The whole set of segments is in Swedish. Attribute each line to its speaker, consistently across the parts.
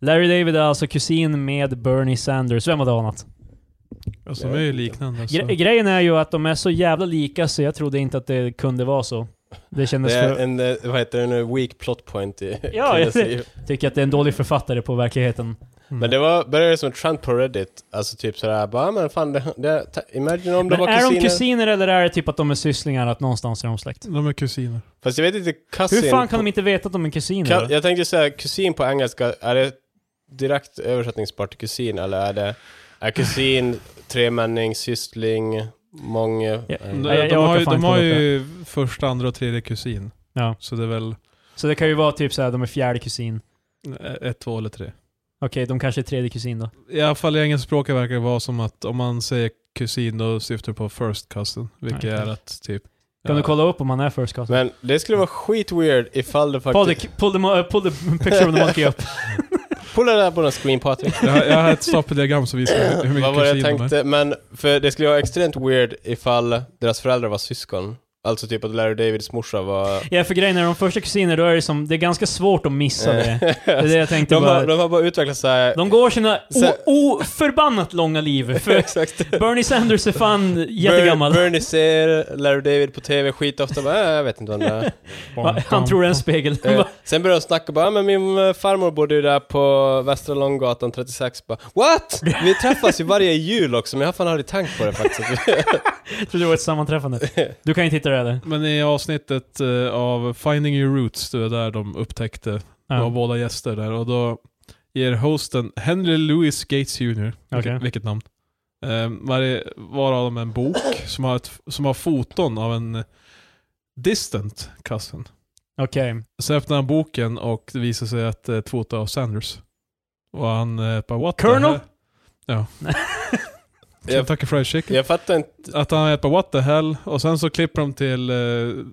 Speaker 1: Larry David är alltså kusin med Bernie Sanders. Vem hade anat?
Speaker 2: Alltså de är ju liknande. Så.
Speaker 3: Alltså.
Speaker 1: Gre- grejen är ju att de är så jävla lika så jag trodde inte att det kunde vara så. Det kändes
Speaker 3: Det
Speaker 1: för...
Speaker 3: är en, eh, vad heter det nu, weak plot point i
Speaker 1: Ja,
Speaker 3: Krilles
Speaker 1: jag- Mm.
Speaker 3: liv.
Speaker 1: Tycker att det är en dålig författare på verkligheten.
Speaker 2: Mm.
Speaker 3: Men det var, började som en trend på Reddit, alltså typ sådär bara, men fan, det, det, ta- imagine om de
Speaker 1: Men
Speaker 3: var
Speaker 1: är
Speaker 3: kusiner.
Speaker 1: de kusiner eller är det typ att de är sysslingar, att någonstans är de släkt?
Speaker 2: De är kusiner.
Speaker 3: Fast jag vet inte, kusin.
Speaker 1: Hur fan kan
Speaker 3: på,
Speaker 1: de inte veta att de är kusiner?
Speaker 3: ka, Jag tänkte säga, kusin på engelska, är det direkt översättningsbart till kusin eller är det, är kusin, tremänning, syssling, många?
Speaker 1: Ja.
Speaker 3: eh,
Speaker 2: De,
Speaker 1: Nej, jag-
Speaker 2: de
Speaker 1: jag
Speaker 2: har,
Speaker 1: orkar
Speaker 2: ju,
Speaker 1: fan
Speaker 2: de
Speaker 1: inte
Speaker 2: har
Speaker 1: kolla upp
Speaker 2: ju första, andra och tredje kusin.
Speaker 1: Ja.
Speaker 2: Så det är väl
Speaker 1: Så det kan ju vara typ såhär, de är fjärde kusin.
Speaker 2: eh, ett, två eller tre.
Speaker 1: Okej, de kanske är tredje kusin då.
Speaker 2: I alla fall i engelska språket verkar det vara som att om man säger kusin då syftar det på first cousin. Vilket
Speaker 1: Okej.
Speaker 2: är att typ...
Speaker 1: Kan du
Speaker 2: ja,
Speaker 1: kolla upp om han är first cousin?
Speaker 3: Men det skulle vara skit weird ifall det
Speaker 1: Pull
Speaker 3: faktiskt...
Speaker 1: the, pull, the, mo- uh, pull the picture of the monkey up.
Speaker 3: Pulla det där på någon screen Patrik.
Speaker 2: jag, har- jag har ett stoppdiagram som visar hur
Speaker 3: Vad
Speaker 2: mycket
Speaker 3: var det jag
Speaker 2: kusiner de är.
Speaker 3: tänkte? Men, för det skulle vara extremt weird ifall deras föräldrar var syskon. Alltså typ att Larry Davids morsa var...
Speaker 1: Ja, för grejen är, de första kusiner, då är det som, det är ganska svårt att missa det. Det är det jag tänkte
Speaker 3: Eh. de, har,
Speaker 1: bara.
Speaker 3: de har bara utvecklat såhär...
Speaker 1: De går sina
Speaker 3: Sen-
Speaker 1: o- oförbannat långa liv. För
Speaker 3: Exakt.
Speaker 1: Bernie Sanders är fan jättegammal.
Speaker 3: Ber- Bernie ser Larry David på TV skitofta, bara, äh, jag vet inte vem det är.
Speaker 1: Va, Han tror det är en spegel.
Speaker 3: Eh, Sen börjar de snacka, bara, "Ah, men min eh, farmor bodde ju där på Västra Långgatan 36, bara, What? Vi träffas ju varje jul också, men jag har fan aldrig tänkt på det faktiskt.
Speaker 1: Jag trodde det var ett sammanträffande. Du kan inte hitta det eller?
Speaker 2: Men i avsnittet eh, av Finding Your Roots, det är där de upptäckte Det var
Speaker 1: Ja.
Speaker 2: båda gäster där och då ger hosten Henry Louis Gates Jr.
Speaker 1: Okej.
Speaker 2: Vilket, vilket namn. Eh, varje, var av dem en bok som har, ett, som har foton av en eh, distant cousin.
Speaker 1: Okej.
Speaker 2: Sen öppnar han boken och det visar sig att det är ett foto av Sanders. Och han eh, bara what the
Speaker 1: Colonel?
Speaker 2: hell? Ja.
Speaker 3: Jag-
Speaker 2: Kentucky Fried Chicken.
Speaker 3: jag fattar inte.
Speaker 2: Att han heter what the hell och sen så klipper de till, eh,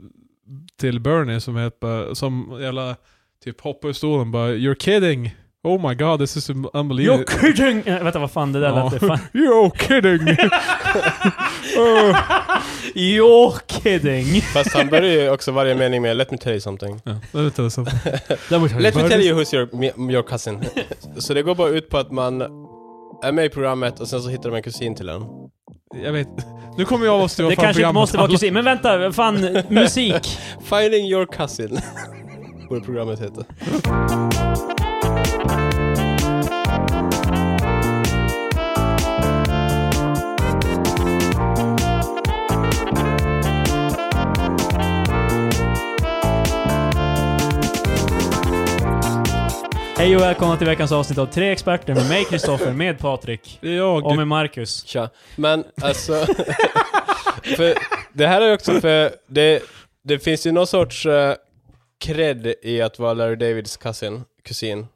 Speaker 2: till Bernie som heter, som jävla typ hoppar ur stolen bara You're kidding! Oh my god this is
Speaker 1: You're
Speaker 2: unbelievable.
Speaker 1: kidding! Äh, vänta, vad fan det där
Speaker 2: Ja.
Speaker 1: lät det fan.
Speaker 2: You're kidding!
Speaker 3: Oh.
Speaker 2: Eh,
Speaker 1: You're kidding!
Speaker 3: Fast han börjar ju också varje mening med Let me tell you something.
Speaker 2: ja, det är det som.
Speaker 3: Let me tell you who's your, me- your cousin. Så det går bara ut på att man är med i programmet och sen så hittar de en kusin till en.
Speaker 2: Jag vet Nu kommer jag att styra
Speaker 1: Det
Speaker 2: fram
Speaker 1: kanske inte
Speaker 2: programmet.
Speaker 1: måste vara kusin, men vänta, fan musik!
Speaker 3: Finding your cousin. Borde programmet heta.
Speaker 1: Hej och välkomna till veckans avsnitt av Tre Experter med mig Kristoffer, med Patrik
Speaker 2: Det är jag.
Speaker 1: och med Marcus.
Speaker 3: Tja. Men alltså... för det här är också för... Det, det finns ju någon sorts eh, cred i att vara Larry Davids cousin, kusin.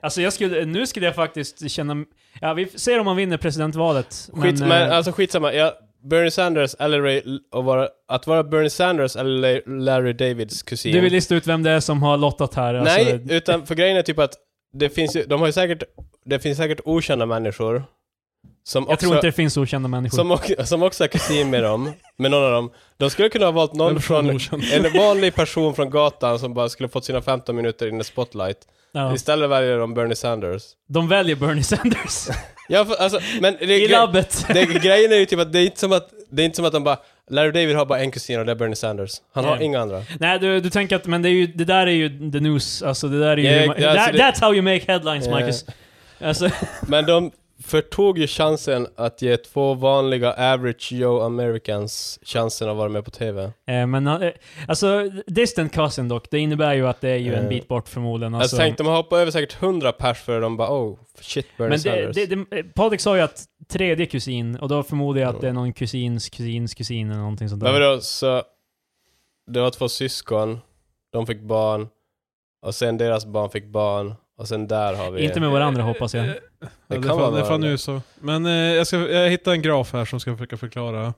Speaker 1: Alltså jag skulle, nu skulle jag faktiskt känna... Ja, vi ser om man vinner presidentvalet.
Speaker 3: Skit, men,
Speaker 1: eh,
Speaker 3: alltså skitsamma. Ja, Bernie Sanders eller Ray, och vara, att vara Bernie Sanders eller La- Larry Davids kusin.
Speaker 1: du vill lista ut vem det är som har lottat här? Alltså,
Speaker 3: Nej, utan för grejen är typ att det finns ju, de har ju säkert, det finns säkert okända människor som
Speaker 1: jag
Speaker 3: också...
Speaker 1: tror inte det finns okända människor.
Speaker 3: Som också, som också är kusin med dem, med någon av dem. De skulle kunna ha valt någon
Speaker 2: Vem fan
Speaker 3: från,
Speaker 2: okänd?
Speaker 3: en vanlig person från gatan som bara skulle fått sina 15 minuter in i spotlight.
Speaker 1: ja.
Speaker 3: Istället väljer de Bernie Sanders.
Speaker 1: De väljer Bernie Sanders
Speaker 3: Ja, för, alltså, men det,
Speaker 1: i
Speaker 3: gre-
Speaker 1: labbet.
Speaker 3: det, grejen är ju typ att det är inte som att, det är inte som att de bara, Larry David har bara en kusin och det är Bernie Sanders. Han har
Speaker 1: Nej.
Speaker 3: inga andra.
Speaker 1: Nej, du, du tänker att men det, är ju, det där är ju the news, alltså det där är ju...
Speaker 3: Ja,
Speaker 1: hur ma-
Speaker 3: alltså
Speaker 1: that, that's how you make headlines,
Speaker 3: Ja.
Speaker 1: Marcus. Alltså,
Speaker 3: Men de förtog ju chansen att ge två vanliga average Joe Americans chansen att vara med på TV.
Speaker 1: eh, men eh, alltså, distant cousin dock, det innebär ju att det är ju en
Speaker 3: Eh.
Speaker 1: bit bort förmodligen.
Speaker 3: Alltså,
Speaker 1: Alltså,
Speaker 3: tänk, de har hoppat över säkert 100 pers för de bara oh, shit Bernie
Speaker 1: men det,
Speaker 3: Sanders.
Speaker 1: det, det, eh, Patrik sa ju att tredje kusin, och då förmodar jag att det är någon kusins kusins kusin eller någonting sånt där.
Speaker 3: Mm. Men vadå, så det var två syskon, de fick barn, och sen deras barn fick barn, och sen där har vi...
Speaker 1: Inte med varandra hoppas jag.
Speaker 2: Eh,
Speaker 3: Det
Speaker 2: Det,
Speaker 3: kan
Speaker 2: är fan,
Speaker 3: vara
Speaker 2: det är fan
Speaker 3: det.
Speaker 2: nu så. Men eh, jag, ska, jag hittade en graf här som ska försöka förklara.
Speaker 3: Eh.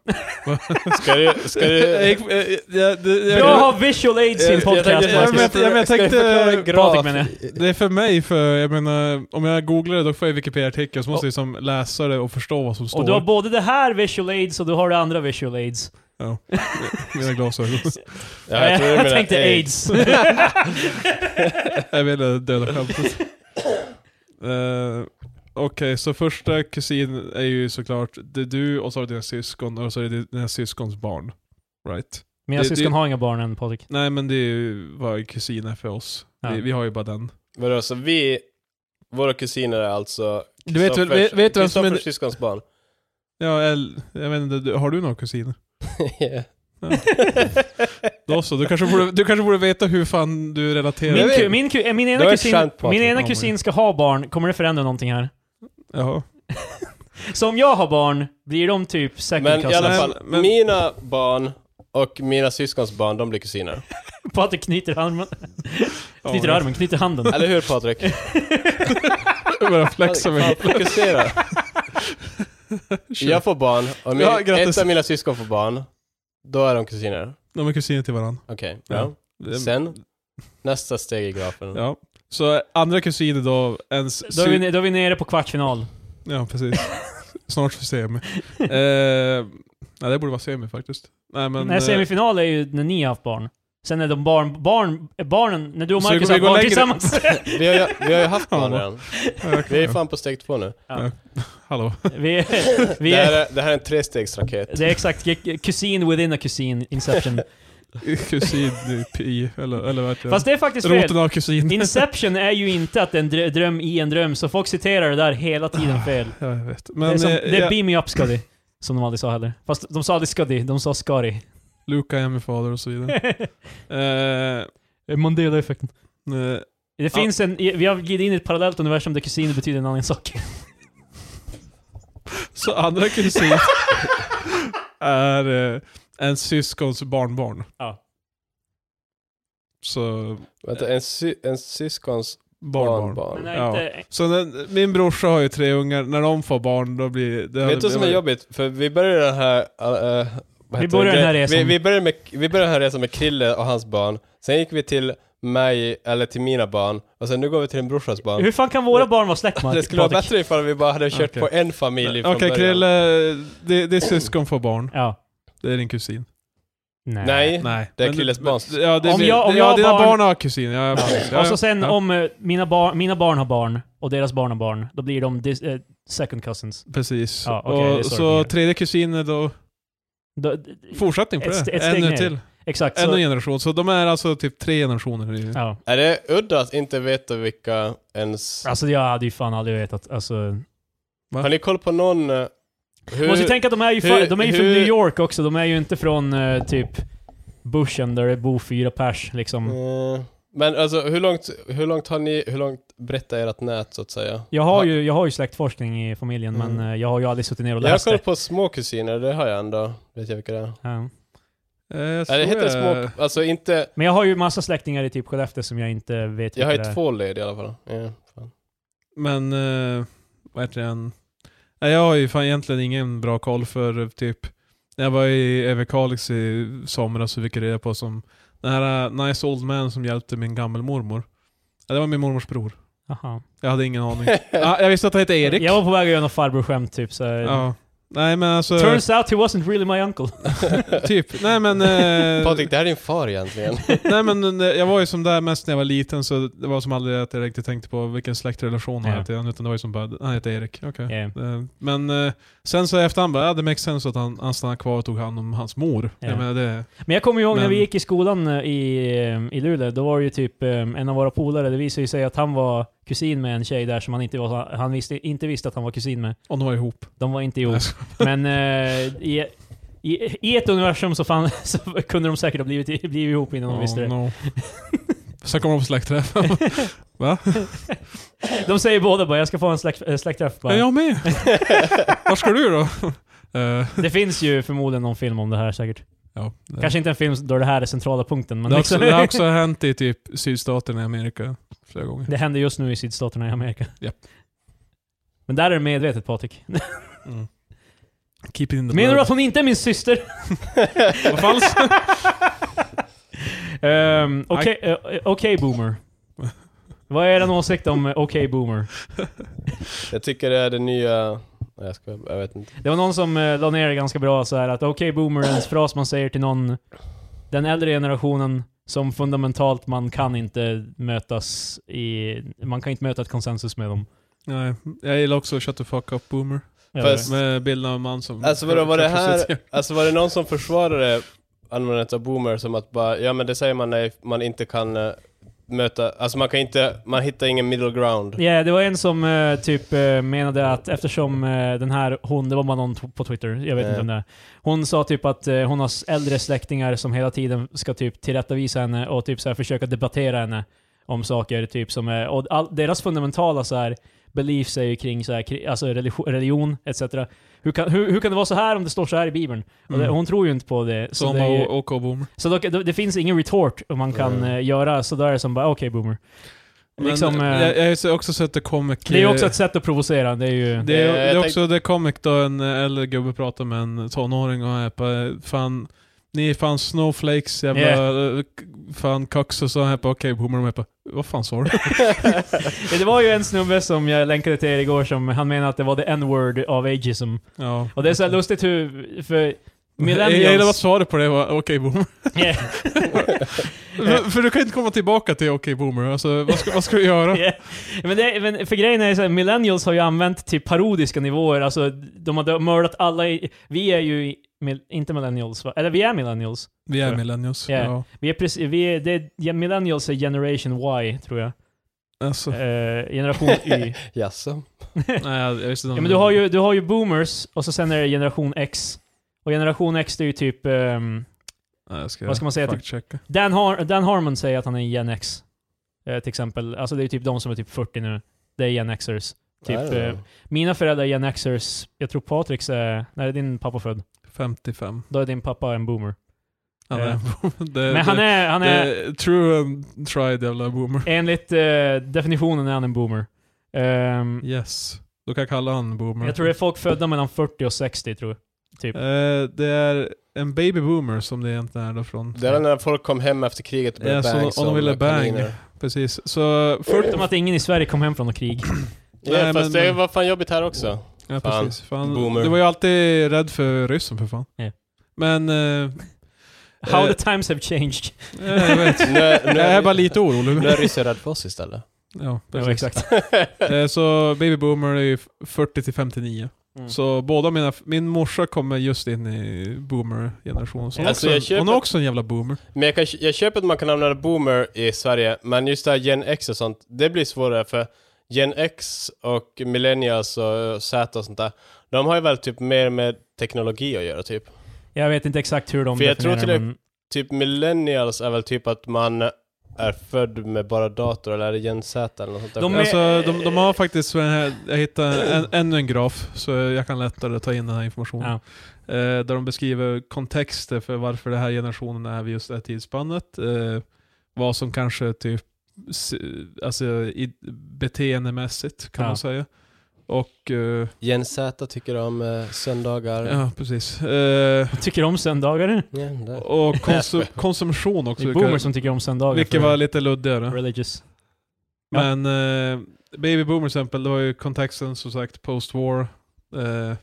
Speaker 3: Ska du... Ska
Speaker 2: Jag
Speaker 3: du
Speaker 2: gick- eh, jag- det- jag-
Speaker 1: Bra att ha visual aids i en podcast,
Speaker 2: jag- jag-
Speaker 1: Marcus.
Speaker 2: men- men jag
Speaker 3: Ska
Speaker 2: tänkte-
Speaker 3: förklara en graf?
Speaker 1: Patrik menar jag.
Speaker 2: Det är för mig, för jag menar, om jag googlar det då får jag Wikipedia-artikeln, så måste jag liksom läsa det och förstå vad som står.
Speaker 1: Och du har både det här visual aids och du har det andra visual aids.
Speaker 2: ja. Mina glasögon.
Speaker 3: Ja, jag, tror du menar
Speaker 1: tänkte aids.
Speaker 2: jag ville döda skämtet. Eh, Okej, så första kusin är ju såklart, det är du och så har du dina syskon och så är det dina syskons barn. Right?
Speaker 1: Mina
Speaker 2: Det-
Speaker 1: syskon
Speaker 2: det-
Speaker 1: har inga barn än Patrik.
Speaker 2: Nej men det är ju vad kusin är för oss.
Speaker 1: Ja.
Speaker 2: Vi, vi har ju bara den.
Speaker 3: Vadå, så vi, våra kusiner är alltså
Speaker 2: Du vet väl- vet- vet du vem som är-
Speaker 3: Kristoffers syskons barn?
Speaker 2: Ja, el, jag vet inte, du- har du några kusiner?
Speaker 3: Ja.
Speaker 2: Ja. Då så, du kanske, borde, du kanske borde veta hur fan du relaterar.
Speaker 1: Min,
Speaker 3: vet-
Speaker 1: ku, min, ku, eh, min
Speaker 3: Det
Speaker 1: ena
Speaker 3: var ett
Speaker 1: kusin,
Speaker 3: skämt, Patrik.
Speaker 1: min ena
Speaker 2: Ja, men-
Speaker 1: kusin ska ha barn, kommer det förändra någonting här?
Speaker 2: Jaha.
Speaker 1: Så om jag har barn, blir de typ second
Speaker 3: Men i alla
Speaker 1: cousins?
Speaker 3: fall,
Speaker 2: Men- men-
Speaker 3: mina barn och mina syskons barn, de blir kusiner.
Speaker 1: Patrik knyter armen,
Speaker 2: Ja,
Speaker 1: knyter armen, knyter handen.
Speaker 3: Eller hur Patrik?
Speaker 2: Jag börjar flexa
Speaker 3: Fan,
Speaker 2: mig.
Speaker 3: fokusera. Jag får barn, och min,
Speaker 2: Ja, grattis.
Speaker 3: ett av mina syskon får barn. Då är de kusiner.
Speaker 2: De är kusiner till varandra.
Speaker 3: Okej.
Speaker 2: Ja.
Speaker 3: Ja. Sen, nästa steg i grafen.
Speaker 2: Ja. Så eh, andra kusiner då, ens
Speaker 1: Då är,
Speaker 2: sy-
Speaker 1: vi, då är vi nere på kvartsfinal.
Speaker 2: Ja, precis. Snart för semi. eh, nej, det borde vara semi faktiskt. Nej, men...
Speaker 3: eh,
Speaker 1: Nej, semifinal är ju när ni har haft barn. Sen är de barn, barn, eh, barnen, när du och
Speaker 2: Så vi
Speaker 1: Marcus
Speaker 2: går-
Speaker 1: har
Speaker 2: vi går
Speaker 1: barn
Speaker 2: längre.
Speaker 1: tillsammans.
Speaker 3: Vi, har, ju- vi har ju haft
Speaker 2: Ja,
Speaker 3: barn
Speaker 2: då.
Speaker 3: redan.
Speaker 2: eh, jag kan-
Speaker 3: Vi är fan på steg två nu.
Speaker 2: Hallå.
Speaker 1: vi, vi
Speaker 3: Det här
Speaker 1: är,
Speaker 3: är, det här är en trestegsraket.
Speaker 1: det är exakt, kusin within a kusin, inception.
Speaker 2: Kusin, eh, pi, eller, eller vad heter
Speaker 1: Fast det är faktiskt fel.
Speaker 2: Roten av kusin.
Speaker 1: Inception är ju inte att en drö- dröm i en dröm, så folk citerar det där hela tiden fel.
Speaker 2: Ja, jag vet.
Speaker 1: Det är,
Speaker 2: Ah. Men
Speaker 1: som,
Speaker 2: eh,
Speaker 1: det är
Speaker 2: ja,
Speaker 1: beam me up Scuddy, som de aldrig sa heller. Fast de sa aldrig Scuddy, de sa Scary.
Speaker 2: Luca är min fader och så vidare. eh,
Speaker 1: Mandela-effekten.
Speaker 2: nej,
Speaker 1: Det finns en, vi har glidit in i ett parallellt universum där kusin betyder en annan sak.
Speaker 2: så andra kusin är eh, en syskons barnbarn.
Speaker 1: Ja.
Speaker 2: Så,
Speaker 3: Vänta, en, sy, en syskons
Speaker 2: barnbarn.
Speaker 3: barnbarn.
Speaker 1: Men
Speaker 2: Ja.
Speaker 1: är inte,
Speaker 2: Så den, min brorsa har ju tre ungar, när de får barn då blir det...
Speaker 3: Vet du vad som är jobbigt? För vi började den här... äh, äh, vad
Speaker 1: Vi
Speaker 3: heter
Speaker 1: började
Speaker 3: det?
Speaker 1: den här resan.
Speaker 3: Vi, vi, började med, vi började den här resan med Krille och hans barn. Sen gick vi till mig, eller till mina barn. Och sen nu går vi till din brorsas barn.
Speaker 1: hur fan kan våra barn vara släkt Mark-
Speaker 3: Det skulle vara
Speaker 1: Patrik?
Speaker 3: bättre ifall vi bara hade kört
Speaker 2: Okej.
Speaker 3: på en familj från
Speaker 2: Okej
Speaker 3: början.
Speaker 2: Krille, det, det är syskon får barn.
Speaker 1: Ja.
Speaker 2: Det är din kusin.
Speaker 1: Nej.
Speaker 3: Nej.
Speaker 2: Nej.
Speaker 3: Det är
Speaker 2: Men-
Speaker 3: Krilles
Speaker 2: men-
Speaker 3: barn.
Speaker 2: Ja, det är
Speaker 1: Om
Speaker 2: min-
Speaker 1: jag- om
Speaker 2: det-
Speaker 1: jag
Speaker 2: ja
Speaker 1: har
Speaker 2: dina
Speaker 1: barn-
Speaker 2: barn har kusin. Ja, ja, precis. ja,
Speaker 1: Och så sen
Speaker 2: ja.
Speaker 1: om eh, mina, bar, mina barn har barn, och deras barn har barn, då blir de dis, eh, second cousins.
Speaker 2: Precis.
Speaker 1: Ja, okej, det är
Speaker 2: och,
Speaker 1: så det
Speaker 2: så
Speaker 1: fungerar.
Speaker 2: tredje kusin är då
Speaker 1: Då,
Speaker 2: fortsättning på
Speaker 1: Ett st-
Speaker 2: det.
Speaker 1: ett steg
Speaker 2: Ännu
Speaker 1: ner.
Speaker 2: till.
Speaker 1: exakt.
Speaker 2: Ännu en
Speaker 1: Så,
Speaker 2: generation. Så de är alltså typ tre generationer. i-
Speaker 1: ja.
Speaker 3: Är det udda att inte veta vilka ens...
Speaker 1: Alltså jag hade ju fan aldrig vetat. Alltså,
Speaker 2: Ja.
Speaker 3: Har ni koll på någon... eh, Hur...
Speaker 1: Måste ju tänka att de är ju, för,
Speaker 3: hur-
Speaker 1: de är ju från
Speaker 3: hur-
Speaker 1: New York också, de är ju inte från eh, typ bushen där det bor fyra pers liksom.
Speaker 3: Eh, Men alltså, hur långt, hur långt har ni... Hur långt brett är ert nät, så att säga?
Speaker 1: Jag har
Speaker 3: Ha-
Speaker 1: ju, jag har ju släktforskning i familjen men
Speaker 3: Mm.
Speaker 1: eh, jag har ju aldrig suttit ner och
Speaker 3: Jag har
Speaker 1: läst
Speaker 3: koll
Speaker 1: det.
Speaker 3: på små kusiner, det har jag ändå. Vet jag vilka det är?
Speaker 1: Ja.
Speaker 2: Eh, jag
Speaker 3: Nej, det
Speaker 2: tror
Speaker 3: heter
Speaker 2: jag-
Speaker 3: små... Alltså inte...
Speaker 1: Men jag har ju massa släktingar i typ Skellefteå som jag inte vet
Speaker 3: Jag har
Speaker 1: vilka det
Speaker 3: ju
Speaker 1: är.
Speaker 3: två led i alla fall. Ja, fan.
Speaker 2: Men, eh, vad heter den? Nej, jag har ju fan egentligen ingen bra koll för eh, typ, när jag var i Överkalix i somras så fick jag reda på som den här eh, nice old man som hjälpte min gammelmormor. Ja, det var min mormors bror.
Speaker 1: Aha.
Speaker 2: Jag hade ingen aning. ja, jag visste att han hette Erik.
Speaker 1: Jag var på väg att göra något farbrorskämt typ så.
Speaker 2: Ja. Nej men alltså,
Speaker 1: Turns out he wasn't really my uncle.
Speaker 2: typ. Nej men, eh,
Speaker 3: Patrik, det här är din far egentligen.
Speaker 2: nej men eh, jag var ju som där mest när jag var liten så det var som aldrig att jag riktigt tänkte på vilken släktrelation han
Speaker 1: Ja.
Speaker 2: hade till honom, utan det var ju som bara, han hette Erik. Okej.
Speaker 1: Eh,
Speaker 2: Eh, Men eh, sen så i efterhand bara, ja, det makes sense att han, han stannade kvar och tog hand om hans mor.
Speaker 1: Ja.
Speaker 2: Jag menar det...
Speaker 1: Men jag kommer ihåg när
Speaker 2: Men-
Speaker 1: vi gick i skolan eh, i, eh, i Luleå, då var det ju typ eh, en av våra polare, det visade ju sig att han var kusin med en tjej där som han inte, var, han visste, inte visste att han var kusin med.
Speaker 2: Och de var ihop.
Speaker 1: De var inte ihop. Men eh, i, i, i ett universum så, fan, så kunde de säkert ha blivit, blivit ihop innan de visste det.
Speaker 2: no. Sen kommer de på släktträff. Va?
Speaker 1: De säger båda bara 'Jag ska få en släkt, eh, släktträff'
Speaker 2: Är
Speaker 1: bara.
Speaker 2: jag med? Var ska du då? Eh,
Speaker 1: Det finns ju förmodligen någon film om det här säkert.
Speaker 2: ja, det,
Speaker 1: Kanske inte en film där det här är centrala punkten, men
Speaker 2: det, har också,
Speaker 1: liksom,
Speaker 2: det har också hänt i typ sydstaterna i Amerika flera gånger.
Speaker 1: det händer just nu i sydstaterna i Amerika.
Speaker 2: Japp.
Speaker 1: Men där är det medvetet Patrik.
Speaker 2: Mm. Keep it in the
Speaker 1: Menar du
Speaker 2: blood.
Speaker 1: att hon inte är min syster?
Speaker 2: Vad falskt?
Speaker 1: Ehm, Okej, eh, okej boomer. Vad är din åsikt om eh, okej boomer?
Speaker 3: jag tycker det är det nya... Nej, jag, ska, jag vet inte.
Speaker 1: Det var någon som eh, la ner det ganska bra så här att okej boomer är en fras man säger till någon den äldre generationen som fundamentalt man kan inte mötas i, man kan inte möta ett konsensus med dem.
Speaker 2: Nej, jag gillar också Shut the fuck up boomer.
Speaker 1: Eller-
Speaker 3: Fast-
Speaker 2: Med bilden av en man som...
Speaker 3: Alltså, vadå, var det här-
Speaker 2: Ja,
Speaker 3: Alltså var det någon som försvarade användandet av boomer som att bara, ja men det säger man när man inte kan eh, möta, alltså man kan inte, man hittar ingen middle ground.
Speaker 1: Ja, det var en som eh, typ eh, menade att eftersom eh, den här hon, det var bara någon t- på Twitter, jag vet
Speaker 3: Ja.
Speaker 1: inte om det är. Hon sa typ att eh, hon har s- äldre släktingar som hela tiden ska typ tillrättavisa henne och typ så här försöka debattera henne om saker typ som är, och all, deras fundamentala så här beliefs är ju kring så här, kri- alltså religion, religion etc. Hur kan, hur, hur kan det vara så här om det står så här i Bibeln? Och det,
Speaker 2: Mm.
Speaker 1: hon tror ju inte på det. Så,
Speaker 2: Som
Speaker 1: det, är ju,
Speaker 2: OK boomer.
Speaker 1: så då, då, det finns ingen retort man kan
Speaker 3: Mm.
Speaker 1: eh, göra, så då är det som bara okej boomer.
Speaker 2: Men
Speaker 1: Liksom, eh,
Speaker 2: jag, jag har ju också sett det comic... eh,
Speaker 1: Det är ju också ett sätt att provocera. Det är ju...
Speaker 2: Det är,
Speaker 3: Eh,
Speaker 2: det
Speaker 3: jag
Speaker 2: är
Speaker 3: tänk-
Speaker 2: också det comic då en eh, äldre gubbe pratar med en tonåring och är på eh, fan, ni är fan snowflakes, jävla eh, k- fan kax och så här på okej boomer och jag bara, vad fan sa du?
Speaker 1: Ja, Det var ju en snubbe som jag länkade till er igår som han menade att det var the n-word av ageism.
Speaker 2: ja.
Speaker 1: Och det är så här lustigt hur... För
Speaker 2: Mm. Jag jag gillar vad
Speaker 1: millennials...
Speaker 2: svaret på det var, okej boomer.
Speaker 1: Yeah,
Speaker 2: för, för du kan inte komma tillbaka till okej boomer, alltså vad ska, vad ska du göra?
Speaker 1: yeah. Men, det, men för grejen är så här, millennials har ju använt till parodiska nivåer, alltså de har dö- mördat alla i, Vi är ju i- mil, inte millennials va? Eller vi är millennials.
Speaker 2: Vi är millennials.
Speaker 1: Ja.
Speaker 2: Ja.
Speaker 1: Vi är precis, vi är, det, är- ja, millennials är generation Y, tror jag.
Speaker 2: Alltså,
Speaker 1: Eh, generation Y.
Speaker 3: Jaså?
Speaker 2: nej, jag jag visste inte
Speaker 1: Ja,
Speaker 2: om
Speaker 1: men du
Speaker 2: det.
Speaker 1: har, ju, du har ju boomers, och så sen är det generation X. Och generation X det är ju typ... ehm,
Speaker 2: Nej, jag ska
Speaker 1: vad ska man säga, typ-
Speaker 2: Fact-checka.
Speaker 1: Dan, Har- Dan Harmon säger att han är en Gen X. Eh, till exempel. Alltså det är typ de som är typ 40 nu. Det är Gen Xers. Typ,
Speaker 3: Nej, det var-
Speaker 1: eh, Mina föräldrar är Gen Xers. Jag tror Patriks är... När är din pappa född?
Speaker 2: 55.
Speaker 1: Då är din pappa en boomer.
Speaker 2: Han
Speaker 1: Eh.
Speaker 2: är, det,
Speaker 1: Men han
Speaker 2: det,
Speaker 1: är... Han är
Speaker 2: det, true and tried jävla boomer.
Speaker 1: enligt eh, definitionen är han en boomer. Ehm,
Speaker 2: Yes. Du kan kalla han boomer.
Speaker 1: jag tror det är folk födda mellan 40 och 60 tror jag.
Speaker 2: Eh, det är en baby boomer som det egentligen är då från.
Speaker 3: Det är när folk kom hem efter kriget och började
Speaker 2: Ja, så
Speaker 3: bang
Speaker 2: om de
Speaker 3: som
Speaker 2: ville bang.
Speaker 3: kaniner.
Speaker 2: Precis. Så
Speaker 1: Förutom
Speaker 2: 40...
Speaker 1: att ingen i Sverige kom hem från något krig.
Speaker 3: Ja,
Speaker 2: Nej,
Speaker 3: fast
Speaker 2: men-
Speaker 3: det var fan jobbigt här också.
Speaker 2: Ja,
Speaker 3: Fan.
Speaker 2: precis. Fan.
Speaker 3: Boomer.
Speaker 2: Du var ju alltid rädd för ryssen för fan.
Speaker 1: Ja.
Speaker 2: Men... eh,
Speaker 1: How
Speaker 2: eh,
Speaker 1: the times have changed.
Speaker 2: ja, jag vet.
Speaker 3: Nu, är- nu,
Speaker 2: jag är bara
Speaker 3: är-
Speaker 2: lite orolig.
Speaker 3: nu är ryssen rädd för oss istället.
Speaker 2: ja, precis.
Speaker 1: Ja, exakt.
Speaker 2: Eh, så baby boomer är ju 40 till 59.
Speaker 1: Mm.
Speaker 2: Så båda mina... Min morsa kommer just in i boomer-generationen. Så hon,
Speaker 3: Alltså,
Speaker 2: också,
Speaker 3: jag köper-
Speaker 2: hon är också en jävla boomer.
Speaker 3: Men jag, kan, jag köper att man kan använda boomer i Sverige, men just det här gen X och sånt, det blir svårare för gen X och millennials och Z och sånt där, de har ju väl typ mer med teknologi att göra typ.
Speaker 1: Jag vet inte exakt hur de
Speaker 3: För jag tror
Speaker 1: definierar
Speaker 3: till-
Speaker 1: men-
Speaker 3: Typ millennials är väl typ att man är född med bara dator, eller är det gen Z eller något sånt där?
Speaker 1: De är-
Speaker 2: Alltså, de, de har faktiskt, så här- jag hittade en, ännu en graf, så jag kan lättare ta in den här informationen.
Speaker 1: Ja.
Speaker 2: Eh, där de beskriver kontexter för varför den här generationen är vid just det här tidsspannet. Eh, vad som kanske typ, s- alltså i, beteendemässigt kan
Speaker 1: Ja.
Speaker 2: man säga. Och, eh,
Speaker 3: Gen Z tycker om eh, söndagar.
Speaker 2: ja precis. Eh,
Speaker 1: Tycker om söndagar?
Speaker 3: Ja, där.
Speaker 2: och konsum, konsumtion
Speaker 1: Det
Speaker 2: också.
Speaker 1: är boomers
Speaker 2: vilka-
Speaker 1: som tycker om söndagar. för-
Speaker 2: Vilket var lite luddigare.
Speaker 1: Religious. Ja.
Speaker 2: Men eh, Baby Boomer till exempel, det var ju kontexten som sagt post-war. Eh,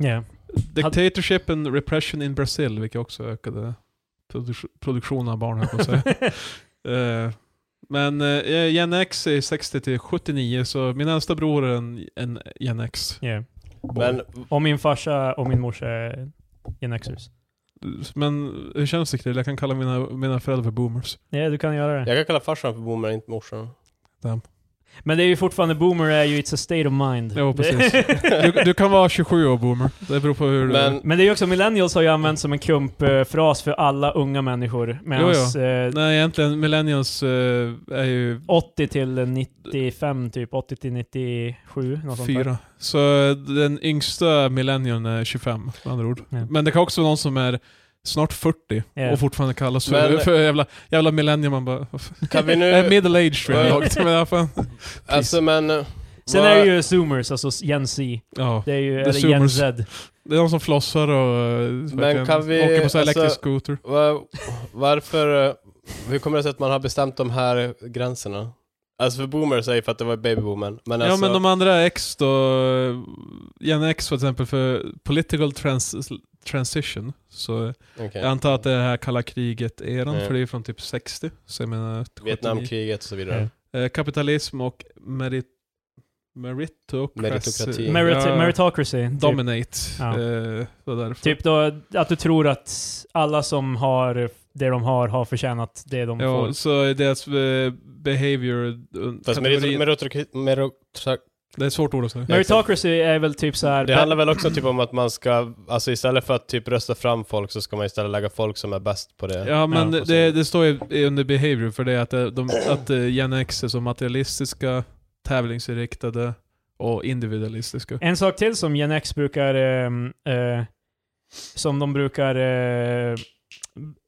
Speaker 1: Yeah.
Speaker 2: Dictatorship and repression in Brazil, vilket också ökade produ- produktionen av barn, höll jag på att säga. Eh, Men eh, Gen X är 60 till 79, så min äldsta bror är en, en Gen X.
Speaker 1: yeah.
Speaker 3: Men
Speaker 1: Och min farsa och min morsa är genexers.
Speaker 2: Men hur känns det Krill? Jag kan kalla mina, mina föräldrar för boomers.
Speaker 1: Ja, du kan göra det.
Speaker 3: jag kan kalla farsan för boomer, inte morsan.
Speaker 1: Men det är ju fortfarande, boomer är ju it's a state of mind.
Speaker 2: Ja, precis. Du, du kan vara 27 år boomer. Det beror på hur... du-
Speaker 3: Men
Speaker 1: Men det är ju också, millennials har ju använts som en kump-fras för alla unga människor. eh, Medan
Speaker 2: Jo, Nej, egentligen millennials eh, är ju
Speaker 1: 80 till 95 typ, 80 till 97, något sånt där.
Speaker 2: Fyra. Så eh, den yngsta millennium är 25 med andra ord.
Speaker 1: Ja.
Speaker 2: Men det kan också vara någon som är snart 40
Speaker 1: Ja.
Speaker 2: och fortfarande kallas för,
Speaker 3: Men-
Speaker 2: för jävla, jävla millennium. Man bara...
Speaker 3: kan vi
Speaker 2: Jag är
Speaker 3: nu...
Speaker 2: middle aged tror jag. Men i alla fall-
Speaker 3: alltså men... eh,
Speaker 1: Sen
Speaker 3: vad-
Speaker 1: är det ju zoomers, alltså Gen Z.
Speaker 2: Ja.
Speaker 1: Det är ju,
Speaker 2: The
Speaker 1: eller Gen
Speaker 2: zoomers.
Speaker 1: Z.
Speaker 2: Det är de som flossar och eh, verkligen
Speaker 3: kan vi-
Speaker 2: åker på så här
Speaker 3: alltså-
Speaker 2: elektrisk skoter.
Speaker 3: Va- Varför... eh, Hur kommer det sig att man har bestämt de här gränserna? Alltså för boomers säger för att det var babyboomen, men
Speaker 2: Ja
Speaker 3: alltså...
Speaker 2: men de andra X då, eh, Gen X för exempel för political trans transition. Så
Speaker 3: okej.
Speaker 2: jag antar att det är det här kalla kriget-eran,
Speaker 3: Ja.
Speaker 2: för det är från typ 60. Så jag menar 79. Mm.
Speaker 3: Vietnamkriget och så vidare.
Speaker 1: Ja.
Speaker 2: Eh, kapitalism och merit Meritocracy.
Speaker 3: Meritokrati.
Speaker 1: Merit
Speaker 2: Ja,
Speaker 1: Meritocracy. Typ.
Speaker 2: Dominate.
Speaker 1: Ja.
Speaker 2: Eh, så därför.
Speaker 1: typ då att du tror att alla som har det de har, har förtjänat det de
Speaker 2: Ja,
Speaker 1: får.
Speaker 2: så är deras eh, behavior...
Speaker 3: Fast
Speaker 2: kategori-
Speaker 3: merit- meritokrati... meritokrati-
Speaker 2: det är ett svårt ord att säga.
Speaker 1: Meritocracy är väl typ så här.
Speaker 3: Det handlar väl också typ om att man ska, alltså istället för att typ rösta fram folk så ska man istället lägga folk som är bäst på det.
Speaker 2: Ja, men
Speaker 3: Ja,
Speaker 2: det, det står ju i- under behavior för det att, eh, de, att eh, Gen X är så materialistiska, tävlingsinriktade och individualistiska.
Speaker 1: En sak till som Gen X brukar... ehm, eh, som de brukar eh,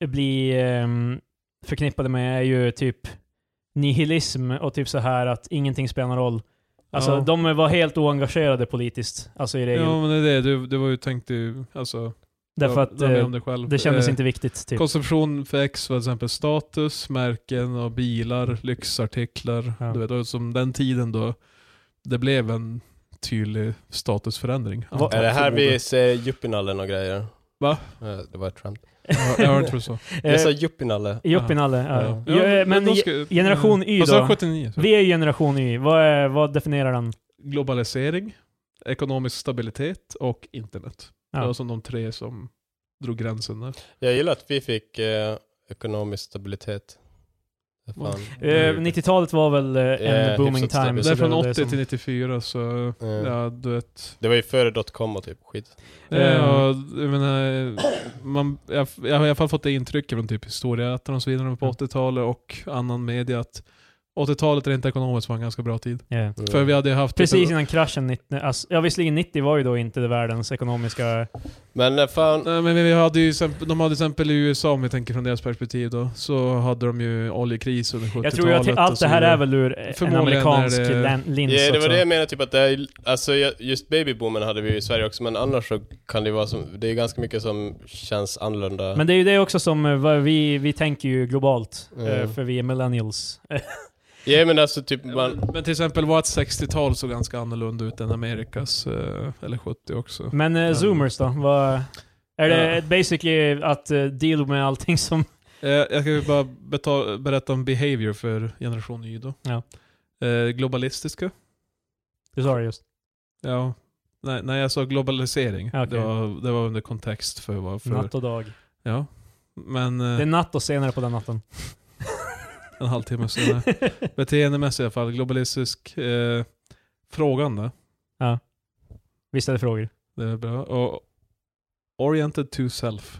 Speaker 1: bli ehm, förknippade med är ju typ nihilism och typ så här att ingenting spelar någon roll. Alltså
Speaker 2: Ja.
Speaker 1: de var helt oengagerade politiskt. Alltså i regel.
Speaker 2: Ja, men det är det. Du, du var ju tänkt ju, alltså...
Speaker 1: Därför
Speaker 2: jag-
Speaker 1: att
Speaker 2: jag var med
Speaker 1: eh,
Speaker 2: om det, själv.
Speaker 1: det kändes
Speaker 2: Eh,
Speaker 1: inte viktigt. Typ.
Speaker 2: Konsumtion för X var till exempel status, märken och bilar, lyxartiklar.
Speaker 1: Mm. Ja.
Speaker 2: Du vet, och som den tiden då det blev en tydlig statusförändring.
Speaker 1: Vad-
Speaker 3: Är det här
Speaker 2: Förmodligen.
Speaker 3: vi ser juppinallen och grejer?
Speaker 2: Va?
Speaker 3: Eh, Det var ett skämt.
Speaker 2: Ja, jag har inte så.
Speaker 1: Eh,
Speaker 3: Jag sa juppinalle.
Speaker 1: Joppinalle. Ja. Ja. eh, men
Speaker 2: då
Speaker 1: ge-
Speaker 2: ska- Mm.
Speaker 1: generation Y
Speaker 2: Fast det var
Speaker 1: då?
Speaker 2: 79. så.
Speaker 1: vi är ju generation Y. Vad, är, vad definierar den?
Speaker 2: Globalisering, ekonomisk stabilitet och internet.
Speaker 1: Ja.
Speaker 2: Det var som de tre som drog gränsen där.
Speaker 3: Jag gillar att vi fick eh, ekonomisk stabilitet. Det är Fan.
Speaker 1: Eh, 90-talet var väl eh, en
Speaker 3: Eh,
Speaker 1: booming
Speaker 3: hyfsat
Speaker 1: time.
Speaker 3: stabilt.
Speaker 1: så
Speaker 2: Det är från
Speaker 1: var
Speaker 2: 80
Speaker 1: som-
Speaker 2: till 94 så,
Speaker 3: Eh,
Speaker 2: ja du vet.
Speaker 3: Det var ju före dotcom och typ skit.
Speaker 1: Eh.
Speaker 2: Ja, jag menar, man, jag, jag har i alla fall fått det intrycket från typ historieätarna och så vidare på
Speaker 1: Mm.
Speaker 2: 80-talet och annan media att 80-talet rent ekonomiskt var en ganska bra tid.
Speaker 1: Ja.
Speaker 3: Mm.
Speaker 2: För vi hade ju haft...
Speaker 1: Precis
Speaker 2: lite-
Speaker 1: innan kraschen, 90, alltså, ja visserligen 90 var ju då inte det världens ekonomiska...
Speaker 3: Men eh, fan,
Speaker 2: Nej, men vi hade ju, exempel- de hade till exempel i USA, om vi tänker från deras perspektiv då, så hade de ju oljekris under 70-talet.
Speaker 1: Jag tror ju att
Speaker 2: och
Speaker 1: allt
Speaker 2: så
Speaker 1: det här
Speaker 2: vidare.
Speaker 1: är väl ur eh, en
Speaker 2: Förmodligen
Speaker 1: amerikansk
Speaker 2: är det-
Speaker 1: län- lins
Speaker 3: Ja, det
Speaker 1: också.
Speaker 3: var det jag menade, typ att det är, alltså jag- just babyboomen hade vi ju i Sverige också, men annars så kan det ju vara som, det är ganska mycket som känns annorlunda.
Speaker 1: Men det är ju det också som eh, vad vi, vi tänker ju globalt,
Speaker 3: Mm.
Speaker 1: eh, för vi är millennials.
Speaker 3: Ja men alltså typ
Speaker 2: Ja,
Speaker 3: man,
Speaker 2: Men, men till exempel vårt 60-tal såg ganska annorlunda ut än Amerikas, eh, eller 70 också.
Speaker 1: Men eh, zoomers då? Vad, är det
Speaker 2: Ja.
Speaker 1: basically att eh, deal med allting som...
Speaker 2: Eh, jag ska ju bara beta- berätta om behavior för generation Y då.
Speaker 1: Ja.
Speaker 2: Eh, globalistiska.
Speaker 1: Du sa det just.
Speaker 2: Ja. Nej, nej, jag sa globalisering.
Speaker 1: Okej.
Speaker 2: Det, var, det var under kontext för vad för...
Speaker 1: Natt och dag.
Speaker 2: Ja. Men eh,
Speaker 1: Det är natt och senare på den natten.
Speaker 2: en halvtimme senare. Beteendemässigt i alla fall. Globalistisk eh, frågande.
Speaker 1: Vi ställer frågor.
Speaker 2: Det är bra. Och oriented to self.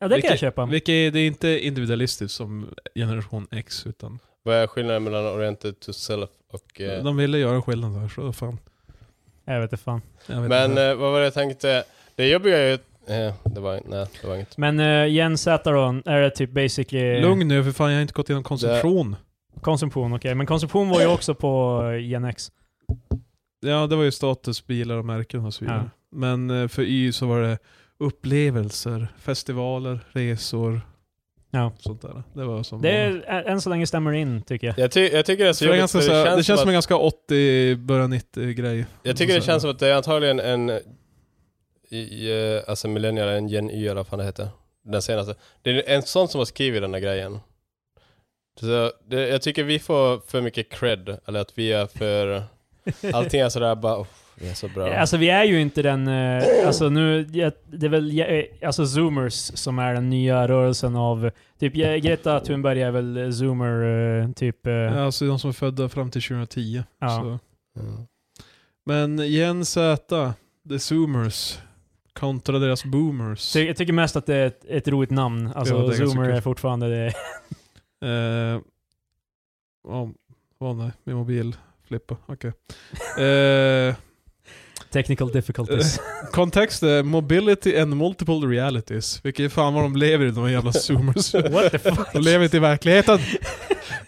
Speaker 1: Ja, det kan
Speaker 2: Vilket-
Speaker 1: jag köpa.
Speaker 2: Vilket är, det är inte individualistiskt som generation X utan
Speaker 3: vad är skillnaden mellan oriented to self och... Eh,
Speaker 2: de ville göra skillnad där så fan.
Speaker 1: Jag vet inte fan.
Speaker 2: Jag vet
Speaker 3: men
Speaker 2: inte.
Speaker 3: eh, vad var det jag tänkte? Det jobbiga är ju... Eh, det var, nej, det var inget.
Speaker 1: Men uh, Gen Z då, är det typ basically...
Speaker 2: Lugn nu för fan jag har inte gått igenom konsumtion.
Speaker 1: Konsumtion, okej. Men konsumtion var ju också på eh, Gen X.
Speaker 2: Ja det var ju status, bilar och märken och så vidare. Men eh, för Y så var det upplevelser, festivaler, resor,
Speaker 1: Ja.
Speaker 2: sånt där. Det var som...
Speaker 1: Det är, ä- än så länge stämmer det in, tycker jag.
Speaker 3: Jag, ty, jag tycker det är så
Speaker 2: Så det, är
Speaker 3: jobbigt,
Speaker 2: ganska,
Speaker 3: för
Speaker 2: så här- det känns som
Speaker 3: som
Speaker 2: en
Speaker 3: att,
Speaker 2: ganska 80, början 90 grej.
Speaker 3: jag tycker det
Speaker 2: Alltså,
Speaker 3: känns som att det är antagligen en... I, i, eh, alltså millennial, en gen y eller vad fan det heter. Den senaste. Det är en sån som har skrivit den där grejen. Så det, jag tycker vi får för mycket cred, eller att vi är för... Allting är sådär bara, oh, det är så bra.
Speaker 1: Alltså vi är ju inte den... eh, alltså nu... jag- Det är väl eh, alltså zoomers som är den nya rörelsen av... Typ Ge- Greta Thunberg är väl eh, zoomer, eh, typ... eh,
Speaker 2: Ja, alltså de som är födda fram till 2010.
Speaker 1: Ja.
Speaker 2: Så.
Speaker 3: Mm.
Speaker 2: Men Gen Z, the zoomers, kontra deras boomers.
Speaker 1: Så jag tycker mest att det är ett, ett roligt namn. Alltså
Speaker 2: Ja, det är ganska
Speaker 1: zoomer
Speaker 2: kul.
Speaker 1: är fortfarande det.
Speaker 2: Eh, om- Åh nej, min mobil flippa. Okej. Eh,
Speaker 1: Technical difficulties.
Speaker 2: Kontext är mobility and multiple realities. Vilket är fan vad de lever i de jävla zoomers.
Speaker 1: What the fuck?
Speaker 2: De lever inte i verkligheten.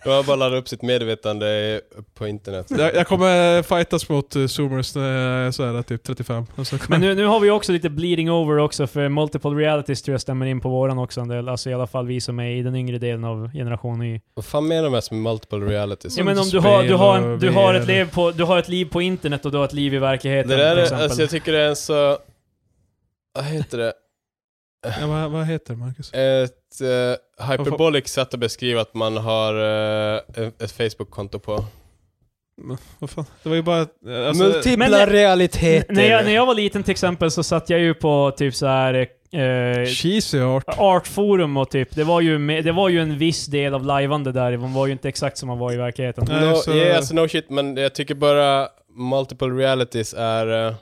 Speaker 3: De har bara laddat upp sitt medvetande på internet.
Speaker 2: Jag, jag kommer fightas mot eh, zoomers när jag är så här, typ 35. Och så kommer-
Speaker 1: Men nu, nu har vi också lite bleeding over också, för multiple realities tror jag stämmer in på våran också en del. Alltså i alla fall vi som är i den yngre delen av generation Y.
Speaker 3: Vad fan menar de ens med multiple realities?
Speaker 1: Ja, men om du
Speaker 2: spel
Speaker 1: har, du, har en,
Speaker 2: och
Speaker 1: du, har ett
Speaker 2: VR.
Speaker 1: liv på, du har ett liv på internet och du har ett liv i verkligheten
Speaker 3: Det där
Speaker 1: till
Speaker 3: är,
Speaker 1: exempel.
Speaker 3: alltså jag tycker det är en så... Vad heter det?
Speaker 2: ja, vad, vad heter det Marcus?
Speaker 3: Ett eh, hyperbolic sätt att beskriva att man har eh, ett Facebook-konto på.
Speaker 2: Vad fan? Det var ju bara... Alltså,
Speaker 4: Multipla
Speaker 1: Men-
Speaker 4: realiteter.
Speaker 1: När jag, när jag var liten till exempel så satt jag ju på typ så här eh,
Speaker 2: Cheesy art.
Speaker 1: artforum och typ, det var, ju med, det var ju en viss del av lajvande där, man var ju inte exakt som man var i verkligheten.
Speaker 2: Nej,
Speaker 3: no,
Speaker 2: så-
Speaker 3: yeah, alltså, no shit, men jag tycker bara multiple realities är... eh,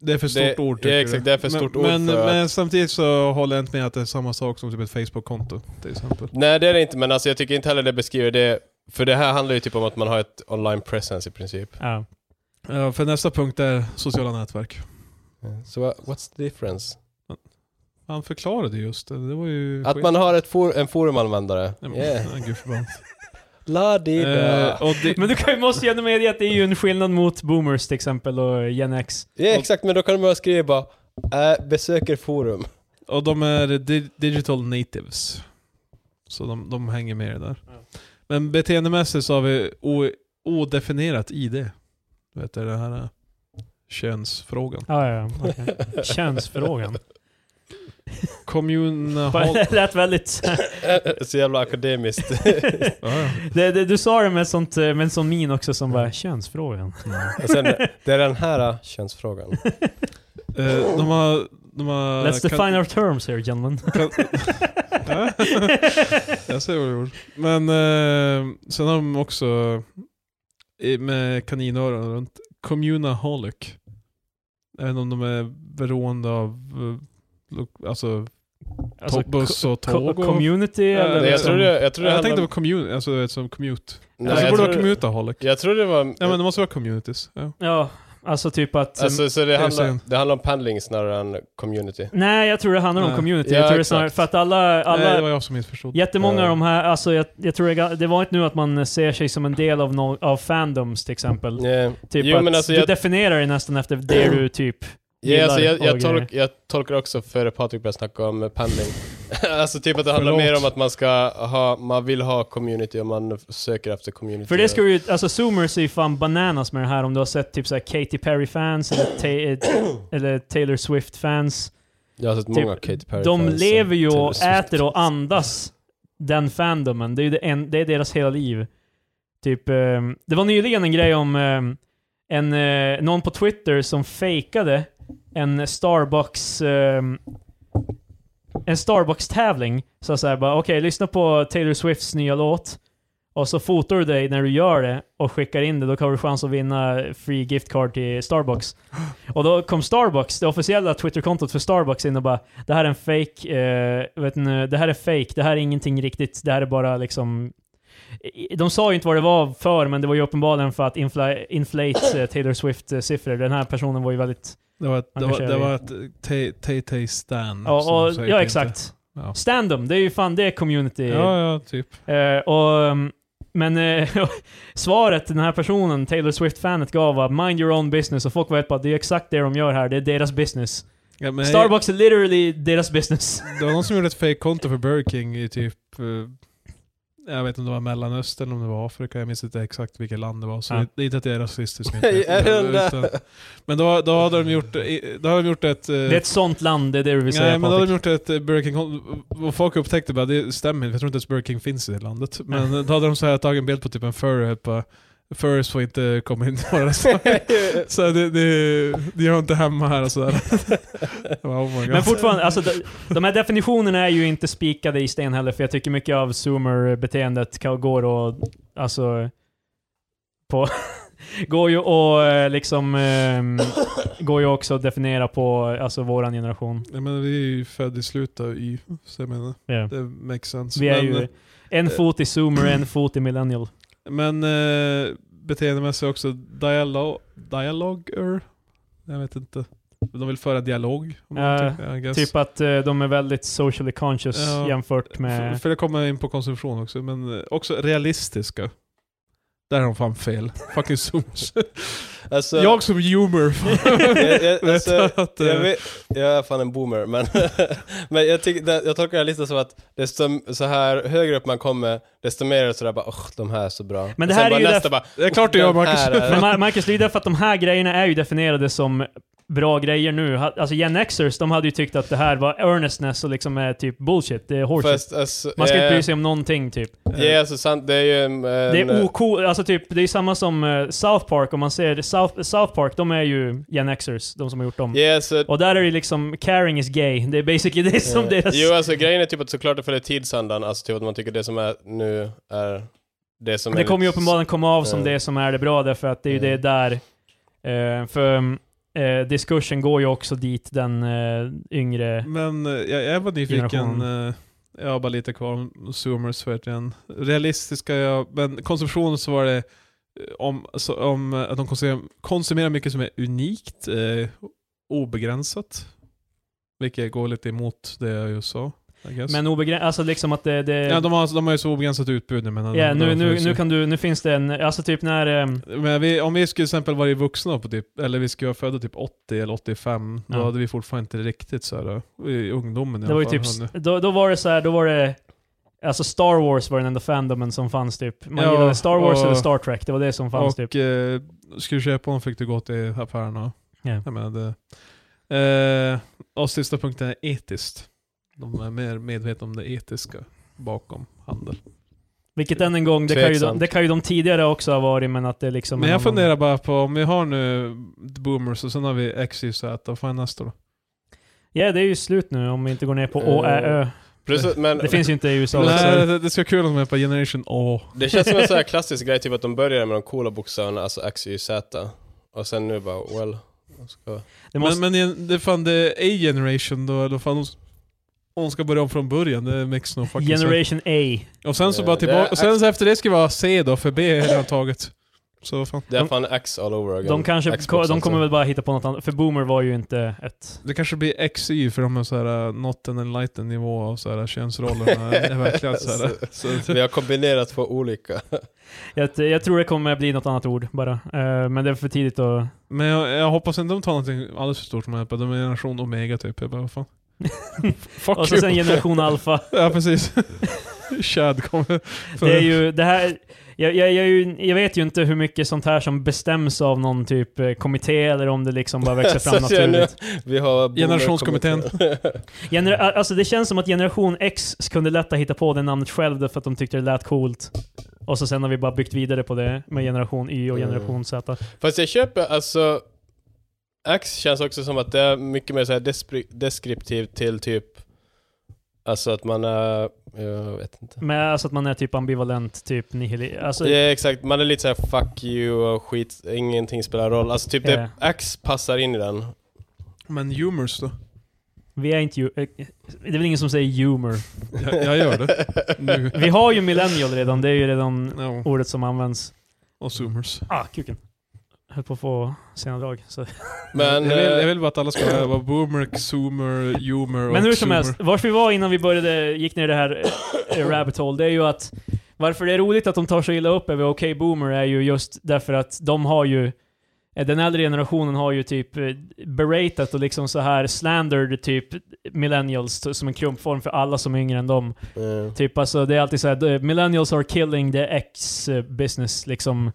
Speaker 2: Det är för stort
Speaker 3: Det-
Speaker 2: ord tycker
Speaker 3: ja, exakt,
Speaker 2: du.
Speaker 3: det är för
Speaker 2: men,
Speaker 3: stort ord
Speaker 2: men,
Speaker 3: för att-
Speaker 2: men samtidigt så håller jag inte med att det är samma sak som typ ett Facebook-konto till exempel.
Speaker 3: Nej, det är det inte, men alltså, jag tycker inte heller det beskriver det. För det här handlar ju typ om att man har ett online presence i princip.
Speaker 1: Ja.
Speaker 2: Ja, för nästa punkt är sociala nätverk.
Speaker 3: Så vad- what's the difference?
Speaker 2: Han förklarade just det, det var ju...
Speaker 3: Att man har ett for en forumanvändare.
Speaker 2: Nej, men-
Speaker 3: Yeah.
Speaker 2: nej, gud förbannat.
Speaker 3: La di da.
Speaker 2: Eh, och det-
Speaker 1: Men du kan ju måste ju ändå medge att det är ju en skillnad mot boomers till exempel och gen X.
Speaker 3: Ja, exakt, men då kan de bara skriva bara, äh, besöker forum.
Speaker 2: Och de är di- digital natives. Så de, de hänger med i det där. Men beteendemässigt så har vi o- odefinierat ID. Du vet det här eh, könsfrågan.
Speaker 1: Ja, ja, ja. okej. Könsfrågan.
Speaker 2: Kommunal...
Speaker 1: Det lät väldigt...
Speaker 3: Så jävla akademiskt.
Speaker 2: Ja, ja.
Speaker 1: Det, det, du sa det med, sånt, eh, med en sån min också som bara, könsfrågan. Mm.
Speaker 3: Och sen, det är den här äh, könsfrågan.
Speaker 2: Eh, de har... De har
Speaker 1: Let's
Speaker 2: kan-
Speaker 1: define our terms here gentlemen.
Speaker 2: Kan- Ja. jag ser vad du gjorde. Men eh, sen har de också i- med kaninöron runt Communaholic. Även om de är beroende av eh, lo- alltså,
Speaker 1: Alltså,
Speaker 2: to- buss och
Speaker 1: co-
Speaker 2: tåg. och,
Speaker 1: community
Speaker 2: Ja,
Speaker 1: eller? liksom-
Speaker 3: Nej, jag tror det, jag tror det
Speaker 2: jag tänkte
Speaker 3: handlar
Speaker 2: på
Speaker 3: om-
Speaker 2: commute, alltså ett som commute.
Speaker 3: Nej,
Speaker 2: alltså, det
Speaker 3: jag
Speaker 2: borde
Speaker 3: tror-
Speaker 2: vara Commutaholic.
Speaker 3: Jag tror det var...
Speaker 2: Ja men det måste vara communities. Ja.
Speaker 1: Ja, alltså typ att...
Speaker 3: Alltså, så det
Speaker 2: jag
Speaker 3: handlar,
Speaker 2: säger.
Speaker 3: det handlar om pendling snarare än community.
Speaker 1: nej, jag tror det handlar om
Speaker 2: Nej.
Speaker 1: community.
Speaker 3: Ja,
Speaker 1: jag tror det är
Speaker 3: exakt.
Speaker 1: snarare, för att alla... alla
Speaker 2: Nej, det var jag som missförstod.
Speaker 1: Jättemånga av
Speaker 3: Ja.
Speaker 1: de här, alltså jag, jag tror det, ga- det var inte nu att man ser sig som en del av, no, av fandoms till exempel.
Speaker 3: Yeah.
Speaker 1: Typ
Speaker 3: Jo,
Speaker 1: att
Speaker 3: men alltså
Speaker 1: du
Speaker 3: jag-
Speaker 1: definierar dig nästan efter det du typ...
Speaker 3: Ja, alltså, jag,
Speaker 1: Gillar
Speaker 3: jag,
Speaker 1: och
Speaker 3: tolk, jag tolkar också före Patrik började snacka om eh, pendling. alltså typ att det handlar
Speaker 2: Förlåt.
Speaker 3: mer om att man ska ha, man vill ha community och man söker efter community.
Speaker 1: För det ska ju, alltså zoomers är ju fan bananas med det här om du har sett typ såhär Katy Perry-fans eller, ta, eh, eller Taylor Swift-fans.
Speaker 3: Jag har sett
Speaker 1: typ,
Speaker 3: många Katy Perry
Speaker 1: De
Speaker 3: fans eh, typ
Speaker 1: lever ju
Speaker 3: Taylor
Speaker 1: och
Speaker 3: Swift.
Speaker 1: äter och andas den fandomen. Det är, ju det, en, det är deras hela liv. Typ, ehm, det var nyligen en grej om ehm, en, eh, någon på Twitter som fejkade en Starbucks ehm, en Starbucks-tävling. Så såhär bara, okej, lyssna på Taylor Swifts nya låt. Och så fotar du dig när du gör det och skickar in det, då har du chans att vinna free gift card till Starbucks. Och då kom Starbucks, det officiella Twitterkontot för Starbucks in och bara Det här är en fake, eh, vet ni, det här är fake, det här är ingenting riktigt, det här är bara liksom I- de sa ju inte vad det var för, men det var ju uppenbarligen för att infla, inflate eh, Taylor Swift-siffror. Den här personen var ju väldigt...
Speaker 2: Det var ett, det var,
Speaker 1: Engagerade.
Speaker 2: det var ett Tay- Tay-Tay Stan. som
Speaker 1: Ja, och,
Speaker 2: säkert
Speaker 1: ja
Speaker 2: inte-
Speaker 1: exakt.
Speaker 2: Ja.
Speaker 1: Standum, det är ju fan det är community.
Speaker 2: ja, ja, typ.
Speaker 1: Eh, och, um, men eh, svaret den här personen, Taylor Swift-fanet, gav var “Mind your own business” och folk var helt bara “Det är exakt det de gör här, det är deras business”.
Speaker 2: Ja, men-
Speaker 1: Starbucks är literally deras business.
Speaker 2: Det var någon som gjorde ett fake-konto för Burger King i typ... eh, Jag vet inte om det var Mellanöstern, om det var Afrika, jag minns inte exakt vilket land det var. Så
Speaker 1: Ja.
Speaker 2: det- det är inte att jag är rasistisk.
Speaker 3: Är det där?
Speaker 2: utan, men då, då hade de gjort, då hade de gjort ett... eh,
Speaker 1: Det är ett sånt land, det är det du vill säga
Speaker 2: Nej men då hade
Speaker 1: Patrik.
Speaker 2: de gjort ett eh, Burger King, och folk upptäckte bara det stämmer inte, jag tror inte ens Burger King finns i det landet. Men då hade de så här tagit en bild på typ en furry och helt bara Furries får inte komma in i våra restauranger. Så här, det, det, det gör inte hemma här och sådär. Oh my God.
Speaker 1: Men fortfarande, alltså, de, de här definitionerna är ju inte spikade i sten heller, för jag tycker mycket av zoomer-beteendet kan- går och, alltså, på, går ju och eh, liksom, ehm, går ju också att definiera på, alltså våran generation.
Speaker 2: Nej men vi är ju födda i slutet av Y, så jag menar,
Speaker 1: Ja.
Speaker 2: det makes sense.
Speaker 1: Vi är
Speaker 2: men eh,
Speaker 1: ju en fot i zoomer, en fot i millennial.
Speaker 2: men eh, beteendemässigt också, dialog, dialoger? Jag vet inte. De vill föra dialog? Om
Speaker 1: Ja,
Speaker 2: någonting, I guess.
Speaker 1: Typ att eh, de är väldigt socially conscious
Speaker 2: Ja.
Speaker 1: jämfört
Speaker 2: F-
Speaker 1: med...
Speaker 2: För det kommer in på konsumtion också, men eh, också realistiska. Där har de fan fel. Fucking zooms.
Speaker 3: Alltså,
Speaker 2: jag som humor.
Speaker 3: jag,
Speaker 2: vet
Speaker 3: jag, alltså,
Speaker 2: att, eh,
Speaker 3: jag, vet, jag är fan en boomer, men, men jag, tycker, det- jag tolkar det här lite som att desto så här högre upp man kommer, desto mer är det sådär bara åh, de här är så bra.
Speaker 1: Men det
Speaker 3: Och sen
Speaker 1: här är
Speaker 3: bara
Speaker 1: ju
Speaker 3: nästa bara,
Speaker 2: det är klart du gör
Speaker 3: de
Speaker 2: Marcus.
Speaker 3: här är-
Speaker 1: Men Ma- Marcus, det är ju därför att de här grejerna är ju definierade som bra grejer nu. Ha- Alltså Gen Xers, de hade ju tyckt att det här var earnestness och liksom är typ bullshit. Det är horseshit.
Speaker 3: Fast, alltså,
Speaker 1: Man ska
Speaker 3: eh,
Speaker 1: inte bry sig om någonting typ.
Speaker 3: Ja, alltså sant. Det är ju en... eh,
Speaker 1: Det
Speaker 3: en-
Speaker 1: är ocool, alltså typ, det är samma som eh, South Park, om man ser South, South Park, de är ju Gen Xers, de som har gjort dem.
Speaker 3: Ja, så
Speaker 1: Och där är det liksom, caring is gay, det är basically det som
Speaker 3: Eh,
Speaker 1: deras...
Speaker 3: Jo, alltså grejen är typ att såklart det följer tidsandan, alltså typ att man tycker det som är nu är det som är...
Speaker 1: det kommer ju
Speaker 3: lite-
Speaker 1: uppenbarligen komma av som
Speaker 3: eh.
Speaker 1: det som är det bra, därför att det är ju
Speaker 3: Eh.
Speaker 1: det där... eh, för eh, diskursen går ju också dit den eh, yngre...
Speaker 2: Men eh, jag, jag var nyfiken,
Speaker 1: Generation.
Speaker 2: eh, jag har bara lite kvar om Zoomers verkligen. Realistiska, ja, men konsumtion så var det eh, om, så, om eh, att de konsumerar, konsumerar mycket som är unikt, eh, obegränsat. Vilket går lite emot det jag just sa. I guess.
Speaker 1: Men obegränsat, alltså liksom att det... det
Speaker 2: ja, de, har, de har ju så obegränsat utbud nu. Men,
Speaker 1: ja, nu,
Speaker 2: de-
Speaker 1: nu, nu kan du, nu finns det en, alltså typ när... ehm,
Speaker 2: men vi, om vi skulle till exempel vara vuxna på typ, eller vi skulle vara födda typ 80 eller 85, då
Speaker 1: Ja.
Speaker 2: hade vi fortfarande inte riktigt så här, eh, i ungdomen i
Speaker 1: Det
Speaker 2: alla
Speaker 1: var ju
Speaker 2: fall,
Speaker 1: typ,
Speaker 2: hade-
Speaker 1: då, då var det så här, då var det, alltså Star Wars var den enda fandomen som fanns typ. Man
Speaker 2: Ja,
Speaker 1: gillade Star Wars
Speaker 2: och-
Speaker 1: eller Star Trek, det var det som fanns
Speaker 2: och
Speaker 1: typ.
Speaker 2: eh, skulle du köpa dem fick du gå till affären och...
Speaker 1: Ja.
Speaker 2: Jag menar det. Eh, och sista punkten är etiskt. De är mer medvetna om det etiska bakom handel.
Speaker 1: Vilket än en gång, det kan, ju de,
Speaker 3: Tveksamt.
Speaker 1: det kan ju de tidigare också ha varit, men att det liksom...
Speaker 2: Men
Speaker 1: en
Speaker 2: jag
Speaker 1: annan-
Speaker 2: funderar bara på om vi har nu boomers och sen har vi XYZ, vad fan är nästa då?
Speaker 1: Ja, det är ju slut nu om vi inte går ner på
Speaker 3: Eh,
Speaker 1: Å, Ä, Ö.
Speaker 3: Plus, att- men
Speaker 1: Det finns ju inte i USA.
Speaker 2: Eh, Nej,
Speaker 1: också.
Speaker 2: det, det ska vara kul om de är på generation A.
Speaker 3: det känns som en sån här klassisk grej, typ att de började med de coola bokstäverna, alltså X, Y, Z. Och sen nu bara, well. vad Ska...
Speaker 1: Det måste,
Speaker 2: Men, men det är fan det är A-generation då, då fan de, de ska börja om från början, det makes no fucking sense.
Speaker 1: Generation A.
Speaker 2: Och sen så
Speaker 3: Eh,
Speaker 2: bara
Speaker 3: det
Speaker 2: tillbaka,
Speaker 3: är
Speaker 2: och sen så efter det ska vi ha C då, för B är redan taget. Så vad fan.
Speaker 3: Det är fan X all over again.
Speaker 1: De kanske,
Speaker 3: Xbox
Speaker 1: de
Speaker 3: alltså.
Speaker 1: kommer väl bara hitta på något annat, för Boomer var ju inte ett...
Speaker 2: Det kanske blir XY för de är såhär eh, not an enlightened nivå av såhär könsrollerna är verkligen
Speaker 1: Alltså.
Speaker 2: såhär. Så,
Speaker 3: Vi har kombinerat två olika.
Speaker 1: Jag, jag tror det kommer bli något annat ord bara. Eh, men det är för tidigt att...
Speaker 2: men jag, jag hoppas inte de tar någonting alldeles för stort som de är generation omega typ. Jag bara vad fan. Fuck
Speaker 1: Och så
Speaker 2: you.
Speaker 1: sen generation alfa.
Speaker 2: Ja precis. Chad kommer. För,
Speaker 1: Det är ju, det här, jag, jag, jag, är ju- jag vet ju inte hur mycket sånt här som bestäms av någon typ eh, kommitté eller om det liksom bara växer fram
Speaker 3: Så ser jag nu.
Speaker 1: naturligt.
Speaker 3: Vi har
Speaker 2: Generationskommittén.
Speaker 1: Genera- alltså det känns som att generation X kunde lätt hitta på det namnet själv därför att de tyckte det lät coolt. Och så sen har vi bara byggt vidare på det med generation Y
Speaker 3: Mm.
Speaker 1: och generation Z.
Speaker 3: Fast jag köper, alltså... Ax känns också som att det är mycket mer så här despri- deskriptivt till typ... Alltså att man är... Jag vet inte.
Speaker 1: Men alltså att man är typ ambivalent, typ nihilist. Alltså,
Speaker 3: Ja exakt, man är lite såhär 'fuck you' och skit, ingenting spelar roll. Alltså typ
Speaker 1: Ja.
Speaker 3: det, Ax passar in i den.
Speaker 2: Men humors då?
Speaker 1: vi är inte ju- eh, Det är väl ingen som säger humor.
Speaker 2: Jag, jag gör det. Nu.
Speaker 1: Vi har ju millennial redan, det är ju redan
Speaker 2: Ja,
Speaker 1: ordet som används.
Speaker 2: och zoomers.
Speaker 1: Ah, kuken. Höll på att få sena drag. Så.
Speaker 3: Men...
Speaker 2: jag, vill, jag
Speaker 3: eh,
Speaker 2: vill bara att alla ska vara boomer, zoomer, humor och
Speaker 1: Men hur som
Speaker 2: zoomer.
Speaker 1: helst, vart vi var innan vi började, gick ner i det här eh, rabbit hole, det är ju att varför det är roligt att de tar så illa upp över OK Boomer är ju just därför att de har ju eh, den äldre generationen har ju typ eh, beratat och liksom så här slandered typ millennials t- som en klumpform för alla som är yngre än dem.
Speaker 3: eh,
Speaker 1: Typ alltså det är alltid så här, "The millennials are killing the X eh, business liksom.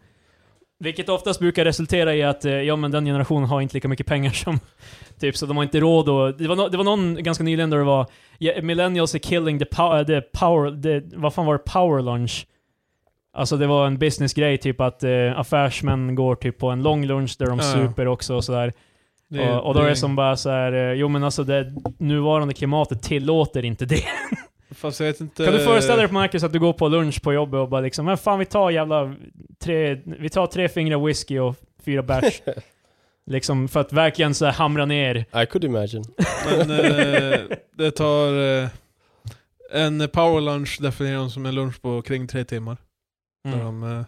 Speaker 1: Vilket oftast brukar resultera i att, eh, ja men den generationen har inte lika mycket pengar som, typ så de har inte råd och, det var, no, det var någon ganska nyligen där det var, "Yeah, millennials are killing the power, the power the, vad fan var det, power lunch? Alltså det var en businessgrej, typ att eh, affärsmän går typ på en lång lunch där de
Speaker 2: Ja.
Speaker 1: super också och sådär. Och, och då är det som bara så här, eh, jo men alltså det nuvarande klimatet tillåter inte det.
Speaker 2: Fast jag vet inte...
Speaker 1: Kan du föreställa dig Marcus att du går på lunch på jobbet och bara liksom men fan vi tar jävla tre, vi tar tre fingrar whisky och fyra bärs. liksom för att verkligen så här hamra ner.
Speaker 3: I could imagine.
Speaker 2: Men eh, det tar eh, en power lunch definierar de som en lunch på kring tre timmar. Där
Speaker 1: Mm.
Speaker 2: de, eh,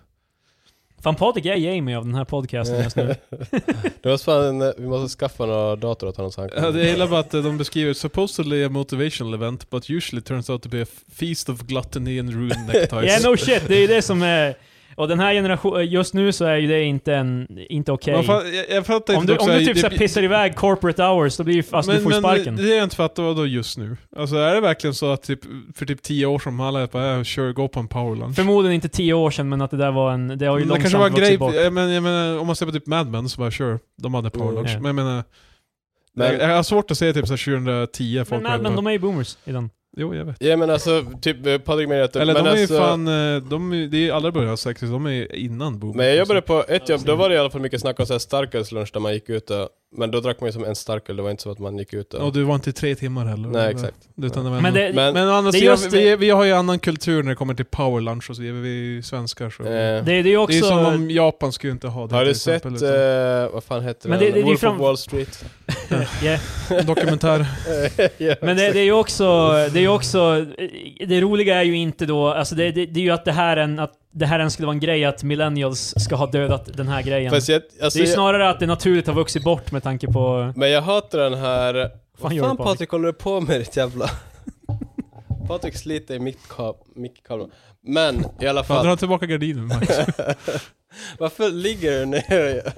Speaker 1: Fan Patrik är Jamie av den här podcasten just nu.
Speaker 3: det var fan, eh, vi måste skaffa några dator åt honom så han kan...
Speaker 2: ja, det gillar bara att eh, de beskriver supposedly a motivational event but usually turns out to be a feast of gluttony and ruined neckties.
Speaker 1: Yeah no shit, det är ju det som är... Och den här generationen, just nu så är ju det inte en, inte okej.
Speaker 2: Man fa- jag, jag fattar
Speaker 1: Om
Speaker 2: inte
Speaker 1: du,
Speaker 2: också
Speaker 1: om du
Speaker 2: här,
Speaker 1: typ
Speaker 2: det-
Speaker 1: så här pissar iväg corporate hours, då blir ju, alltså du får ju sparken.
Speaker 2: det är jag inte fattar vad då just nu. Alltså är det verkligen så att typ, för typ tio år som alla är bara äh, kör, gå på en power lunch.
Speaker 1: Förmodligen inte tio år sedan, men att det där var en, det har ju
Speaker 2: Men det
Speaker 1: långsamt
Speaker 2: kanske var en
Speaker 1: vuxit
Speaker 2: grej,
Speaker 1: bort.
Speaker 2: jag menar, jag menar, om man ser på typ Mad Men så bara sure, de hade power
Speaker 3: Mm.
Speaker 2: lunch.
Speaker 1: Ja.
Speaker 2: Men jag menar,
Speaker 3: Men-
Speaker 2: Jag, jag har svårt att se typ så här 2010 folk
Speaker 1: Men Mad Men,
Speaker 2: bara-
Speaker 1: de är ju boomers i den.
Speaker 2: Jo, jag vet.
Speaker 3: Ja men alltså, typ eh, Patrik menar att...
Speaker 2: Eller
Speaker 3: men
Speaker 2: de är ju
Speaker 3: alltså,
Speaker 2: fan, eh, de, är- det är ju alla början av 60 de är ju innan boom. Alltså.
Speaker 3: Men jag jobbade på ett jobb, då var det i alla fall mycket snack om så här starkölslunch där man gick ut och, Men då drack man ju som en starköl, det var inte som att man gick ut och...
Speaker 2: Och du var inte i tre timmar heller.
Speaker 3: Nej exakt.
Speaker 2: Utan det var
Speaker 1: Men
Speaker 2: ändå-
Speaker 1: det,
Speaker 3: Men,
Speaker 2: men å andra
Speaker 1: det är
Speaker 2: sidan,
Speaker 1: just
Speaker 2: vi,
Speaker 1: det.
Speaker 2: vi har ju annan kultur när det kommer till power lunch och så vidare. Vi är ju svenskar så.
Speaker 3: eh,
Speaker 1: det, är ju
Speaker 2: det är ju
Speaker 1: också...
Speaker 2: som om Japan skulle inte ha det
Speaker 3: har
Speaker 2: till
Speaker 3: du sett,
Speaker 2: exempel. liksom. utan-
Speaker 3: eh, vad fan heter
Speaker 1: Men
Speaker 3: den?
Speaker 1: det- det- det är
Speaker 3: Wolf
Speaker 1: fram-
Speaker 3: of Wall Street?
Speaker 1: Ja.
Speaker 3: eh,
Speaker 2: Dokumentär.
Speaker 3: Ja,
Speaker 1: Men det, det är ju också, det är ju också, det roliga är ju inte då, alltså det, det, det är ju att det här än, att det här än skulle vara en grej att millennials ska ha dödat den här grejen.
Speaker 3: Fast jag, alltså,
Speaker 1: det är ju
Speaker 3: jag-
Speaker 1: snarare att det naturligt har vuxit bort med tanke på...
Speaker 3: Men jag hatar den här... Vad
Speaker 1: gör du,
Speaker 3: fan
Speaker 1: Patrik?
Speaker 3: Patrik håller du på med ditt jävla... Patrik sliter i mickkab- mickkameran. Men i alla
Speaker 2: Fan,
Speaker 3: fall,
Speaker 2: dra tillbaka gardinen Max.
Speaker 3: varför ligger du ner?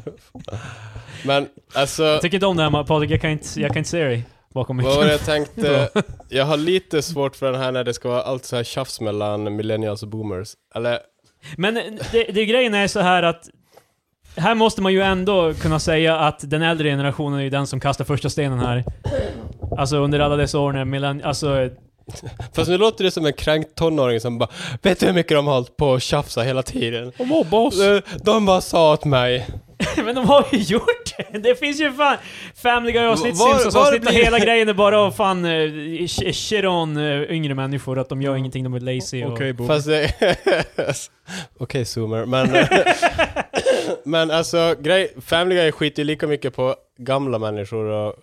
Speaker 3: Men alltså,
Speaker 1: Jag tycker inte om det här med- Patrik, jag kan inte, jag kan inte se dig bakom mig.
Speaker 3: vad var det jag tänkte? Jag har lite svårt för den här när det ska vara allt så här tjafs mellan millennials och boomers. Eller,
Speaker 1: Men det, det grejen är så här att här måste man ju ändå kunna säga att den äldre generationen är ju den som kastar första stenen här. Alltså under alla dessa år när millenn... Alltså...
Speaker 3: fast nu låter det som en kränkt tonåring som bara Vet du hur mycket de har hållit på och tjafsa hela tiden?
Speaker 1: Och mobba oss!
Speaker 3: Eh, De bara sa åt mig.
Speaker 1: Men de har ju gjort det! Det finns ju fan Family Guy-avsnitt,
Speaker 3: Var- var
Speaker 1: Simpsons-avsnitt
Speaker 3: blir-
Speaker 1: och hela grejen är bara av fan eh, sh- shit on eh, yngre människor, att de gör ingenting, de är lazy och...
Speaker 2: Okej, boom.
Speaker 3: Fast det... eh, Okej, zoomer. Men, men alltså, grej, Family Guy skiter ju lika mycket på gamla människor och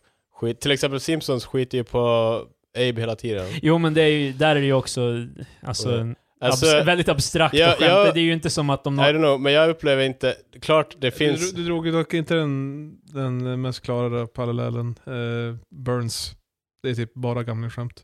Speaker 3: skit. Till exempel Simpsons skiter ju på Abe hela tiden.
Speaker 1: Jo men det är ju, där är det ju också, alltså, en
Speaker 3: Alltså,
Speaker 1: abs-
Speaker 3: I
Speaker 1: väldigt abstrakt
Speaker 3: ja,
Speaker 1: och skämt.
Speaker 3: ja.
Speaker 1: det är ju inte som att de...
Speaker 3: don't know, men jag upplever inte... Klart det
Speaker 2: Du,
Speaker 3: finns...
Speaker 2: du drog ju dock inte den, den mest klara parallellen. Eh, Burns. Det är typ bara gamla skämt.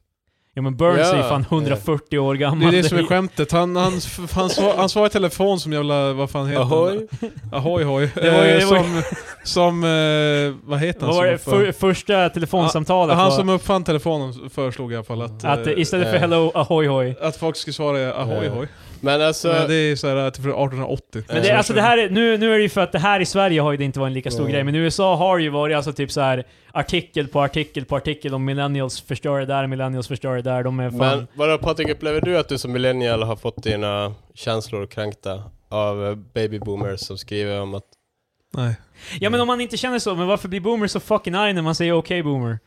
Speaker 1: Ja men Burns är ju
Speaker 3: Ja.
Speaker 1: fan 140 år
Speaker 2: Det
Speaker 1: gammal.
Speaker 2: är det som är skämtet. Han, han, f- han, svar, han svarar i telefon som jävla, vad fan heter han?
Speaker 3: Ahoy?
Speaker 2: Ahoy hoj.
Speaker 1: Det var ju-
Speaker 2: Eh,
Speaker 1: det var ju-
Speaker 2: Som, som eh, vad heter han
Speaker 1: Vad var
Speaker 2: som
Speaker 1: det?
Speaker 2: uppfann?
Speaker 1: För, första telefonsamtalet
Speaker 2: han
Speaker 1: var
Speaker 2: som uppfann telefonen föreslog i alla fall att,
Speaker 1: att eh,
Speaker 2: eh,
Speaker 1: istället för
Speaker 3: eh.
Speaker 1: hello, ahoy hoj.
Speaker 2: att folk skulle svara ahoy
Speaker 3: Eh,
Speaker 2: hoj.
Speaker 3: Men alltså...
Speaker 2: Men det är så här typ från 1880.
Speaker 1: Men det,
Speaker 3: Eh,
Speaker 1: alltså det här, är- nu, nu är det ju för att det här i Sverige har ju det inte varit en lika stor
Speaker 3: Mm.
Speaker 1: grej, men i USA har ju varit alltså typ så här artikel på artikel på artikel om millennials förstör det där, millennials förstör det där, de är fan...
Speaker 3: Men vadå Patrik, upplever du att du som millennial har fått dina känslor kränkta av eh, baby boomers som skriver om att...
Speaker 2: Nej,
Speaker 1: ja men om man inte känner så, men varför blir boomer så fucking arg när man säger okej boomer?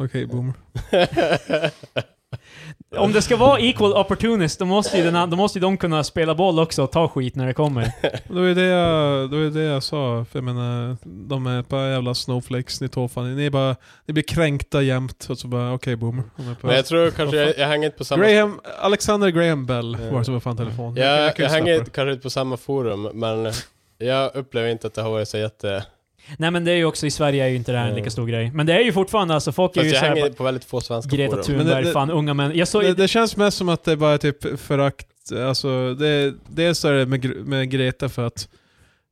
Speaker 2: okej boomer.
Speaker 1: Om det ska vara equal opportunist, då måste ju, den, an- då måste ju de kunna spela boll också och ta skit när det kommer.
Speaker 2: Det var ju det jag, det var ju det jag sa. För jag menar, de är bara jävla snowflakes, ni tår fan. Ni är bara, ni blir kränkta jämt. Och så bara, okej boomer. De är
Speaker 3: Men
Speaker 2: bara,
Speaker 3: jag tror kanske jag, jag hänger inte på samma
Speaker 2: Graham, Alexander Graham Bell
Speaker 3: Ja.
Speaker 2: var det som uppfann telefonen.
Speaker 3: Ja, jag,
Speaker 2: kan ju
Speaker 3: hänger
Speaker 2: släppa det.
Speaker 3: kanske inte på samma forum, men jag upplever inte att det har varit så jätte...
Speaker 1: Nej men det är ju också, i Sverige är ju inte det här en
Speaker 3: Mm.
Speaker 1: lika stor grej. Men det är ju fortfarande alltså, folk är
Speaker 3: Fast
Speaker 1: ju
Speaker 3: jag
Speaker 1: såhär
Speaker 3: hänger på väldigt få svenska
Speaker 1: Greta
Speaker 3: forum.
Speaker 1: Thunberg,
Speaker 2: Men det- det-
Speaker 1: fan unga män. Jag såg
Speaker 2: det, det känns mest som att det bara är typ förakt. Alltså, det, dels är det med, Gre- med Greta för att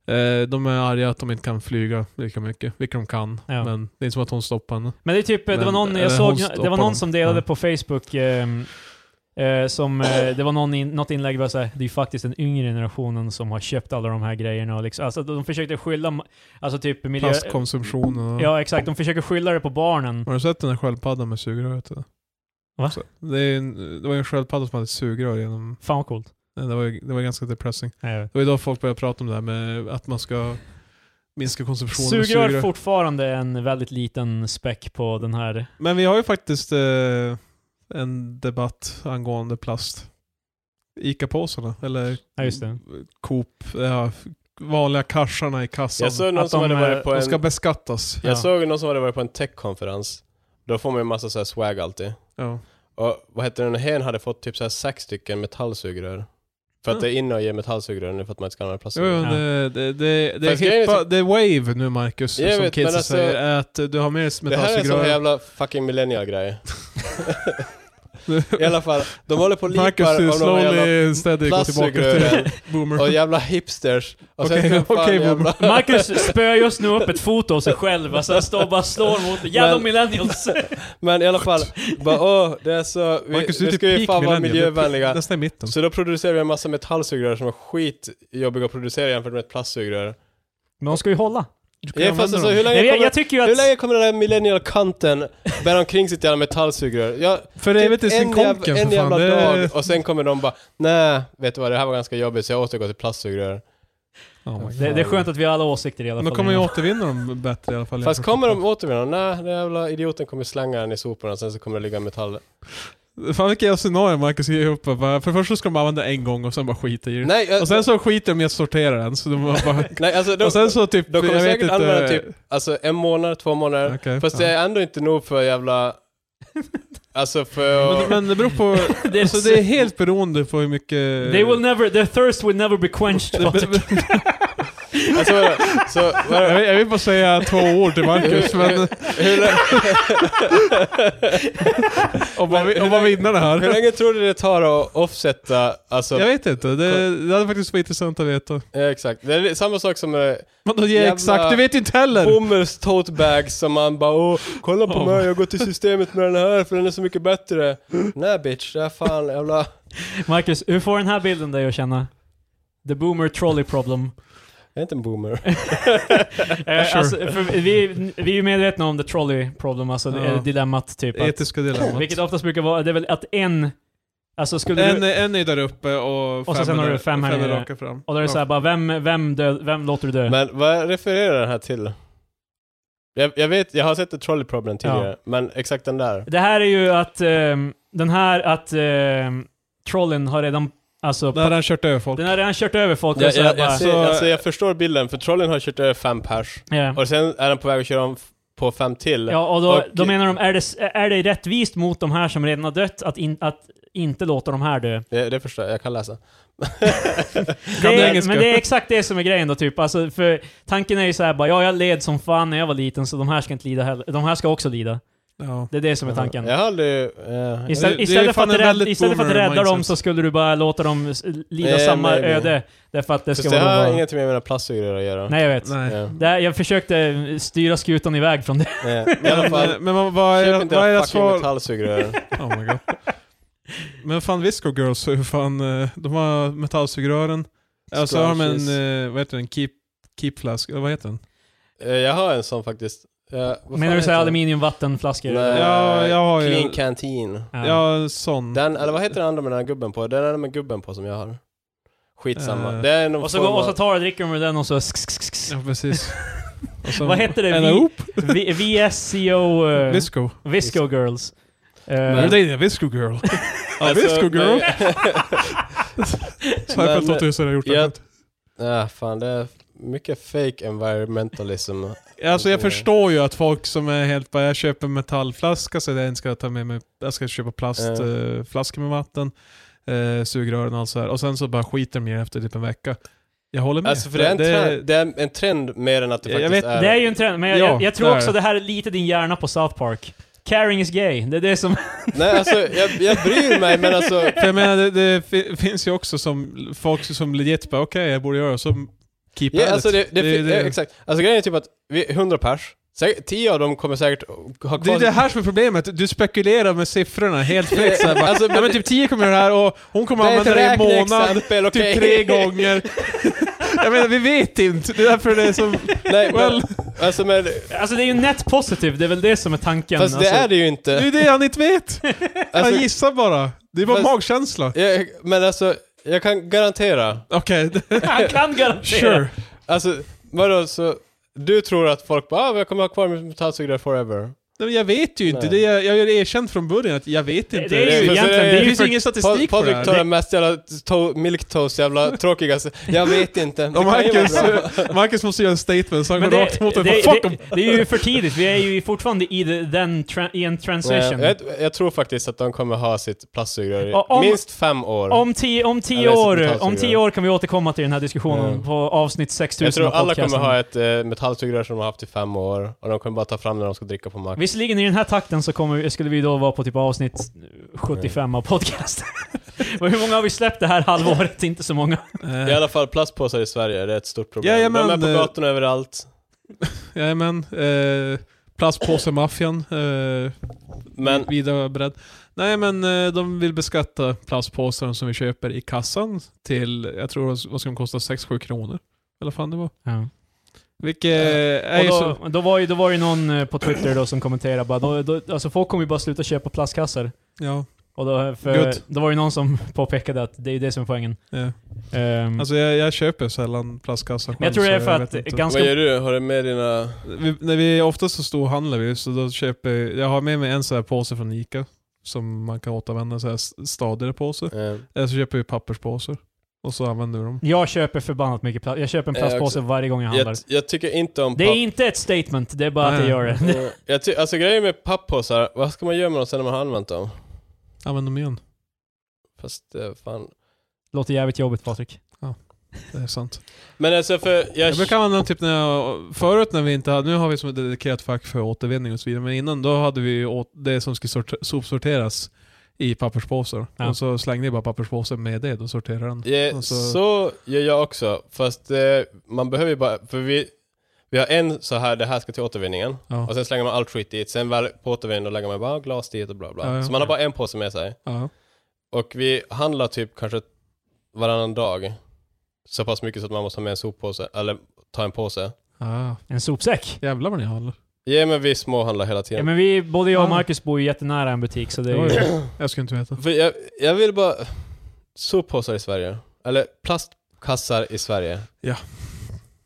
Speaker 2: eh, de är arga att de inte kan flyga lika mycket, vilket de kan.
Speaker 1: Ja.
Speaker 2: Men det är inte som att hon stoppar henne.
Speaker 1: Men det är typ, det
Speaker 2: Men-
Speaker 1: var någon,
Speaker 2: eller
Speaker 3: eh,
Speaker 1: jag såg,
Speaker 2: hon stoppar
Speaker 1: det var
Speaker 2: dem.
Speaker 1: någon som delade
Speaker 2: Ja.
Speaker 1: på Facebook, ehm, eh, som, eh, det var någon in, något inlägg bara såhär, det är ju faktiskt den yngre generationen som har köpt alla de här grejerna och liksom, alltså de försökte skylla, ma- alltså typ miljö...
Speaker 2: Plastkonsumtionen och...
Speaker 1: Ja exakt, de försöker skylla det på barnen.
Speaker 2: Har du sett den där sköldpaddan med sugrör? vet du?
Speaker 1: Va?
Speaker 2: Så, det, är en, det var ju en sköldpadda som hade ett sugrör genom...
Speaker 1: Fan vad coolt. Eh,
Speaker 2: Det var, ju- det var ganska depressing.
Speaker 1: Ja, jag vet.
Speaker 2: Det var ju då folk började prata om det här med att man ska minska konsumtionen med
Speaker 1: Sugrör
Speaker 2: sugrör.
Speaker 1: är fortfarande en väldigt liten späck på den här.
Speaker 2: Men vi har ju faktiskt eh, en debatt angående plast. Ica-påsarna, eller
Speaker 1: Ja just det.
Speaker 2: Coop, ja, vanliga kassarna i kassan.
Speaker 3: Jag såg någon
Speaker 1: Att
Speaker 3: som
Speaker 1: de,
Speaker 3: hade
Speaker 1: eh,
Speaker 3: varit på
Speaker 2: de ska
Speaker 3: en...
Speaker 2: beskattas.
Speaker 1: Ja.
Speaker 3: Jag såg någon som hade varit på en techkonferens. Då får man ju massa så här swag alltid.
Speaker 2: Ja.
Speaker 3: Och vad heter den, hen hade fått typ så här sex stycken metallsugrör. För att det är inne att ge metallsugrör nu för att man inte ska använda
Speaker 2: Jo,
Speaker 3: plastsugrör.
Speaker 2: jo, det, det, det, det, är
Speaker 3: Fast grejen är
Speaker 2: hippa,
Speaker 3: så-
Speaker 2: det är wave nu Marcus,
Speaker 3: Jag
Speaker 2: som
Speaker 3: vet,
Speaker 2: kidsen
Speaker 3: men alltså-
Speaker 2: säger, är att du har med dig
Speaker 3: Det här är en sån här
Speaker 2: metallsugrör.
Speaker 3: jävla fucking millennial grej. I alla fall, de håller på och
Speaker 2: Marcus
Speaker 3: lipar
Speaker 2: du
Speaker 3: av de här jävla
Speaker 2: slowly and steady går tillbaka till
Speaker 3: plastsugrören
Speaker 2: boomer.
Speaker 3: och jävla hipsters. Och sen
Speaker 2: Okej,
Speaker 3: ska de fan
Speaker 2: okej, boomer.
Speaker 3: jävla...
Speaker 1: Marcus spöar just nu upp ett foto av sig själv, alltså han står och bara slår mot det. Jävla
Speaker 3: Men-
Speaker 1: millennials!
Speaker 3: Men i alla fall, bara åh, det är så, vi,
Speaker 2: Marcus, du är
Speaker 3: nu
Speaker 2: typ
Speaker 3: ska vi
Speaker 2: peak
Speaker 3: fan vara
Speaker 2: millennial. Du är
Speaker 3: miljövänliga.
Speaker 2: Nästan i mitten.
Speaker 3: Så då producerar vi en massa metallsugrör som är skitjobbiga att producera jämfört med ett plastsugrör.
Speaker 1: Men de ska ju hålla.
Speaker 2: Du kan
Speaker 3: Ja, fast
Speaker 2: använda
Speaker 3: alltså,
Speaker 2: dem.
Speaker 3: hur länge,
Speaker 1: Nej, men jag,
Speaker 3: kommer,
Speaker 1: jag tycker ju
Speaker 3: hur
Speaker 1: att...
Speaker 3: länge kommer den där millennial-kanten bära omkring sitt jävla metallsugrör? Jag,
Speaker 2: För evigt i sin
Speaker 3: en, jäv,
Speaker 2: konken
Speaker 3: en
Speaker 2: för fan.
Speaker 3: jävla
Speaker 2: Det är...
Speaker 3: dag, och sen kommer de bara nej, vet du vad, det här var ganska jobbigt så jag återgår till plastsugrör.
Speaker 2: Oh my
Speaker 1: Det,
Speaker 2: God.
Speaker 1: det är skönt att vi har alla åsikter i alla
Speaker 2: De
Speaker 1: fall.
Speaker 2: kommer ju återvinna dem bättre i alla fall.
Speaker 3: Fast kommer de återvinna den? Nej, den jävla idioten kommer slänga den i soporna och sen så kommer det ligga metall.
Speaker 2: Mm. Fan vilka jävla scenarier Marcus ger upp. Bara, För det första ska de använda en gång och sen bara skita i det.
Speaker 3: Nej, jag-
Speaker 2: Och sen så skiter de i att sortera den. Så de bara,
Speaker 3: nej alltså de,
Speaker 2: och sen så typ,
Speaker 3: de kommer
Speaker 2: jag vet
Speaker 3: säkert
Speaker 2: inte...
Speaker 3: använda typ alltså, en månad, två månader.
Speaker 2: Okej,
Speaker 3: Fast
Speaker 2: ja.
Speaker 3: det är ändå inte nog för jävla... Alltså för...
Speaker 2: men, men det beror på...
Speaker 1: det, är,
Speaker 2: Så det är helt beroende på hur mycket...
Speaker 1: They will never, their thirst will never be quenched.
Speaker 2: Det-
Speaker 1: Patrik.
Speaker 3: alltså, så,
Speaker 2: jag,
Speaker 3: vad-
Speaker 2: vill, jag vill bara säga två ord till Marcus, men...
Speaker 3: hur, lä-
Speaker 2: Om man, om man vinner det
Speaker 3: hur
Speaker 2: här.
Speaker 3: länge tror du det tar att offsetta? Alltså,
Speaker 2: Jag vet inte, det, det hade faktiskt varit intressant att veta.
Speaker 3: ja, exakt. Det är li- samma sak som eh,
Speaker 2: Vadå ge
Speaker 3: Jävla-
Speaker 2: exakt? Du vet ju inte heller!
Speaker 3: bomulls tote bags som man bara åh, kolla på
Speaker 2: Oh.
Speaker 3: mig, jag går till systemet med den här för den är så mycket bättre. Nej bitch, det är fan jävla...
Speaker 1: Marcus, hur får den här bilden dig att känna? The boomer trolley problem.
Speaker 3: Jag är inte en boomer.
Speaker 1: Eh,
Speaker 2: Sure.
Speaker 1: alltså, för vi, vi är ju medvetna om the trolley problem, alltså det-
Speaker 2: Ja.
Speaker 1: dilemmat typ. Att,
Speaker 2: Etiska dilemmat.
Speaker 1: vilket oftast brukar vara, det är väl att en, alltså skulle
Speaker 2: En,
Speaker 1: du,
Speaker 2: en är där uppe och
Speaker 1: Och så
Speaker 2: fem,
Speaker 1: sen har
Speaker 2: är,
Speaker 1: du fem här
Speaker 2: är
Speaker 1: nere.
Speaker 2: raka fram.
Speaker 1: och då är det såhär bara, vem, vem, dö, vem låter du dö?
Speaker 3: Men vad refererar den här till? Jag, jag vet, jag har sett ett trolley problem tidigare, men exakt den där.
Speaker 1: Det här är ju att, ehm, den här, att um, trollen har redan, alltså,
Speaker 2: Där har han kört över folk.
Speaker 1: den har redan kört över folk. och
Speaker 3: Jag,
Speaker 1: så här
Speaker 3: jag,
Speaker 1: bara,
Speaker 3: jag, ser,
Speaker 2: Så-
Speaker 3: alltså, jag förstår bilden, för trollen har kört över fem pers.
Speaker 1: ja.
Speaker 3: Och sen är den på väg att köra om f- på fem till.
Speaker 1: Mm. Ja, och då,
Speaker 3: Och-
Speaker 1: då menar de, är det, är det rättvist mot de här som redan har dött att, in, att inte låta de här dö?
Speaker 3: Det, det förstår jag, jag kan läsa.
Speaker 2: Kan du
Speaker 1: Det är,
Speaker 2: engelska?
Speaker 1: men det är exakt det som är grejen då, typ. Alltså, för tanken är ju såhär bara, ja, jag led som fan när jag var liten, så de här ska inte lida heller. De här ska också lida.
Speaker 2: Ja.
Speaker 1: Det är det som är tanken.
Speaker 3: Jag har aldrig... eh,
Speaker 2: Det- det
Speaker 1: Istället,
Speaker 2: är
Speaker 1: istället, för,
Speaker 2: fan
Speaker 1: att
Speaker 2: en
Speaker 1: rädda,
Speaker 2: väldigt
Speaker 1: istället för att
Speaker 2: boomer
Speaker 1: rädda dem
Speaker 2: mindset.
Speaker 1: så skulle du bara låta dem s- lida
Speaker 3: Eh,
Speaker 1: samma
Speaker 3: maybe.
Speaker 1: öde. Därför att det
Speaker 3: Fast
Speaker 1: ska
Speaker 3: det
Speaker 1: vara...
Speaker 3: har
Speaker 1: bara-
Speaker 3: ingenting med mina plastsugrör att göra.
Speaker 1: Nej, jag vet.
Speaker 2: Nej.
Speaker 3: Ja.
Speaker 1: Det här, jag försökte styra skutan iväg från det.
Speaker 3: Eh, I alla
Speaker 2: Men,
Speaker 3: fall,
Speaker 2: men, vad- vad är,
Speaker 3: köp inte
Speaker 2: vad är
Speaker 3: era
Speaker 2: det
Speaker 3: fucking
Speaker 2: svar?
Speaker 3: metallsugrör.
Speaker 2: Oh my God. Men fan Visco Girls, hur fan, eh, de har metallsugrören. Och så har de en,
Speaker 3: Scrunchies.
Speaker 2: eh, vad heter den, keep, keepflask, eller vad heter den?
Speaker 3: Eh, jag har en sån faktiskt. Eh, vad fan
Speaker 1: Menar du
Speaker 3: heter
Speaker 1: såhär
Speaker 3: den?
Speaker 1: aluminiumvattenflaskor?
Speaker 3: Nej,
Speaker 2: Ja, jag har ju-
Speaker 3: Clean Canteen.
Speaker 1: Ja.
Speaker 2: Ja, en sån.
Speaker 3: Den, eller vad heter den andra med den här gubben på? Den är med gubben på som jag har. Skitsamma.
Speaker 2: Eh.
Speaker 3: det är någon
Speaker 1: Och så,
Speaker 3: form
Speaker 1: går, och så
Speaker 3: av-
Speaker 1: tar och dricker de ur den och så... sk- sk- sk- sk-
Speaker 2: Ja, precis. Och så-
Speaker 1: Vad heter det?
Speaker 2: En
Speaker 1: Vi-
Speaker 2: oop?
Speaker 1: V- VSCO... eh,
Speaker 2: Visco.
Speaker 1: Visco Girls. Eh,
Speaker 2: Men det är en Visco Girl. Ja,
Speaker 3: Alltså,
Speaker 2: Visco Girl.
Speaker 3: men-
Speaker 2: Sverige
Speaker 3: men-
Speaker 2: 2000 har gjort det.
Speaker 3: jag- Ja, Ah, fan det är mycket fake environmentalism.
Speaker 2: Alltså
Speaker 3: eh,
Speaker 2: jag förstår ju att folk som är helt bara, jag köper metallflaska så den ska jag ta med mig, jag ska köpa
Speaker 3: Ja.
Speaker 2: plastflaskor med vatten, eh, sugrören och allt så här. Och sen så bara skiter de i det efter typ en vecka. Jag håller med.
Speaker 3: Alltså för det är, en trend, det är en trend mer än att det
Speaker 2: Jag vet-
Speaker 3: faktiskt är...
Speaker 1: det är ju en trend, men jag,
Speaker 2: Ja,
Speaker 1: jag, jag
Speaker 2: det
Speaker 1: tror
Speaker 2: är
Speaker 1: också
Speaker 2: det.
Speaker 1: det här är lite din hjärna på South Park. Caring is gay, det är det som...
Speaker 3: Nej alltså, jag, jag bryr mig men alltså...
Speaker 2: För jag menar, det, det fi- finns ju också som folk som legit bara, okej jag borde göra så, keep at
Speaker 3: Ja, alltså
Speaker 2: it.
Speaker 3: det, det,
Speaker 2: det,
Speaker 3: ja, exakt. Alltså grejen är typ att vi, 100 pers, säkert, 10 av dem kommer säkert ha
Speaker 2: det
Speaker 3: kvar...
Speaker 2: är det här som är problemet, du spekulerar med siffrorna helt fritt så här, bara,
Speaker 3: Alltså,
Speaker 2: ja, men typ 10 kommer göra det här och hon kommer
Speaker 3: det är ett
Speaker 2: använda det i en månad.
Speaker 3: räkneexempel, okej?
Speaker 2: Typ tre gånger. Jag menar, vi vet inte. Det är därför det är som...
Speaker 3: Nej,
Speaker 2: Well,
Speaker 3: well. alltså men...
Speaker 1: Alltså det är ju net positive, det är väl det som är tanken.
Speaker 3: Fast det
Speaker 1: alltså.
Speaker 3: är det ju
Speaker 2: det är
Speaker 3: inte.
Speaker 2: ju det han inte vet. Han
Speaker 3: Alltså,
Speaker 2: gissar bara. Det är bara
Speaker 3: Fast-
Speaker 2: magkänsla.
Speaker 3: jag, men alltså, jag kan garantera.
Speaker 2: Okej,
Speaker 1: Han kan garantera!
Speaker 2: sure.
Speaker 3: Alltså, vadå så... Du tror att folk bara ah, jag kommer ha kvar mitt metallsugrör forever.
Speaker 2: Nej, men jag vet ju inte.
Speaker 3: Nej.
Speaker 2: Det är, jag har ju erkänt från början att jag vet inte.
Speaker 1: det är ju
Speaker 3: Det-
Speaker 1: egentligen-
Speaker 3: det-
Speaker 1: det är
Speaker 2: det
Speaker 1: ju
Speaker 2: finns
Speaker 1: för-
Speaker 2: ju ingen statistik på det
Speaker 3: Patrik tar
Speaker 2: här.
Speaker 3: den mest jävla to- milktoast jävla tråkigaste. Jag vet inte. Det
Speaker 2: Och
Speaker 3: kan ju
Speaker 2: Marcus,
Speaker 3: vara bra.
Speaker 2: Marcus måste göra en statement så han går
Speaker 1: Men det,
Speaker 2: rakt mot
Speaker 1: det,
Speaker 2: en. Fuck dem!
Speaker 1: det, det är ju för tidigt, vi är ju fortfarande i, the, den tra- i en transition.
Speaker 3: Nej, Jag, jag tror faktiskt att de kommer ha sitt plastsugrör i
Speaker 1: Och om-
Speaker 3: minst fem år.
Speaker 1: Om tio, om, tio
Speaker 3: Eller så
Speaker 1: år,
Speaker 3: metallsugrör.
Speaker 1: om tio år kan vi återkomma till den här diskussionen
Speaker 3: Mm.
Speaker 1: på avsnitt 6000
Speaker 3: jag tror
Speaker 1: av
Speaker 3: alla kommer
Speaker 1: podcasten.
Speaker 3: ha ett eh, metallsugrör som de har haft i fem år och de kommer bara ta fram när de ska dricka på max.
Speaker 1: Visserligen i den här takten så kommer, vi- skulle vi då vara på typ avsnitt 75 av podcasten. Men hur många har vi släppt det här halvåret? Inte så många.
Speaker 3: I alla fall plastpåsar i Sverige, det är ett stort problem.
Speaker 2: Jajamän,
Speaker 3: de är
Speaker 2: eh,
Speaker 3: på gatorna överallt.
Speaker 2: Jajamän. Eh, Plastpåsemaffian. Eh,
Speaker 3: Men
Speaker 2: Vidare beredd. Nej men eh, de vill beskatta plastpåsarna som vi köper i kassan till, jag tror vad ska de kosta, 6-7 kronor. Eller fan det var. Vilket är
Speaker 1: Och
Speaker 2: ju så...
Speaker 1: då, då, var ju, då var ju någon eh, på Twitter då som kommenterade bara, då, då, alltså folk kommer ju bara sluta köpa plastkassar.
Speaker 2: Ja,
Speaker 1: Och då, för,
Speaker 2: Good.
Speaker 1: då var ju någon som påpekade att det är ju det som är poängen.
Speaker 2: ja.
Speaker 1: Ehm,
Speaker 2: Alltså jag, jag köper sällan plastkassar själv.
Speaker 1: men jag tror
Speaker 2: så
Speaker 1: det är för
Speaker 2: vet
Speaker 1: att
Speaker 2: inte.
Speaker 1: ganska...
Speaker 3: Vad gör du? Har du med dina...
Speaker 2: Vi, när vi oftast så storhandlar vi, så då köper jag... Jag har med mig en sån här påse från Ica. Som man kan återanvända, så här s- stadigare påse.
Speaker 3: Eh,
Speaker 2: Eller så köper vi papperspåsar. Och så använder vi dem.
Speaker 1: Jag köper förbannat mycket plast. Jag köper en
Speaker 3: Eh,
Speaker 1: plastpåse
Speaker 3: också.
Speaker 1: varje gång jag handlar.
Speaker 3: jag, jag tycker inte om
Speaker 1: Det är
Speaker 3: papp.
Speaker 1: inte ett statement, det är bara att jag
Speaker 2: Nej.
Speaker 1: gör det.
Speaker 3: Eh, jag ty- alltså grejen med papppåsar, vad ska man göra med dem sen när man har använt dem?
Speaker 2: Använd dem igen.
Speaker 3: Fast eh, fan.
Speaker 1: Låter jävligt jobbigt Patrik.
Speaker 2: Det är sant.
Speaker 3: Men alltså för... Jag,
Speaker 2: Jag brukar använda dem typ när jag, förut när vi inte hade, nu har vi som ett dedikerat fack för återvinning och så vidare, men innan då hade vi ju åt, det som skulle sorter, sopsorteras i papperspåsar.
Speaker 1: Ja.
Speaker 2: Och så slängde jag bara papperspåsen med det, då sorterade den.
Speaker 3: Ja,
Speaker 2: Alltså-
Speaker 3: Så gör jag också, fast eh, man behöver ju bara, för vi, vi har en så här, det här ska till återvinningen,
Speaker 2: Ja.
Speaker 3: och sen slänger man allt skit dit, sen väl på återvinningen då lägger man bara glas dit och bla bla.
Speaker 2: Ja, ja.
Speaker 3: Så man har bara en påse med sig,
Speaker 2: Ja.
Speaker 3: och vi handlar typ kanske varannan dag, så pass mycket så att man måste ha med en soppåse, eller ta en påse.
Speaker 2: Ja.
Speaker 1: En sopsäck.
Speaker 2: Jävlar vad ni håller.
Speaker 3: Ja men vi småhandlar hela
Speaker 1: Ja,
Speaker 3: tiden.
Speaker 1: men vi, både jag och
Speaker 2: Ja.
Speaker 1: Marcus bor ju jättenära en butik så det är ju...
Speaker 2: Oj, jag skulle inte veta.
Speaker 3: För jag, jag vill bara, soppåsar i Sverige, eller plastkassar i Sverige,
Speaker 2: Ja.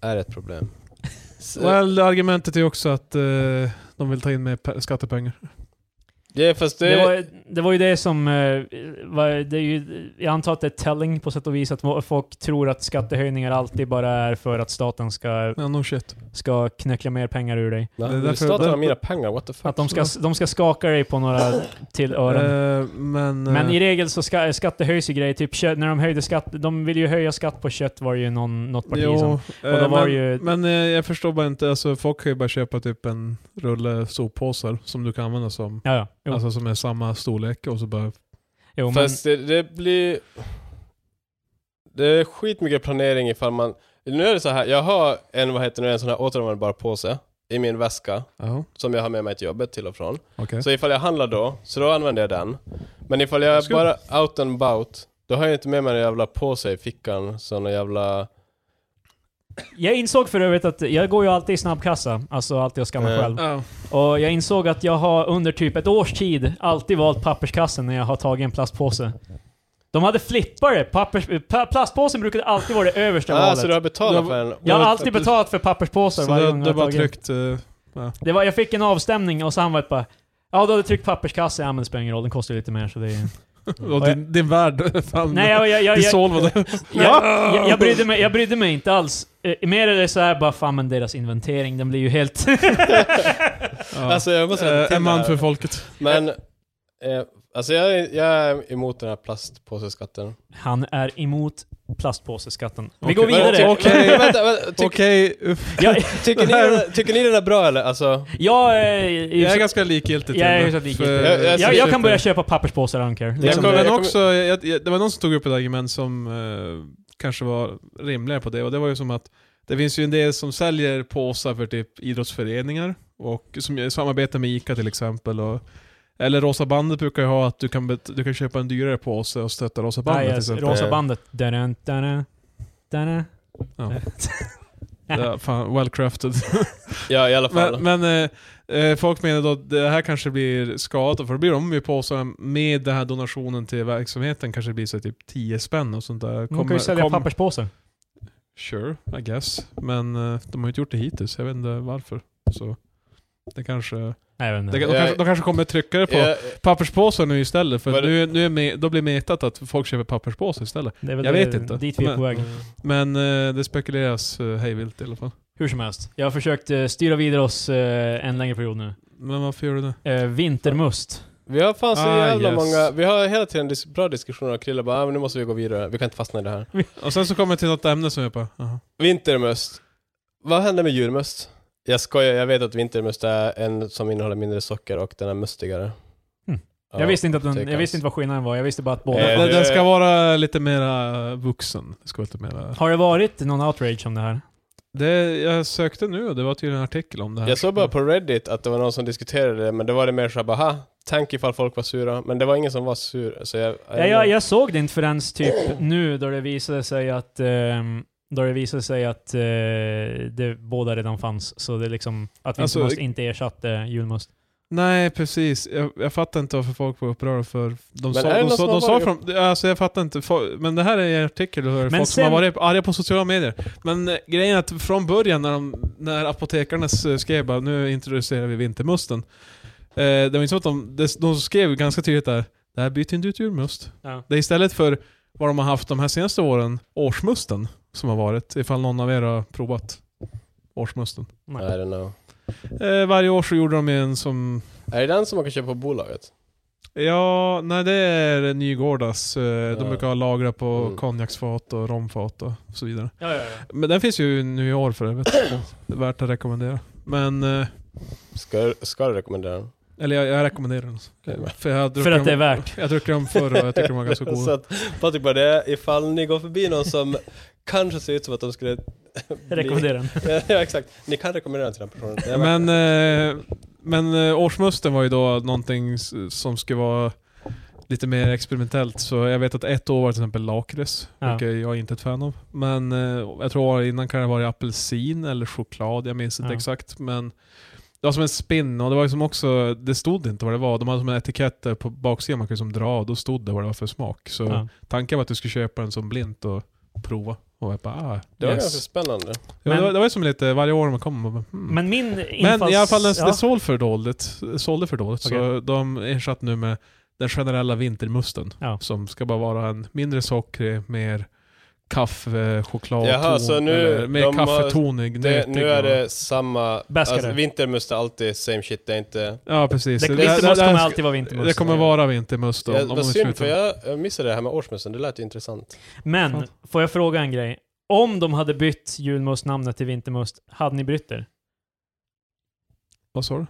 Speaker 3: är ett problem. Så-
Speaker 2: Well, argumentet är ju också att eh, de vill ta in mer pe- skattepengar.
Speaker 3: Ja, fast det,
Speaker 1: Det var, det var ju det som... eh, Var, det är ju, jag antar att det är telling på sätt och vis, att mo- folk tror att skattehöjningar alltid bara är för att staten ska,
Speaker 2: Ja, no shit.
Speaker 1: ska knöckla mer pengar ur dig.
Speaker 3: Nej,
Speaker 2: Det är
Speaker 3: det är
Speaker 2: därför-
Speaker 3: staten har
Speaker 2: därför-
Speaker 3: mina pengar, what the fuck.
Speaker 1: Att de ska, de ska skaka dig på några till öron.
Speaker 2: Eh, men...
Speaker 1: Men
Speaker 2: eh,
Speaker 1: i regel så ska, skattehöjs ju grejer. Typ kö- när de höjde skatt, de ville ju höja skatt på kött var ju någon, något parti som...
Speaker 2: eh,
Speaker 1: liksom. då var
Speaker 2: men,
Speaker 1: ju-
Speaker 2: men eh, jag förstår bara inte, alltså, folk kan ju bara köpa typ en rulle soppåsar som du kan använda som
Speaker 1: Ja, ja. Jo,
Speaker 2: Alltså som är samma storlek och så bara...
Speaker 1: jo, men,
Speaker 3: Fast det, det blir... Det är skitmycket planering ifall man... Nu är det så här, jag har en, vad heter det, en sån här återanvändbar påse i min väska
Speaker 2: Ja,
Speaker 3: som jag har med mig till jobbet till och från.
Speaker 2: okej.
Speaker 3: Så ifall jag handlar då, så då använder jag den. Men ifall jag är
Speaker 2: Ska-
Speaker 3: bara out and about, då har jag inte med mig en jävla påse i fickan. Sån jävla...
Speaker 1: jag insåg för övrigt att jag går ju alltid i snabbkassa. Alltså alltid och skannar
Speaker 3: Eh.
Speaker 1: själv.
Speaker 2: Ja.
Speaker 1: Och jag insåg att jag har under typ ett års tid alltid valt papperskassen när jag har tagit en plastpåse. De hade flippare. Pappers, pa- plastpåsen brukade alltid vara det översta
Speaker 3: Ah,
Speaker 1: valet.
Speaker 3: så du har
Speaker 2: Du
Speaker 3: betalat
Speaker 2: har-
Speaker 3: för en...
Speaker 1: Jag har ah!
Speaker 2: Ja,
Speaker 1: alltid
Speaker 2: precis.
Speaker 1: betalat för papperspåsar
Speaker 2: Så
Speaker 1: varje
Speaker 2: det,
Speaker 1: gång
Speaker 2: det
Speaker 1: jag
Speaker 2: var
Speaker 1: har tagit.
Speaker 2: tryckt... eh,
Speaker 1: Det var, jag fick en avstämning och så han var ett bara Ja, du hade tryckt papperskasse. Ja, men det spelar ingen roll. Den kostar ju lite mer så det är...
Speaker 2: och din, din värld, fan.
Speaker 1: Nej, jag, jag, jag, jag,
Speaker 2: Dissolvade.
Speaker 1: Jag, jag, jag, brydde mig, jag brydde mig inte alls. Eh, mer är det så här bara, fan men deras inventering, den blir ju helt...
Speaker 2: Ja.
Speaker 3: Alltså jag måste
Speaker 2: Eh,
Speaker 3: till
Speaker 2: en
Speaker 3: det
Speaker 2: man
Speaker 3: här.
Speaker 2: för folket.
Speaker 3: Men... Eh, alltså jag, är- jag är emot den här plastpåseskatten.
Speaker 1: Han är emot plastpåseskatten. Vi
Speaker 2: Okej,
Speaker 1: går vidare.
Speaker 2: okej, okej.
Speaker 3: Men, vänta, vänta, tyck,
Speaker 2: Okej, uff.
Speaker 1: Jag,
Speaker 3: tycker, ni den, tycker ni den är bra eller? Alltså,
Speaker 1: jag, är-
Speaker 2: jag är ganska likgiltig till
Speaker 1: Jag är
Speaker 2: det,
Speaker 1: hyfsat
Speaker 2: för-
Speaker 1: likgiltig.
Speaker 3: Jag- jag-
Speaker 1: jag, jag kan börja
Speaker 2: Jag
Speaker 1: köpa papperspåsar, I don't care.
Speaker 3: Jag
Speaker 1: Liksom.
Speaker 3: kommer-
Speaker 2: kommer
Speaker 3: jag
Speaker 2: också, jag, jag, det var någon som tog upp ett argument som eh, kanske var rimligare på det, och det var ju som att det finns ju en del som säljer påsar för typ idrottsföreningar, och som samarbetar med ICA till exempel. Och, eller Rosa bandet brukar ju ha att du kan, bet- du kan köpa en dyrare påse och stötta Rosa bandet
Speaker 1: Nej,
Speaker 2: till
Speaker 1: yes,
Speaker 2: exempel.
Speaker 1: rosa bandet. Dun, dun, dun, dun.
Speaker 2: Ja, fan, well crafted.
Speaker 3: ja i alla fall.
Speaker 2: Men, men eh, eh, folk menar då att det här kanske blir skadat, för då blir de ju påsarna med den här donationen till verksamheten kanske blir så typ 10 spänn och sånt där.
Speaker 1: Man kan ju sälja
Speaker 2: kom-
Speaker 1: papperspåsar.
Speaker 2: Sure, I guess. Men eh, de har ju inte gjort det hittills, jag vet inte varför. Så det kanske...
Speaker 1: Nej, jag vet
Speaker 2: Det,
Speaker 1: inte.
Speaker 2: de, kanske de kanske kommer trycka det på
Speaker 3: jag,
Speaker 2: papperspåsar nu istället, för
Speaker 3: Var det-
Speaker 2: nu, nu är me, då blir metat att folk köper papperspåsar istället.
Speaker 1: Det är väl
Speaker 2: jag
Speaker 1: det-
Speaker 2: vet inte.
Speaker 1: Dit vi är på
Speaker 2: Men-
Speaker 1: väg.
Speaker 2: Men eh, det spekuleras eh, hejvilt i alla fall.
Speaker 1: Hur som helst. Jag har försökt eh, styra vidare oss eh, en längre period nu.
Speaker 2: Men varför gör du det?
Speaker 1: Eh, vintermust.
Speaker 3: vi har fan så
Speaker 2: Ah,
Speaker 3: jävla
Speaker 2: yes.
Speaker 3: många, vi har hela tiden dis bra diskussioner och Krille bara ah, men nu måste vi gå vidare, vi kan inte fastna i det här.
Speaker 2: Och sen så kommer jag till något ämne som jag bara, aha.
Speaker 3: Vintermöst. Vad händer med julmöst? Jag skojar, jag vet att vintermöst är en som innehåller mindre socker och den är mustigare.
Speaker 2: Hm.
Speaker 1: Hmm.
Speaker 3: Ja,
Speaker 1: jag, visste inte att den,
Speaker 3: take
Speaker 1: jag visste inte vad skillnaden var. Jag visste bara att båda...
Speaker 3: Eh,
Speaker 2: Den,
Speaker 3: det-
Speaker 2: den ska vara lite mera vuxen. Det ska vara lite mera...
Speaker 1: Har det varit någon outrage om det här?
Speaker 2: Det, jag sökte nu och det var tydligen en artikel om det här.
Speaker 3: Jag såg bara på Reddit att det var någon som diskuterade det, men det var det mer såhär bara "Ha, tänk ifall folk var sura, men det var ingen som var sur. Så jag,
Speaker 1: Ja, jag, jag såg det inte förrän typ nu då det visade sig att ehm, Då det visade sig att eh, det båda redan fanns, så det är liksom att
Speaker 2: Alltså,
Speaker 1: vintermust inte ersatte julmust.
Speaker 2: Nej, precis. Jag, jag fattar inte varför folk var upprörda för... De
Speaker 3: Men
Speaker 2: sa,
Speaker 3: är det
Speaker 2: de
Speaker 3: någon
Speaker 2: sa,
Speaker 3: som har
Speaker 2: de sa
Speaker 3: varit-
Speaker 2: från, alltså jag fattar inte. Fo- Men det här är en artikel för folk som
Speaker 1: sen-
Speaker 2: har varit arga på sociala medier. Men eh, grejen är att från början när, de, när apotekarna s- skrev bara, nu introducerar vi vintermusten. Eh, det var inte så att de, de, de skrev ganska tydligt där, det här byter inte ut julmust.
Speaker 1: Ja.
Speaker 2: Det är istället för vad de har haft de här senaste åren, årsmusten som har varit. Ifall någon av er har provat årsmusten.
Speaker 3: I
Speaker 1: Nej.
Speaker 3: don't know.
Speaker 2: Eh, varje år så gjorde de en som
Speaker 3: Är det den som man kan köpa på bolaget?
Speaker 2: Ja, nej det är Nygårdas. Eh, De
Speaker 3: Ja.
Speaker 2: brukar ha lagra på
Speaker 3: Mm.
Speaker 2: konjaksfat och romfat och så vidare.
Speaker 1: Ja, ja,
Speaker 2: Men den finns ju nu i år för övrigt. det är värt att rekommendera. Men, eh,
Speaker 3: Ska, ska du rekommendera den?
Speaker 2: eller jag, jag rekommenderar den.
Speaker 3: Okej.
Speaker 2: För, jag har druckit
Speaker 1: För att det är
Speaker 2: dem-
Speaker 1: värt.
Speaker 2: Jag druckit dem förr och jag tycker de var ganska
Speaker 3: Så
Speaker 2: goda.
Speaker 3: att, Patrik bara, det är ifall ni går förbi någon som kanske ser ut som att de skulle... bli-
Speaker 1: Jag rekommenderar den.
Speaker 3: ja, exakt. Ni kan rekommendera den till den personen. Det är värt
Speaker 2: Men,
Speaker 3: det.
Speaker 2: eh, men eh, årsmusten var ju då någonting s- som skulle vara lite mer experimentellt. Så jag vet att ett år var till exempel lakrits,
Speaker 1: Ja.
Speaker 2: vilket jag är inte ett fan av. Men eh, jag tror året innan kan det ha varit apelsin eller choklad, jag minns inte
Speaker 1: Ja.
Speaker 2: exakt. Men det var som en spinn och det var liksom också, det stod inte vad det var. De hade som en etikett där på baksidan man kunde liksom dra och då stod det vad det var för smak. Så
Speaker 1: Ja.
Speaker 2: tanken var att du skulle köpa den som blint och prova. Och jag bara, ah,
Speaker 3: det var ganska
Speaker 2: yes.
Speaker 3: spännande.
Speaker 2: ja, det, var,
Speaker 1: Men-
Speaker 2: det var som lite varje år man kom och bara, hmm.
Speaker 1: Men min infalls...
Speaker 2: Men i alla fall, den,
Speaker 1: ja.
Speaker 2: den såld för dåligt. Sålde för dåligt. Så
Speaker 1: Okej.
Speaker 2: de ersatt nu med den generella vintermusten.
Speaker 1: Ja.
Speaker 2: Som ska bara vara en mindre socker, mer kaffe, choklad,
Speaker 3: Jaha,
Speaker 2: ton,
Speaker 3: så nu-
Speaker 2: eller mer
Speaker 3: de har-
Speaker 2: kaffeton i
Speaker 3: Det,
Speaker 2: gnötig
Speaker 3: nu är
Speaker 2: och-
Speaker 3: det samma...
Speaker 1: Bäskare.
Speaker 3: Alltså, vintermust är alltid same shit, det är inte...
Speaker 2: Ja, precis.
Speaker 1: Det,
Speaker 2: Det-
Speaker 1: vintermust
Speaker 2: det-
Speaker 1: kommer
Speaker 2: det-
Speaker 1: alltid vara
Speaker 2: Det
Speaker 1: vintermust.
Speaker 2: kommer vara vintermust om,
Speaker 3: Jag,
Speaker 2: om de
Speaker 3: vad synd,
Speaker 2: slutar.
Speaker 3: för jag jag missade det här med årsmusten, det lät ju intressant.
Speaker 1: Men,
Speaker 2: Fan.
Speaker 1: får jag fråga en grej? Om de hade bytt julmustnamnet till vintermust, hade ni brytt er?
Speaker 2: Vad sa du?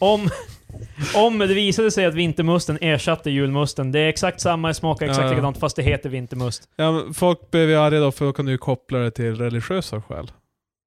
Speaker 1: Om, om det visade sig att vintermusten ersatte julmusten, det är exakt samma, det smakar exakt
Speaker 2: Ja.
Speaker 1: likadant fast det heter vintermust.
Speaker 2: Ja, men folk blev ju arga då, för då kan du ju koppla det till religiösa skäl.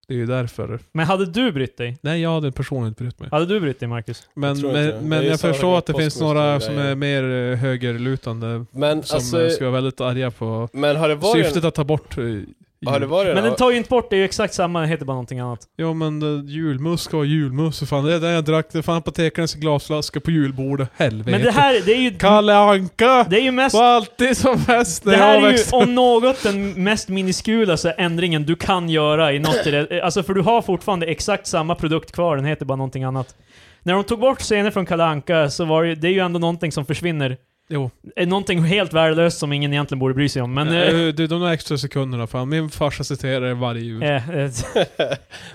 Speaker 2: Det är ju därför.
Speaker 1: Men hade du brytt dig?
Speaker 2: Nej, jag hade personligen inte brytt mig.
Speaker 1: Hade du brytt dig Marcus?
Speaker 2: Men
Speaker 3: tror
Speaker 2: men,
Speaker 3: inte det.
Speaker 2: men
Speaker 3: Det är ju
Speaker 2: jag
Speaker 3: samma
Speaker 2: förstår
Speaker 3: med
Speaker 2: att det finns
Speaker 3: påskmust och
Speaker 2: några som
Speaker 3: grejer.
Speaker 2: är mer eh, högerlutande
Speaker 3: Men
Speaker 2: som
Speaker 3: alltså,
Speaker 2: eh, ska vara väldigt arga på
Speaker 3: men har det varit...
Speaker 2: syftet att ta bort eh, jul.
Speaker 3: har det varit
Speaker 1: Men den tar ju inte bort, det är ju exakt samma, den heter bara någonting annat.
Speaker 2: Ja men eh, julmust ska vara julmust för fan. Det är det jag drack. Det är fan apotekarens glasflaska på julbordet. Helvete.
Speaker 1: Men det här, det är ju,
Speaker 2: Kalle Anka!
Speaker 1: det är ju mest...
Speaker 2: Var alltid som fest när
Speaker 1: Det här
Speaker 2: jag
Speaker 1: är ju
Speaker 2: växte upp.
Speaker 1: om något den mest miniskula så här ändringen du kan göra i något i det, Alltså för du har fortfarande exakt samma produkt kvar, den heter bara någonting annat. När de tog bort scener från Kalle Anka så var det, ju- det är ju ändå någonting som försvinner.
Speaker 2: Jo.
Speaker 1: Eh, Någonting helt värdelöst som ingen egentligen borde bry sig om. Men... eh,
Speaker 2: Eh, Du, de där extra sekunderna fan. Min farsa citerar det varje jul.
Speaker 1: eh, eh, liksom,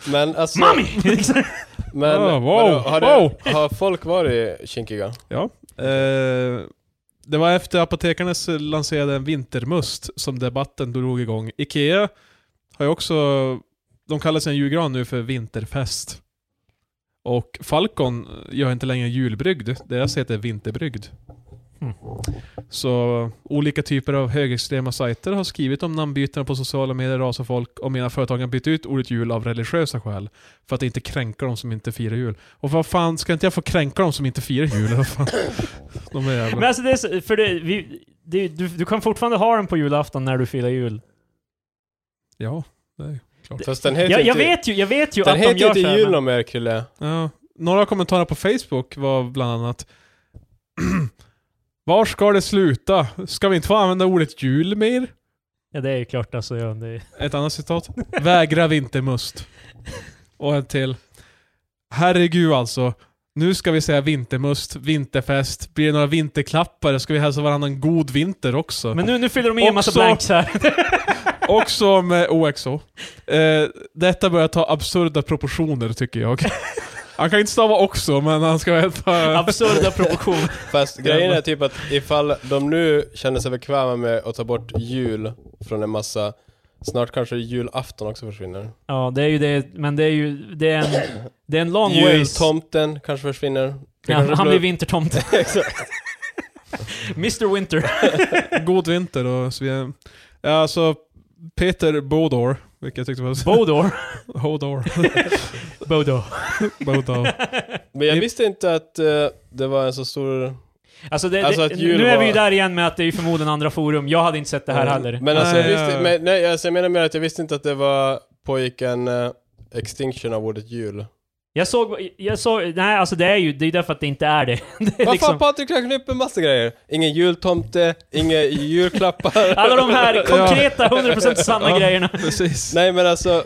Speaker 3: men alltså...
Speaker 1: Mami!
Speaker 3: Men,
Speaker 2: Ah, wow,
Speaker 3: vadå, har,
Speaker 2: wow.
Speaker 3: det, har folk varit kinkiga?
Speaker 2: Eh, det var efter apotekarnas eh, lanserade en vintermust som debatten drog igång. Ikea har ju också, de kallar sin julgran nu för vinterfest. Och Falcon gör inte längre julbrygd, deras heter vinterbrygd.
Speaker 1: Mm.
Speaker 2: Så olika typer av högerextrema sajter har skrivit om namnbytena på sociala medier, ras och folk och menar företagen har bytt ut ordet jul av religiösa skäl. För att inte kränka de som inte firar jul. Och vad fan, ska inte jag få kränka de som inte firar jul? Vad fan? De är jävla...
Speaker 1: Men alltså det är så, för det, vi, det, du, du kan fortfarande ha den på julafton när du firar jul.
Speaker 2: Ja, det är klart.
Speaker 3: Fast den heter
Speaker 1: Jag, jag
Speaker 3: inte,
Speaker 1: vet ju, jag vet ju
Speaker 3: den
Speaker 1: att de
Speaker 3: heter
Speaker 1: gör
Speaker 3: inte
Speaker 1: så här,
Speaker 3: jul
Speaker 1: men-
Speaker 3: om mer Krille.
Speaker 2: Ja. Några kommentarer på Facebook var bland annat Var ska det sluta? Ska vi inte få använda ordet jul mer?
Speaker 1: Ja det är ju klart alltså. Ja, det,
Speaker 2: Ett annat citat. Vägra vintermust. Och en till. Herregud alltså. Nu ska vi säga vintermust, vinterfest, blir det några vinterklappar? Ska vi hälsa varandra en god vinter också?
Speaker 1: men nu, nu fyller de i en massa
Speaker 2: Också-
Speaker 1: blanks här.
Speaker 2: Och som eh, OXO. Eh, detta börjar ta absurda proportioner tycker jag. Han kan inte stava också, men han ska heta...
Speaker 1: Absurda proportioner.
Speaker 3: Fast grejen är typ att ifall de nu känner sig bekväma med att ta bort jul från en massa, snart kanske julafton också försvinner.
Speaker 1: Ja, det är ju det, men det är ju, det är en, det är en long ways.
Speaker 3: Jultomten kanske försvinner. Det
Speaker 1: Ja,
Speaker 3: kanske
Speaker 1: han blir vintertomte.
Speaker 3: Exakt.
Speaker 1: Mr Winter.
Speaker 2: God vinter och så vidare. Ja, alltså Peter Bodor, vilket jag tyckte var...
Speaker 1: Bodor.
Speaker 2: Hodor.
Speaker 1: Bodo.
Speaker 2: Bodor.
Speaker 3: Men jag visste inte att eh, det var en så stor...
Speaker 1: Alltså, det,
Speaker 3: Alltså
Speaker 1: det,
Speaker 3: att jul
Speaker 1: nu är vi ju
Speaker 3: var-
Speaker 1: där igen med att det är ju förmodligen andra forum. Jag hade inte sett det här heller.
Speaker 3: Men alltså,
Speaker 2: Nej,
Speaker 3: jag, visste,
Speaker 2: jag-
Speaker 3: men, nej, alltså, jag menar mer att jag visste inte att det var pågick en eh, extinction av ordet jul.
Speaker 1: Jag såg, jag såg, nej alltså det är ju, det är ju därför att det inte är det. det är
Speaker 3: Vad
Speaker 1: liksom,
Speaker 3: fan Patrik räknar upp en massa grejer. Ingen jultomte, inga julklappar.
Speaker 1: alla de här konkreta, 100% sanna
Speaker 2: Ja.
Speaker 1: grejerna.
Speaker 2: Precis.
Speaker 3: Nej men alltså,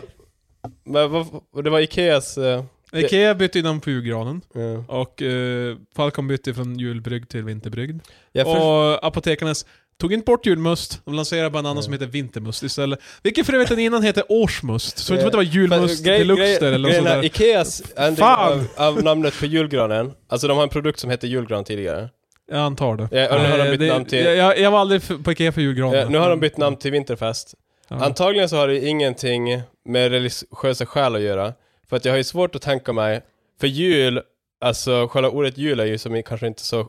Speaker 3: men vad, det var Ikeas... eh,
Speaker 2: Ikea bytte ju namn på julgranen.
Speaker 3: ja.
Speaker 2: Och eh, Falcon bytte från julbrygd till vinterbrygd.
Speaker 3: jag för,
Speaker 2: Och apotekarnas tog inte bort julmust, de lanserade bara en annan
Speaker 3: Nej.
Speaker 2: som heter vintermust istället. Vilken för övrigt den innan heter årsmust. Så jag tror inte att det var julmust
Speaker 3: Eh, grej-
Speaker 2: deluxe
Speaker 3: grej-
Speaker 2: där eller något
Speaker 3: grejen
Speaker 2: sånt
Speaker 3: är,
Speaker 2: där.
Speaker 3: Ikeas ändring
Speaker 2: Fan!
Speaker 3: av, av namnet på julgranen, alltså de har en produkt som heter julgran tidigare.
Speaker 2: Jag antar det.
Speaker 3: Ja, och nu har de
Speaker 2: Eh,
Speaker 3: bytt
Speaker 2: det-
Speaker 3: namn till-
Speaker 2: jag- Jag, jag var aldrig för- på Ikea för julgranen.
Speaker 3: Eh, nu har de bytt namn till vinterfest.
Speaker 2: Ja.
Speaker 3: Antagligen så har det ingenting med religiösa skäl att göra, för att jag har ju svårt att tänka mig, för jul, alltså själva ordet jul är ju som kanske inte så...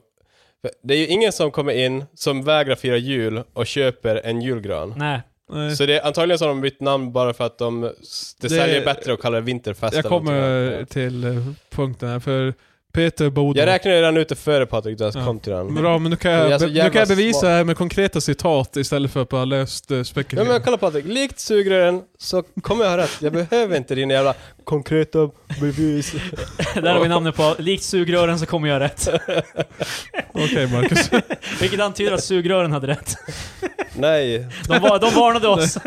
Speaker 3: Det är ju ingen som kommer in, som vägrar fira jul och köper en julgran.
Speaker 1: Nej.
Speaker 2: Nej.
Speaker 3: Så det är antagligen så har de bytt namn bara för att de, det,
Speaker 2: Det-
Speaker 3: säljer bättre och kallar det vinterfest.
Speaker 2: Jag
Speaker 3: eller någonting.
Speaker 2: kommer till eh, punkten här, för Peter Boden.
Speaker 3: Jag räknade redan ut det före Patrik, du ens
Speaker 2: Ja.
Speaker 3: kom till den.
Speaker 2: Bra, men nu kan
Speaker 3: Jag är
Speaker 2: jag,
Speaker 3: så
Speaker 2: be- nu
Speaker 3: jävla
Speaker 2: kan jag bevisa
Speaker 3: smart.
Speaker 2: det här med konkreta citat istället för att bara löst eh,
Speaker 3: Ja,
Speaker 2: spekulera.
Speaker 3: men kolla Patrik, likt sugrören så kommer jag ha rätt. Jag behöver inte dina jävla konkreta bevis.
Speaker 1: Där har vi namnet på, likt sugrören så kommer jag rätt.
Speaker 2: Okej Marcus.
Speaker 1: Vilket antyder att sugrören hade rätt.
Speaker 3: Nej.
Speaker 1: De, var, de varnade oss.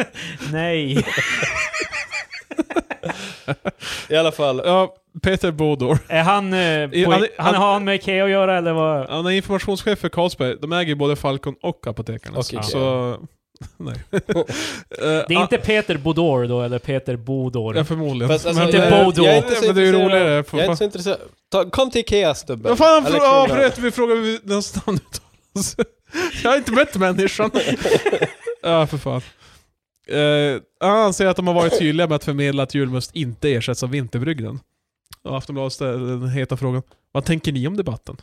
Speaker 1: Nej.
Speaker 3: I alla fall.
Speaker 2: ja, Peter Bodor.
Speaker 1: Är han, eh, på,
Speaker 2: han-
Speaker 1: han,
Speaker 2: han-
Speaker 1: har han med Ikea att göra eller vad?
Speaker 2: Han är informationschef för Carlsberg. De äger ju både Falcon och Apotekarna.
Speaker 3: Och Ikea.
Speaker 2: Så, nej. Eh,
Speaker 1: Det är inte Peter Bodor då, eller Peter Bodor?
Speaker 2: Ja, förmodligen.
Speaker 3: Fast, alltså,
Speaker 1: inte
Speaker 3: jag-
Speaker 1: Bodo.
Speaker 3: Jag är inte
Speaker 2: Men,
Speaker 3: så
Speaker 2: men det är ju
Speaker 3: intresserad av-
Speaker 2: roligare.
Speaker 3: Jag är
Speaker 2: För
Speaker 3: inte
Speaker 2: fan.
Speaker 3: så intresserad. Ta, kom till Ikea stubben.
Speaker 2: Vad fan
Speaker 3: Eller
Speaker 2: för, ah,
Speaker 3: kvinnan.
Speaker 2: förrätt, vi frågar hur deras namn uttalas. Jag har inte mött människan. ja, för fan. Eh, han anser att de har varit tydliga med att förmedla att julmust inte ersätts av vinterbrygden. Och Aftonbladet ställer den heta frågan, vad tänker ni om debatten?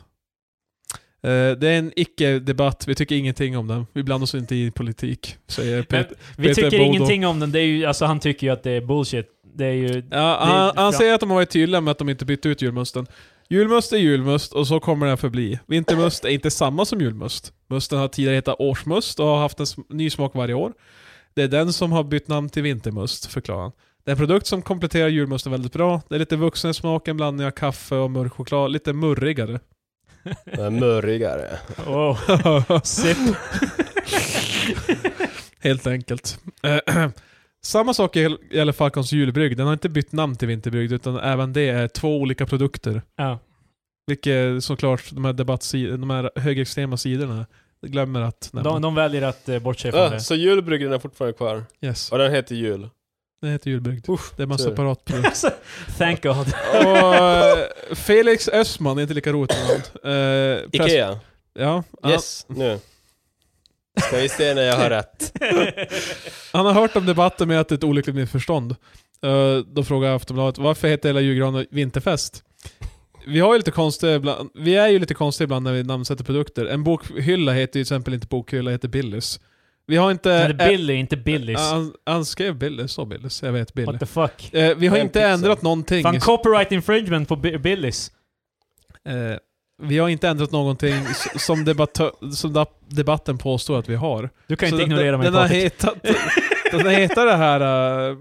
Speaker 2: Eh, det är en icke-debatt, vi tycker ingenting om den. Vi blandar oss inte i politik, säger
Speaker 1: Men
Speaker 2: Peter.
Speaker 1: vi
Speaker 2: Peter
Speaker 1: tycker
Speaker 2: Bodo.
Speaker 1: ingenting om den, det är ju, alltså han tycker ju att det är bullshit. Det är ju...
Speaker 2: Ja, han,
Speaker 1: det-
Speaker 2: han säger att de har varit tydliga med att de inte bytt ut julmusten. Julmust är julmust och så kommer den förbli. Vintermust är inte samma som julmust. Musten har tidigare hetat årsmust och har haft en sm- ny smak varje år. Det är den som har bytt namn till vintermust, förklarar han. Det är en produkt som kompletterar julmusten väldigt bra. Det är lite vuxen i smaken, blandning av kaffe och mörk choklad. Lite murrigare.
Speaker 3: Jag är Mörrigare.
Speaker 1: Oh, sip.
Speaker 2: Helt enkelt. Eh, Samma sak gäll- gäller Falcons julbrygd. Den har inte bytt namn till vinterbrygd utan även det är två olika produkter.
Speaker 1: Ja.
Speaker 2: Vilket såklart de här debattsidorna, de här högerextrema sidorna glömmer att nämna.
Speaker 1: De, de väljer att eh, bortse från
Speaker 3: Ja,
Speaker 1: det.
Speaker 3: Ah, så julbrygden är fortfarande kvar.
Speaker 2: Yes.
Speaker 3: Och den heter jul.
Speaker 2: Det heter julbrygd.
Speaker 3: Usch,
Speaker 2: det är man
Speaker 3: tur.
Speaker 2: separat på.
Speaker 1: Alltså, Thank God.
Speaker 2: Och eh, Felix Östman är inte lika roligt namn. Eh, press-
Speaker 3: Ikea.
Speaker 2: Ja, han,
Speaker 3: Yes, nu. Ska vi se när jag har rätt.
Speaker 2: han har hört om debatten med att det är ett olyckligt missförstånd. Eh, då frågar Aftonbladet, varför heter hela julgranen vinterfest? Vi, har ju lite konstiga ibland, vi är ju lite konstiga ibland när vi namnsätter produkter. En bokhylla heter ju till exempel inte bokhylla, heter Billys. Vi har inte...
Speaker 1: Men det är Billy, inte Billys.
Speaker 2: eh, Ja, Han, han skrev Billy, sa Billys. Jag vet Billy.
Speaker 1: What the fuck?
Speaker 2: Eh, vi har
Speaker 3: Det är en
Speaker 2: inte
Speaker 3: pizza.
Speaker 2: ändrat någonting.
Speaker 1: Fan, copyright infringement på Bi- Billys.
Speaker 2: Eh, vi har inte ändrat någonting s- som, debattö- som da- debatten påstår att vi har.
Speaker 1: Du kan
Speaker 2: Så
Speaker 1: inte
Speaker 2: den-
Speaker 1: ignorera mig
Speaker 2: den, har
Speaker 1: Patrik.
Speaker 2: hetat, den har hetat det här eh,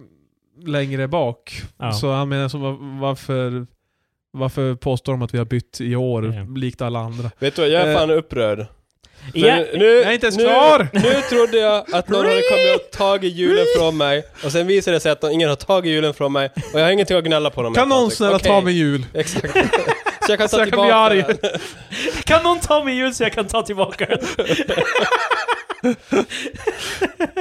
Speaker 2: längre bak.
Speaker 1: Ja.
Speaker 2: Så han menar som var- varför, varför påstår de att vi har bytt i år,
Speaker 1: Ja.
Speaker 2: likt alla andra?
Speaker 3: Vet du vad, jag är
Speaker 2: Eh,
Speaker 3: fan upprörd. För
Speaker 1: Ja,
Speaker 3: nu,
Speaker 2: Jag är inte ens
Speaker 3: nu,
Speaker 2: klar!
Speaker 3: Nu trodde jag att någon hade kommit och tagit julen från mig, och sen visade det sig att ingen har tagit julen från mig, och jag har ingenting att gnälla på dem
Speaker 2: Kan
Speaker 3: med,
Speaker 2: någon
Speaker 3: Patrik.
Speaker 2: snälla
Speaker 3: Okej.
Speaker 2: ta min jul?
Speaker 3: Exakt. Så jag kan ta
Speaker 2: Så jag kan bli
Speaker 3: tillbaka
Speaker 2: arg.
Speaker 3: den.
Speaker 1: kan någon ta min jul så jag kan ta tillbaka den?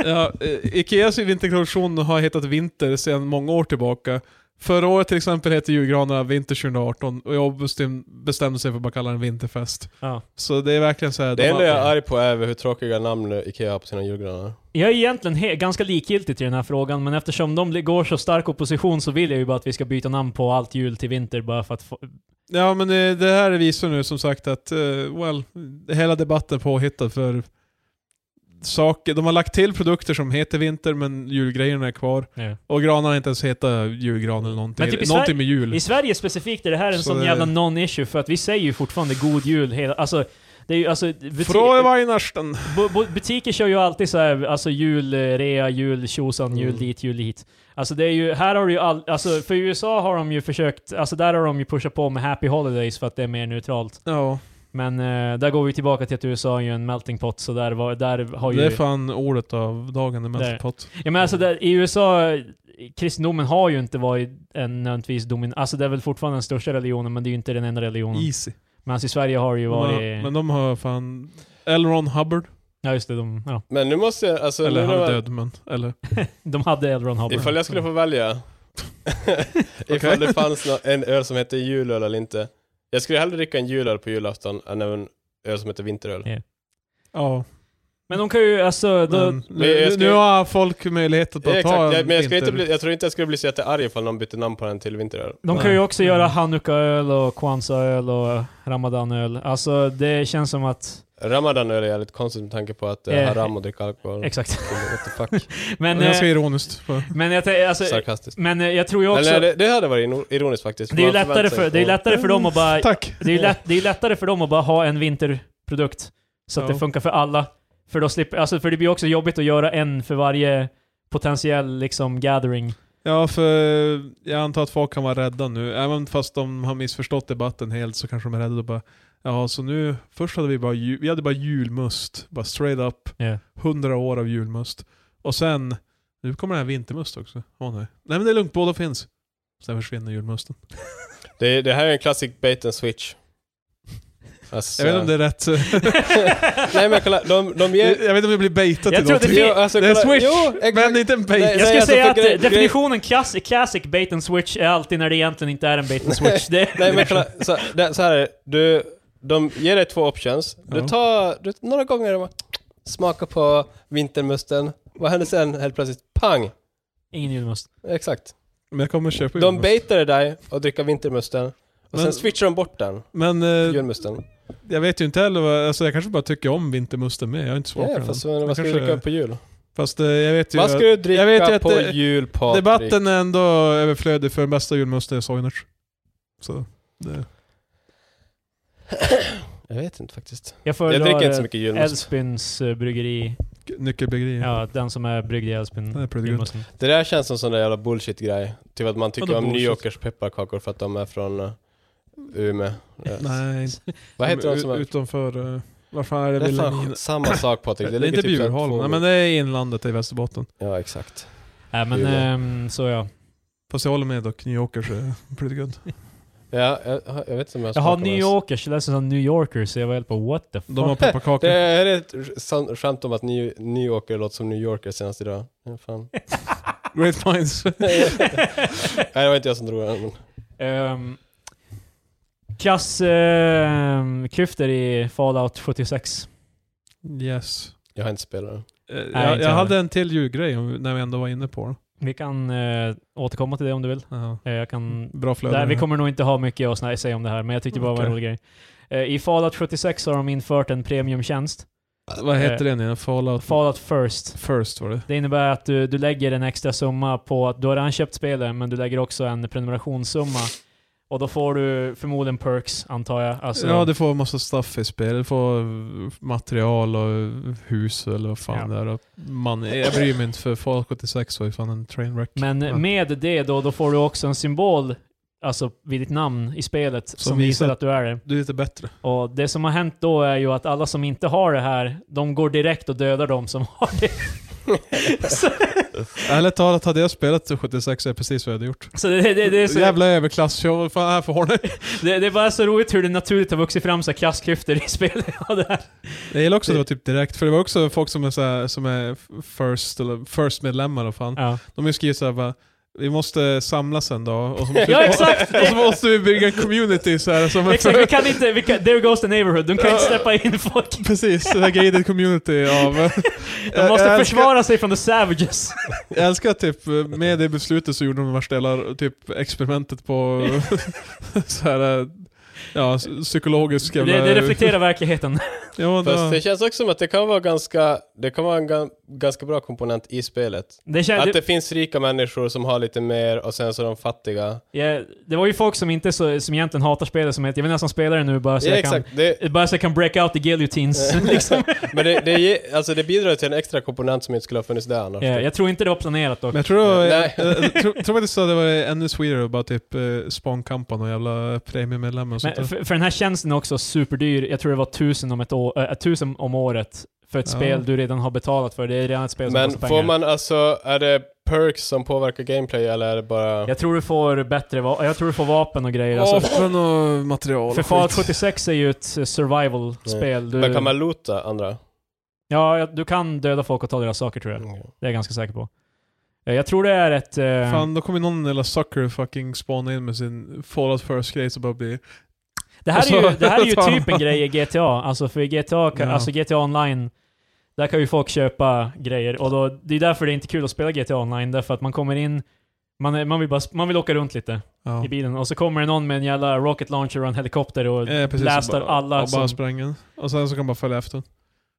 Speaker 2: Ja, eh, Ikeas vinterkollektion har hetat Vinter sedan många år tillbaka. Förra året till exempel hette julgranarna Vinter 2018 och jag bestäm- bestämde sig för att bara kalla den Vinterfest.
Speaker 1: Ja.
Speaker 2: Så det är verkligen så här,
Speaker 3: Det
Speaker 2: de
Speaker 3: enda
Speaker 2: har-
Speaker 3: jag är arg på är hur tråkiga namn Ikea har på sina julgranar.
Speaker 1: Jag är egentligen he- ganska likgiltig till den här frågan, men eftersom de li- går så stark opposition så vill jag ju bara att vi ska byta namn på allt jul till vinter bara för att få...
Speaker 2: Ja men eh, det här visar nu som sagt att, eh, well, hela debatten är påhittad för saker. De har lagt till produkter som heter Vinter men julgrejerna är kvar. Och granarna inte ens heter julgran eller någonting.
Speaker 1: Men typ i
Speaker 2: någonting
Speaker 1: Sverige-
Speaker 2: med jul.
Speaker 1: I Sverige specifikt är det här en
Speaker 2: Så
Speaker 1: sån
Speaker 2: det-
Speaker 1: jävla non-issue, för att vi säger ju fortfarande god jul hela... Alltså, Det är ju alltså... buti-
Speaker 2: Från Weihnachten.
Speaker 1: bu- bu- butiker kör ju alltid så här, alltså julrea, jultjosan, jul
Speaker 2: Mm.
Speaker 1: dit, jul hit. Alltså det är ju, här har du ju all, alltså för USA har de ju försökt, alltså där har de ju pushat på med Happy Holidays för att det är mer neutralt.
Speaker 2: Ja,
Speaker 1: Men eh, där går vi tillbaka till att USA är ju en melting pot, så där, var, där har ju...
Speaker 2: det är fan ordet av dagen, det mänskapott.
Speaker 1: Ja men alltså där, i USA, eh, kristendomen har ju inte varit en nödvändigtvis domin... Alltså det är väl fortfarande den största religionen, men det är ju inte den enda religionen.
Speaker 2: Easy.
Speaker 1: Men alltså i Sverige har det ju
Speaker 2: De har-
Speaker 1: varit...
Speaker 2: Men de har fan... L. Ron Hubbard.
Speaker 1: Ja just det, de, ja.
Speaker 3: Men nu måste jag, alltså,
Speaker 2: Eller
Speaker 3: nu
Speaker 2: han
Speaker 3: när
Speaker 2: är
Speaker 3: man-
Speaker 2: död, men... Eller...
Speaker 1: de hade L. Ron Hubbard.
Speaker 3: Ifall jag skulle få välja Ifall det fanns nå- en öl som hette julöl eller inte Jag skulle hellre dricka en julöl på julafton än en öl som heter vinteröl
Speaker 2: Ja.
Speaker 1: Men de kan ju, alltså... Då,
Speaker 2: Men,
Speaker 3: Men jag
Speaker 2: nu,
Speaker 3: ska-
Speaker 2: nu har folk möjlighet att
Speaker 3: Ja,
Speaker 2: bara
Speaker 3: exakt,
Speaker 2: ta
Speaker 3: jag,
Speaker 2: en
Speaker 3: men jag, skulle inte
Speaker 2: vinter-
Speaker 3: bli, jag tror inte jag skulle bli så jättearg ifall någon bytte namn på den till vinteröl
Speaker 1: De kan ju
Speaker 2: Nej.
Speaker 1: också göra
Speaker 2: Mm.
Speaker 1: hanukkaöl och kwanzaöl och ramadanöl. Alltså det känns som att...
Speaker 3: Ramadanöl är jävligt konstigt med tanke på att det är
Speaker 1: Eh,
Speaker 3: haram att dricka alkohol
Speaker 1: Exakt.
Speaker 3: What the fuck,
Speaker 1: Men,
Speaker 2: Det är Ganska
Speaker 1: eh,
Speaker 2: ironiskt. För,
Speaker 1: men jag tänker, alltså...
Speaker 3: sarkastiskt
Speaker 1: Men eh, jag tror ju också...
Speaker 3: Eller, det, det hade varit ino- ironiskt faktiskt
Speaker 1: Det är ju
Speaker 3: Man förväntar
Speaker 1: lättare
Speaker 3: sig
Speaker 1: för,
Speaker 3: att
Speaker 1: det är
Speaker 3: få-
Speaker 1: lättare för dem att bara...
Speaker 2: Tack!
Speaker 1: Det är ju lätt, det är ju lättare för dem att bara ha en vinterprodukt. Så att
Speaker 2: Ja.
Speaker 1: det funkar för alla. För, då slipper, alltså för det blir också jobbigt att göra en för varje potentiell liksom gathering.
Speaker 2: Ja, för jag antar att folk kan vara rädda nu. Även fast de har missförstått debatten helt så kanske de är rädda och bara Ja, så nu, först hade vi bara, ju, vi hade bara julmust. Bara straight up.
Speaker 1: Ja.
Speaker 2: Hundra år av julmust. Och sen, nu kommer den här vintermust också. Åh nej. Nej men det är lugnt, båda finns. Sen försvinner julmusten.
Speaker 3: det, det här är en classic bait and switch alltså,
Speaker 2: Jag vet inte om det är rätt.
Speaker 3: Nej men kolla, de, de ger
Speaker 2: jag vet inte om det blir baitat
Speaker 1: Jag
Speaker 2: till
Speaker 1: tror det
Speaker 2: någonting.
Speaker 1: fin-
Speaker 3: Jo, alltså,
Speaker 2: Det är
Speaker 3: kolla-
Speaker 2: swish,
Speaker 3: Jo, exakt.
Speaker 2: men inte en bait.
Speaker 3: Nej,
Speaker 1: Jag skulle
Speaker 3: alltså,
Speaker 1: säga
Speaker 3: för
Speaker 1: att
Speaker 3: grej-
Speaker 1: eh, definitionen classic, classic bait and switch är alltid när det egentligen inte är en bait and switch. Det,
Speaker 3: Nej men kolla, så, det, så här är det. du, de ger dig två options. Du
Speaker 2: Ja.
Speaker 3: tar, du, några gånger bara, smakar på vintermusten. Vad händer sen? Helt plötsligt, pang!
Speaker 1: ingen julmust.
Speaker 3: Exakt.
Speaker 2: Men jag kommer köpa
Speaker 3: De
Speaker 2: julmust.
Speaker 3: baitade dig och dricka vintermusten. Och
Speaker 2: Men-
Speaker 3: sen switchar de bort den,
Speaker 2: Men eh,
Speaker 3: julmusten.
Speaker 2: jag vet ju inte heller vad, alltså jag kanske bara tycker om vintermusten med. Jag har inte
Speaker 3: Ja,
Speaker 2: smakat den.
Speaker 3: fast
Speaker 2: Fast,
Speaker 3: vad
Speaker 2: Men
Speaker 3: ska du
Speaker 2: kanske-
Speaker 3: dricka på jul?
Speaker 2: eh, jag vet ju
Speaker 3: Vad ska
Speaker 2: att
Speaker 3: du dricka
Speaker 2: jag vet ju att
Speaker 3: på
Speaker 2: det-
Speaker 3: jul, Patrik?
Speaker 2: debatten är ändå överflödig för den bästa julmusten är Soinerts. Så det,
Speaker 3: Jag vet inte faktiskt.
Speaker 1: Jag
Speaker 3: Jag dricker inte så
Speaker 1: föredrar
Speaker 3: mycket julmust.
Speaker 1: Älvsbyns eh, bryggeri.
Speaker 2: nyckelbegrepp.
Speaker 1: Ja, Mm. den som är bryggd i
Speaker 2: Den
Speaker 1: Älvsbyn.
Speaker 2: är pretty good.
Speaker 1: julmusten.
Speaker 3: Det där känns som sån där jävla bullshit-grej. Typ att man tycker
Speaker 2: Vadå
Speaker 3: om
Speaker 2: bullshit?
Speaker 3: Nyåkers pepparkakor för att de är från uh, Umeå. Eh,
Speaker 2: Nej,
Speaker 3: Vad heter de som är...
Speaker 2: utanför... Uh, vad fan är det?
Speaker 3: Det är
Speaker 2: Vilhelmina?
Speaker 3: fan samma sak Patrik.
Speaker 2: Det,
Speaker 3: Det,
Speaker 2: är
Speaker 3: ligger
Speaker 2: inte
Speaker 3: typ så här
Speaker 2: Bjurholm,
Speaker 3: två-
Speaker 2: nej, men det är inlandet i Västerbotten.
Speaker 3: Ja, exakt.
Speaker 1: Nej men,
Speaker 3: Det är det.
Speaker 1: ehm, så ja.
Speaker 2: Fast jag håller med dock, New Yorkers är pretty good.
Speaker 3: Ja, jag, jag vet inte om jag
Speaker 1: Jaha,
Speaker 3: smakar
Speaker 1: New
Speaker 3: mest.
Speaker 1: Yorkers. Det lät som New Yorkers, så jag var helt på what the fuck.
Speaker 2: De har pepparkakor.
Speaker 3: Det är ett san- skämt om att New, New Yorker låter som New Yorker senast idag. Ja, fan.
Speaker 2: Great minds.
Speaker 3: Nej, det var inte jag som drog den. Men.
Speaker 1: Um, Klassklyftor ehm, i Fallout 76.
Speaker 2: yes.
Speaker 3: Jag har inte spelat den.
Speaker 2: Eh,
Speaker 1: inte
Speaker 2: jag, jag
Speaker 1: heller.
Speaker 2: hade en till julgrej om- när vi ändå var inne på det.
Speaker 1: Vi kan eh, återkomma till det om du vill.
Speaker 2: Ja.
Speaker 1: Eh, jag kan...
Speaker 2: Bra flöde.
Speaker 1: Där, vi kommer nog inte ha mycket att sna- säga om det här, men jag tyckte det bara var en
Speaker 2: Okej.
Speaker 1: rolig grej. Eh, I Fallout 76 har de infört en premiumtjänst.
Speaker 2: Vad heter den igen? Fallout
Speaker 1: Fallout First.
Speaker 2: First var det.
Speaker 1: Det innebär att du, du lägger en extra summa på att du har redan köpt spelet, men du lägger också en prenumerationssumma. Och då får du förmodligen perks, antar jag. Alltså,
Speaker 2: Ja, du får massa stuff i spel. Du får eh, material och hus eller vad fan
Speaker 1: Ja.
Speaker 2: det är. Och Man, jag bryr mig inte för Fallout 76 var ju fan en trainwreck.
Speaker 1: Men
Speaker 2: Ja.
Speaker 1: med det då, då får du också en symbol Alltså vid ditt namn i spelet som, visar att du är det.
Speaker 2: Du är lite bättre.
Speaker 1: Och det som har hänt då är ju att alla som inte har det här, de går direkt och dödar de som har det. så
Speaker 2: Ärligt talat, hade jag spelat till 76 så är det precis vad jag hade gjort.
Speaker 1: så det, det, det, är så,
Speaker 2: Jävla överklass, jag, vad fan här får ni?
Speaker 1: det, det är bara så roligt hur det naturligt har vuxit fram så här klassklyftor i spelet. Och det här.
Speaker 2: Jag gillar också att det var typ direkt, för det var också folk som är, så här, som är first, eller first medlemmar och fan.
Speaker 1: Ja.
Speaker 2: De har ju skrivit såhär bara, vi måste samlas en dag och så måste,
Speaker 1: ja, exakt!
Speaker 2: och så måste vi bygga en community så här, som är
Speaker 1: exakt, vi kan inte... Vi kan, there goes the neighborhood. De kan inte släppa in folk.
Speaker 2: Precis, det här gated community av...
Speaker 1: De
Speaker 2: Jag-
Speaker 1: måste
Speaker 2: jag älskar-
Speaker 1: försvara sig från the savages.
Speaker 2: Jag älskar typ, med det beslutet så gjorde de värsta jävla typ experimentet på så här, Ja, s- psykologisk
Speaker 1: Det,
Speaker 2: jävla...
Speaker 1: det reflekterar verkligheten.
Speaker 2: Ja, det,
Speaker 3: Fast det känns också som att det kan vara ganska, det kan vara en ga- ganska bra komponent i spelet.
Speaker 1: Det, kän,
Speaker 3: Att
Speaker 1: det,
Speaker 3: det finns rika människor som har lite mer och sen så de fattiga.
Speaker 1: ja, det var ju folk som inte så, som egentligen hatar spelet som hette, jag vill nästan spela det nu bara så,
Speaker 3: Ja,
Speaker 1: jag, kan,
Speaker 3: exakt. Det,
Speaker 1: bara så jag kan break out the guillotines. liksom.
Speaker 3: men det, det, ge- alltså det bidrar till en extra komponent som inte skulle ha funnits där annars. typ.
Speaker 1: ja, jag tror inte det var planerat dock.
Speaker 2: Men jag tror, jag,
Speaker 3: Nej.
Speaker 2: jag, jag, tror- tror faktiskt att det var ännu sweeter att bara typ eh, Spawn-kampan och jävla premiemedlemmar och sånt
Speaker 1: Men
Speaker 2: där.
Speaker 1: för, för den här tjänsten är också superdyr. Jag tror det var tusen om, ett år, äh, tusen om året för ett
Speaker 2: Ja.
Speaker 1: spel du redan har betalat för. Det är redan ett spel som
Speaker 3: Men
Speaker 1: kostar
Speaker 3: får
Speaker 1: pengar.
Speaker 3: man alltså, är det perks som påverkar gameplay eller är det bara...
Speaker 1: Jag tror du får bättre va- jag tror du får vapen och grejer. Alltså,
Speaker 2: Vapen och material och
Speaker 1: för Fallout
Speaker 2: skit.
Speaker 1: 76 är ju ett eh, survival-spel.
Speaker 3: Men kan
Speaker 1: Du,
Speaker 3: man loota andra?
Speaker 1: ja, ja, du kan döda folk och ta deras saker tror jag.
Speaker 3: Mm.
Speaker 1: Det är jag ganska säker på. Eh, Jag tror det är ett... eh,
Speaker 2: Fan, då kommer någon jävla sucker fucking spana in med sin Fallout First grej och bara blir...
Speaker 1: Det här, är
Speaker 2: Och
Speaker 1: ju,
Speaker 2: så-
Speaker 1: det här är ju
Speaker 2: tar
Speaker 1: typ en
Speaker 2: man-
Speaker 1: grej i GTA, alltså för i GTA, kan,
Speaker 2: Ja.
Speaker 1: alltså GTA online, där kan ju folk köpa grejer och då, det är därför det är inte kul att spela GTA online, därför att man kommer in, man, är, man, vill, bara, man vill åka runt lite
Speaker 2: Ja.
Speaker 1: i bilen och så kommer det någon med en jävla rocket launcher och en helikopter och
Speaker 2: Eh, precis,
Speaker 1: blastar
Speaker 2: och bara,
Speaker 1: alla
Speaker 2: och bara
Speaker 1: som...
Speaker 2: sprang in. Och sen så kan man bara följa efter.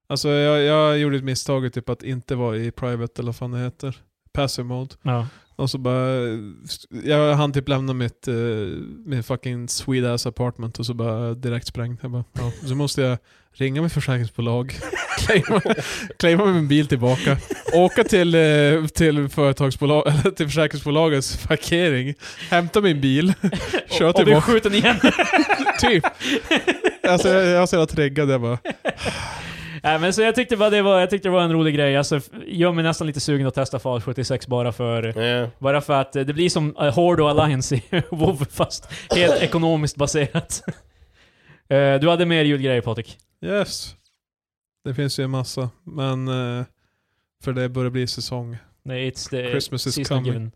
Speaker 2: Alltså jag, jag gjorde ett misstag typ att inte vara i private eller vad fan det heter. Passive mode.
Speaker 1: Ja.
Speaker 2: Och så bara... Jag hann typ lämna mitt, eh, min fucking sweet ass apartment och så bara direkt sprängd. Jag bara, ja. Så måste jag ringa mitt försäkringsbolag, claima, claima min bil tillbaka, åka till, eh, till, företagsbolag, eller till försäkringsbolagets parkering, hämta min bil, köra
Speaker 1: och, och du
Speaker 2: tillbaka.
Speaker 1: är skjuten igen!
Speaker 2: Typ. Alltså, jag, jag var så jävla triggad. Jag bara,
Speaker 1: Nej, men så jag tyckte, bara det var, jag tyckte det var en rolig grej, alltså, f- gör mig nästan lite sugen att testa Fallout 76 bara för
Speaker 3: Ja.
Speaker 1: bara för att eh, det blir som eh, Horde och Alliance i WoW fast helt ekonomiskt baserat. Eh, du hade mer julgrejer Patrik.
Speaker 2: yes. Det finns ju en massa, men eh, för det börjar bli säsong.
Speaker 1: Nej, it's the
Speaker 2: Christmas is
Speaker 1: season
Speaker 2: coming.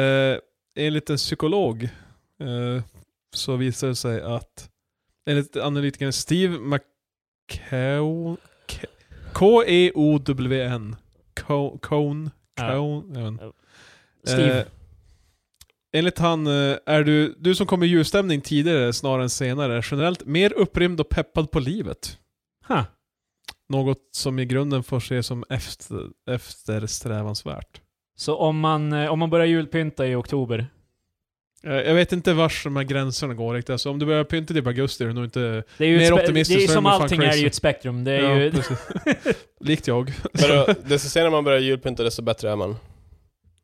Speaker 2: Eh, enligt en psykolog eh, så visar det sig att, enligt analytikern Steve McCown, K- E K-E-O-W-N, Cohn, Cohn,
Speaker 1: Ja.
Speaker 2: Cohn, jag vet inte.
Speaker 1: Steve.
Speaker 2: Eh, enligt han eh, är du, du som kommer i julstämning tidigare snarare än senare, generellt mer upprymd och peppad på livet.
Speaker 1: Huh.
Speaker 2: Något som i grunden får ses som efter, eftersträvansvärt.
Speaker 1: Så om man, eh, om man börjar julpynta i oktober.
Speaker 2: Eh, Jag vet inte vars de här gränserna går riktigt. Alltså, om du börjar pynta typ i augusti är du nog inte...
Speaker 1: Det är ju
Speaker 2: Mer
Speaker 1: ett spe-
Speaker 2: optimistiskt
Speaker 1: det är ju
Speaker 2: så är
Speaker 1: som
Speaker 2: man fan
Speaker 1: allting är
Speaker 2: crazy.
Speaker 1: ju ett spektrum. Det är
Speaker 2: Ja,
Speaker 1: ju...
Speaker 2: precis. Likt jag.
Speaker 3: Men då, desto senare man börjar julpynta desto bättre är man.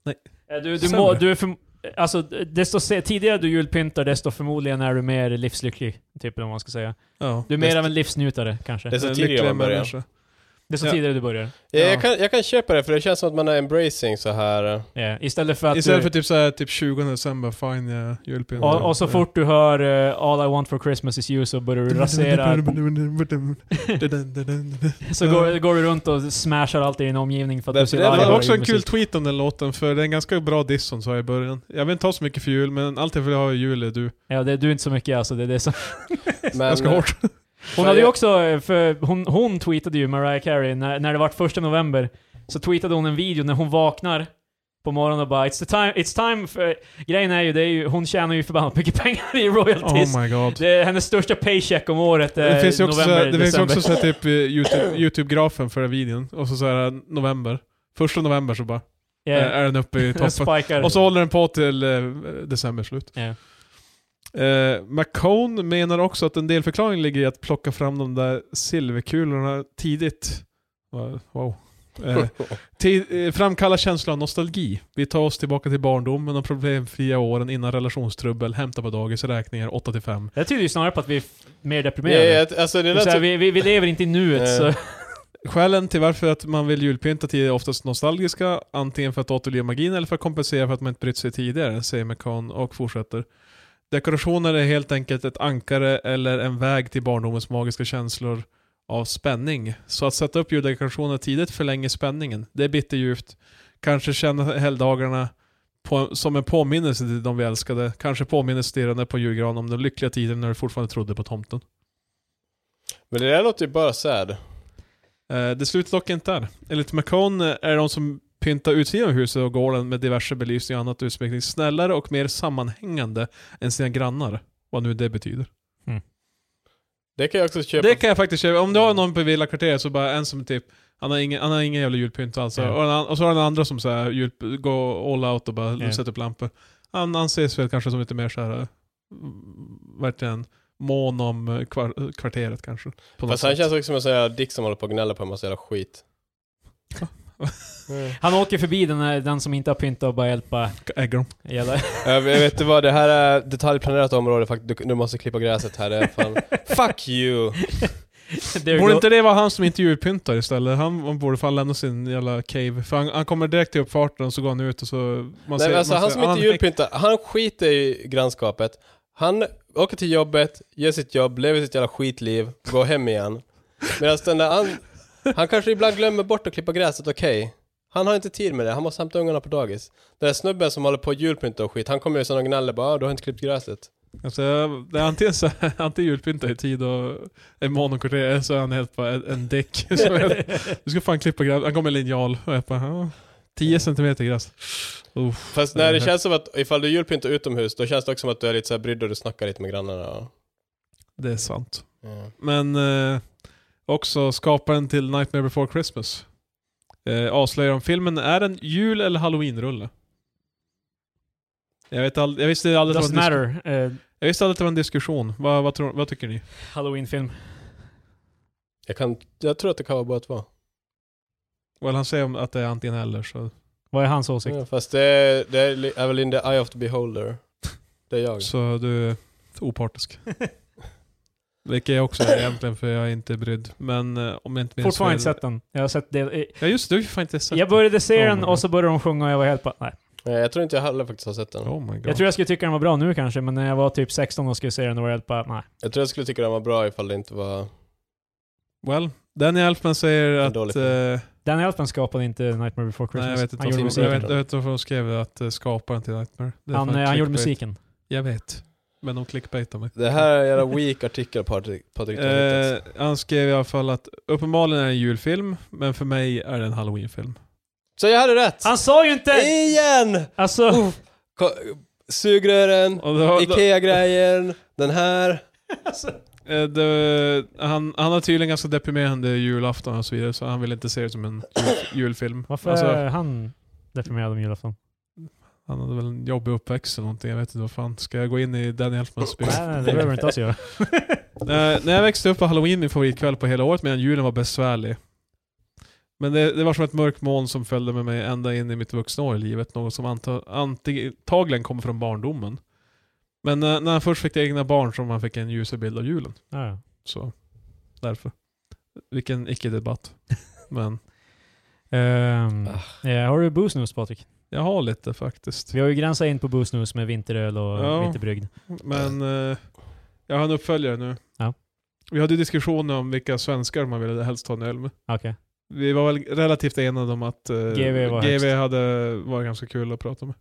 Speaker 1: Eh, Du, du,
Speaker 2: Sämre.
Speaker 1: må, du är för, alltså, desto se, tidigare du julpyntar, desto förmodligen är du mer livslycklig. Typ om man ska säga.
Speaker 2: Ja.
Speaker 1: Du är mer
Speaker 3: Desto-
Speaker 1: av en livsnjutare kanske.
Speaker 3: Desto
Speaker 2: En
Speaker 3: tidigare
Speaker 2: lyckligare
Speaker 3: man börjar.
Speaker 2: människa.
Speaker 1: Desto
Speaker 2: Ja.
Speaker 1: tidigare du börjar.
Speaker 3: Ja, Jag,
Speaker 2: Ja.
Speaker 3: kan, jag kan köpa det för det känns som att man är embracing så här. eh.
Speaker 1: Ja, Istället för att
Speaker 2: Istället
Speaker 1: du,
Speaker 2: för typ, så här, typ 20 december, fine jag julpyntar.
Speaker 1: Och, och så fort du hör eh, All I want for Christmas is you så börjar du rasera. så går, går du runt och smashar allt i din omgivning för att
Speaker 3: Men
Speaker 1: du
Speaker 3: för
Speaker 1: ser
Speaker 3: det
Speaker 2: Det
Speaker 1: arg
Speaker 2: var
Speaker 1: ut.
Speaker 2: också en kul tweet om den låten, för det är en ganska bra diss som sa i början. Jag vill inte ha så mycket för jul, men allt jag vill ha i jul är du.
Speaker 1: Ja, det, du är inte så mycket alltså. Det, är det som.
Speaker 3: Men,
Speaker 2: Ganska hårt.
Speaker 1: Hon hade ju också, eh, för hon, hon tweetade ju Mariah Carey, när, när det var första november, så tweetade hon en video när hon vaknar på morgonen och bara it's, the time, it's time för... Grejen är ju, det är ju, hon tjänar ju förbannat mycket pengar i royalties.
Speaker 2: Oh my god.
Speaker 1: det är hennes största paycheck om året är
Speaker 2: Det finns ju också,
Speaker 1: november,
Speaker 2: det finns ju
Speaker 1: december.
Speaker 2: också så här, typ eh, YouTube- YouTube-grafen för den här videon, och så, så här eh, november. Första november så bara
Speaker 1: Ja,
Speaker 2: eh, är den uppe i
Speaker 1: den
Speaker 2: toppen.
Speaker 1: spikar.
Speaker 2: Och så håller den på till eh, december slut.
Speaker 1: Ja.
Speaker 2: Eh, McCone menar också att en del förklaring ligger i att plocka fram de där silverkulorna tidigt. Va- Wow. Eh, ti- eh, framkalla känslan av nostalgi. Vi tar oss tillbaka till barndomen och problemfria åren innan relationstrubbel, hämta på dagis, räkningar 8-5.
Speaker 1: Det tyder ju snarare på att vi är f- mer
Speaker 3: Ja,
Speaker 1: deprimerade.
Speaker 3: ja, alltså det
Speaker 1: Det är
Speaker 3: lät
Speaker 1: såhär,
Speaker 3: typ,
Speaker 1: vi, vi, vi lever inte i nuet,
Speaker 3: Eh.
Speaker 1: så...
Speaker 2: Skälen till varför att man vill julpynta tidigt är oftast nostalgiska, antingen för att återliva magin eller för att kompensera för att man inte brytt sig tidigare, säger McCann och fortsätter. Dekorationer är helt enkelt ett ankare eller en väg till barndomens magiska känslor av spänning. Så att sätta upp juldekorationer tidigt förlänger spänningen. Det är bitterljuvt. Kanske känna helgdagarna på, som en påminnelse till de vi älskade. Kanske påminner stirrande på julgranen om den lyckliga tiden när du fortfarande trodde på tomten.
Speaker 3: men det där låter ju bara sad.
Speaker 2: Eh, Det slutar dock inte där. Enligt McCone är de som pyntar utsidan av huset och gården med diverse belysning och annat utsmyckning snällare och mer sammanhängande än sina grannar. Vad nu det betyder.
Speaker 1: Mm.
Speaker 3: Det kan jag också köpa.
Speaker 2: Det kan jag faktiskt köpa. Om du har någon på villakvarteret så bara en som typ, han har ingen, han har ingen jävla julpynt alls.
Speaker 1: Ja.
Speaker 2: Och, den an- och så har den andra som så här, jul, går all out och bara
Speaker 1: Ja.
Speaker 2: sätter upp lampor. Han anses väl kanske som lite mer så här, eh, verkligen mån om eh, kvar, kvarteret kanske. På något
Speaker 3: Fast han
Speaker 2: sätt.
Speaker 3: känns också som en sån här dick som håller på och gnäller på en massa jävla skit.
Speaker 2: Va?
Speaker 3: Mm.
Speaker 1: Han åker förbi den, här, den som inte har pyntat och bara hjälpa.
Speaker 2: Äggar dem.
Speaker 1: Jävla.
Speaker 3: Eh, Jag vet- vet du vad, det här är detaljplanerat område faktiskt. Du, du måste klippa gräset här, det är fan... Fuck you!
Speaker 1: There you
Speaker 2: Borde
Speaker 1: go.
Speaker 2: inte det vara han som inte julpyntar istället? Han, han borde fan lämna sin jävla cave. För han, han kommer direkt till uppfarten och så går han ut och så... Man
Speaker 3: Nej, men alltså,
Speaker 2: man
Speaker 3: han som inte
Speaker 2: "Ah,
Speaker 3: julpyntar, han skiter i grannskapet. Han åker till jobbet, gör sitt jobb, lever sitt jävla skitliv, går hem igen. Medan den där han, han kanske ibland glömmer bort att klippa gräset, okej. Han har inte tid med det, han måste hämta ungarna på dagis. Den där snubben som håller på och julpyntar och skit, han kommer ju sen och gnäller bara "Ah, du har inte klippt gräset.
Speaker 2: Alltså, det är antingen så här, antingen julpyntar i tid och är monokorterad så är han helt bara en, en däck. Så jag- Du ska fan klippa gräs. Han kommer med linjal och jag bara, ja, 10 centimeter gräs. Uff.
Speaker 3: Fast när det
Speaker 2: Mhm.
Speaker 3: känns som att ifall du julpyntar utomhus, då känns det också som att du är lite så här brydd och du snackar lite med grannarna. och-
Speaker 2: Det är sant.
Speaker 3: Ja.
Speaker 2: Men eh, också skaparen till Nightmare Before Christmas. Eh, avslöjar om filmen är en jul eller halloweenrulle. Jag, vet all, jag, visste aldrig att det
Speaker 1: Doesn't
Speaker 2: var en disk-
Speaker 1: matter. Eh,
Speaker 2: jag visste aldrig att det var en diskussion. Vad, vad, tror, vad tycker ni?
Speaker 1: Halloween-film.
Speaker 3: Jag, kan, jag tror att det kan vara båda två.
Speaker 2: Well, han säger om att det är antingen eller så,
Speaker 1: Vad är hans åsikt?
Speaker 3: Ja, fast det, är- det är li- är väl in the eye of the beholder. Det är jag.
Speaker 2: så du är opartisk. Vilket jag också är egentligen för jag är inte brydd. Men eh, om jag inte minns
Speaker 1: Fortfarande inte
Speaker 2: fel-
Speaker 1: sett den. Jag har sett del, eh,
Speaker 2: Ja just det, du har ju fan inte sett
Speaker 1: Jag började se
Speaker 2: Oh
Speaker 1: den
Speaker 2: my
Speaker 1: och så började de sjunga och jag var helt bara, nej.
Speaker 3: Nej, Jag tror inte jag heller faktiskt har sett den.
Speaker 2: den. Oh my god.
Speaker 1: Jag tror jag skulle tycka den var bra nu kanske, men när jag var typ 16 och skulle se den då var jag helt bara, nej.
Speaker 3: Jag tror jag skulle tycka den var bra ifall det inte var...
Speaker 2: Well, Danny Elfman säger
Speaker 3: är
Speaker 2: att...
Speaker 3: dålig
Speaker 2: eh,
Speaker 3: film.
Speaker 1: Dan Elfman skapade inte Nightmare before Christmas.
Speaker 2: nej jag vet inte
Speaker 1: han
Speaker 2: vad
Speaker 1: gjorde
Speaker 2: som-
Speaker 3: musiken.
Speaker 2: jag
Speaker 1: musiken.
Speaker 2: vet- jag vet inte varför de skrev det, att eh, skaparen till Nightmare. Det är
Speaker 1: Han,
Speaker 2: fan
Speaker 1: eh, han gjorde
Speaker 2: clickbait.
Speaker 1: musiken.
Speaker 2: Jag vet. Men de clickbaitar mig.
Speaker 3: Det här är en jävla weak artikel Patrik. Patrik du har hittat.
Speaker 2: Eh, han skrev i alla fall att uppenbarligen är det en julfilm, men för mig är det en halloweenfilm.
Speaker 3: Så jag hade rätt!
Speaker 1: Han sa ju inte!
Speaker 3: Eh! Igen!
Speaker 1: Alltså,
Speaker 3: Uff. Ko- Sugrören,
Speaker 2: Och då, då,
Speaker 3: Ikea-grejen, den här.
Speaker 2: Eh, det, han, han har tydligen ganska deprimerande julafton och så vidare, så han vill inte se det som en jul, julfilm.
Speaker 1: varför
Speaker 2: Alltså,
Speaker 1: är han deprimerad om julafton?
Speaker 2: han hade väl en jobbig uppväxt eller någonting, jag vet inte vad fan. Ska jag gå in i Danny Elfmans bild?
Speaker 1: Nej, nej, det behöver inte alls göra.
Speaker 2: Eh, när jag växte upp var halloween min favoritkväll på hela året, medan julen var besvärlig. Men det, det var som ett mörkt moln som följde med mig ända in i mitt vuxna år i livet, något som anta, antagligen kom från barndomen. Men eh, när han först fick egna barn som han fick en ljusare bild av julen.
Speaker 1: Ja, ja.
Speaker 2: Så därför. Vilken icke-debatt. Men
Speaker 1: Ehm,
Speaker 3: Ah.
Speaker 1: ja, har du boosnus Patrik?
Speaker 2: jag har lite faktiskt.
Speaker 1: Vi har ju gränsat in på boosnus med vinteröl och
Speaker 2: Ja.
Speaker 1: vinterbrygd.
Speaker 2: Men eh, jag har en uppföljare nu.
Speaker 1: Ja.
Speaker 2: Vi hade ju diskussioner om vilka svenskar man ville helst ta en öl med.
Speaker 1: Ah, Okej.
Speaker 2: Vi var väl relativt enade om att eh,
Speaker 1: GV var
Speaker 2: GV
Speaker 1: helst.
Speaker 2: hade varit ganska kul att prata med.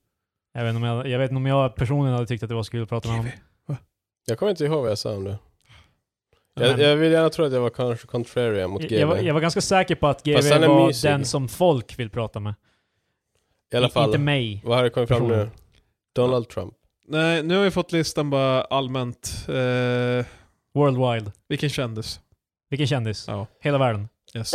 Speaker 1: Jag, vet inte om jag, jag vet inte om jag personligen hade tyckt att det var så kul att prata med honom.
Speaker 3: Jag kommer inte ihåg vad jag sa om det.
Speaker 1: Men-
Speaker 3: Jag, jag vill gärna tro att jag var kanske contrarian mot
Speaker 1: Jag-
Speaker 3: GV.
Speaker 1: Jag var, jag var ganska säker på att GV
Speaker 3: Fast han är
Speaker 1: var
Speaker 3: mysig.
Speaker 1: den som folk vill prata med.
Speaker 3: I alla fall.
Speaker 1: Inte mig.
Speaker 3: Vad har det kommit fram nu?
Speaker 1: Personen.
Speaker 3: Donald Trump.
Speaker 2: Nej, nu har vi fått listan bara allmänt. Eh,
Speaker 1: Worldwide.
Speaker 2: vilken kändis?
Speaker 1: Vilken kändis.
Speaker 2: Ja.
Speaker 1: Hela världen.
Speaker 2: Yes.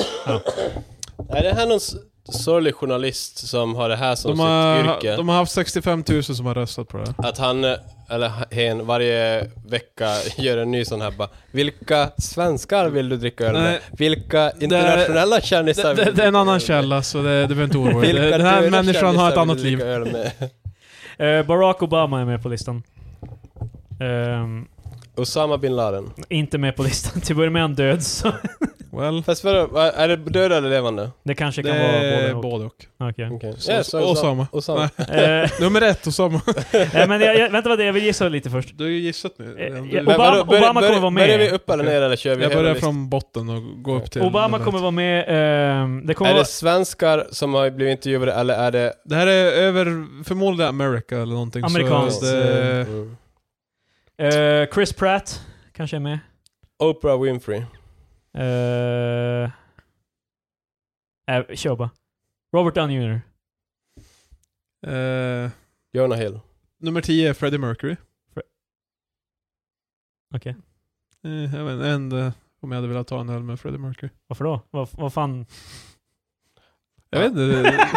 Speaker 3: Är det här någon s- sorglig journalist som har det här som
Speaker 2: De
Speaker 3: sitt
Speaker 2: har,
Speaker 3: yrke?
Speaker 2: de har haft 65 000 som har röstat på det här.
Speaker 3: Att han, eh, eller hen, varje vecka gör en ny sån här bara Vilka svenskar vill du dricka öl med?
Speaker 2: Nej.
Speaker 3: Vilka internationella kändisar
Speaker 2: Det, det,
Speaker 3: vill
Speaker 2: det
Speaker 3: du
Speaker 2: är en
Speaker 3: dricka
Speaker 2: annan
Speaker 3: öl med?
Speaker 2: källa, så det, du behöver inte oroa dig.
Speaker 3: Vilka
Speaker 2: Den här
Speaker 3: döda
Speaker 2: människan har ett
Speaker 3: kändisar
Speaker 2: annat
Speaker 3: vill du
Speaker 2: liv.
Speaker 3: dricka öl med?
Speaker 1: Eh, Barack Obama är med på listan. Ehm,
Speaker 3: Osama bin Laden.
Speaker 1: inte med på listan. Till början med han död, så
Speaker 2: Well,
Speaker 3: Fast vadå, vad- är det döda eller levande?
Speaker 1: det kanske
Speaker 2: det
Speaker 1: kan vara både
Speaker 2: är
Speaker 1: och.
Speaker 2: både och.
Speaker 1: Okej.
Speaker 3: Okej.
Speaker 2: Så-
Speaker 3: Ja,
Speaker 2: Osama.
Speaker 3: Osama.
Speaker 1: Eh,
Speaker 2: Nummer ett Osama.
Speaker 1: nej, men jag, jag, vänta vad det är, jag vill gissa lite först.
Speaker 2: Du har ju gissat nu.
Speaker 1: Eh,
Speaker 2: Du-
Speaker 1: ja,
Speaker 3: Men
Speaker 1: Obama-
Speaker 2: jag
Speaker 3: vadå, börjar-
Speaker 1: Obama kommer
Speaker 3: börjar-
Speaker 1: vara med.
Speaker 3: Börjar vi upp eller ner eller kör vi hela
Speaker 2: börjar
Speaker 3: listan?
Speaker 2: från botten och går upp till...
Speaker 1: Obama kommer vara med... ehm, det kommer
Speaker 3: Är
Speaker 1: vara...
Speaker 3: det svenskar som har blivit intervjuade eller är det...
Speaker 2: Det här är över, förmodligen America eller någonting. så
Speaker 1: Amerikanskt.
Speaker 2: det-
Speaker 3: Mm.
Speaker 1: eh, Chris Pratt kanske är med.
Speaker 3: Oprah Winfrey.
Speaker 1: Eh, eh, kör bara. Robert Downey Jr.
Speaker 2: eh,
Speaker 3: Jonah Hill.
Speaker 2: nummer 10 är Freddie Mercury.
Speaker 1: Okej.
Speaker 2: Eh, jag vet inte, ändå om jag hade velat ta en öl med Freddie Mercury.
Speaker 1: Varför då? Vad, vad fan?
Speaker 2: Jag vet inte. det-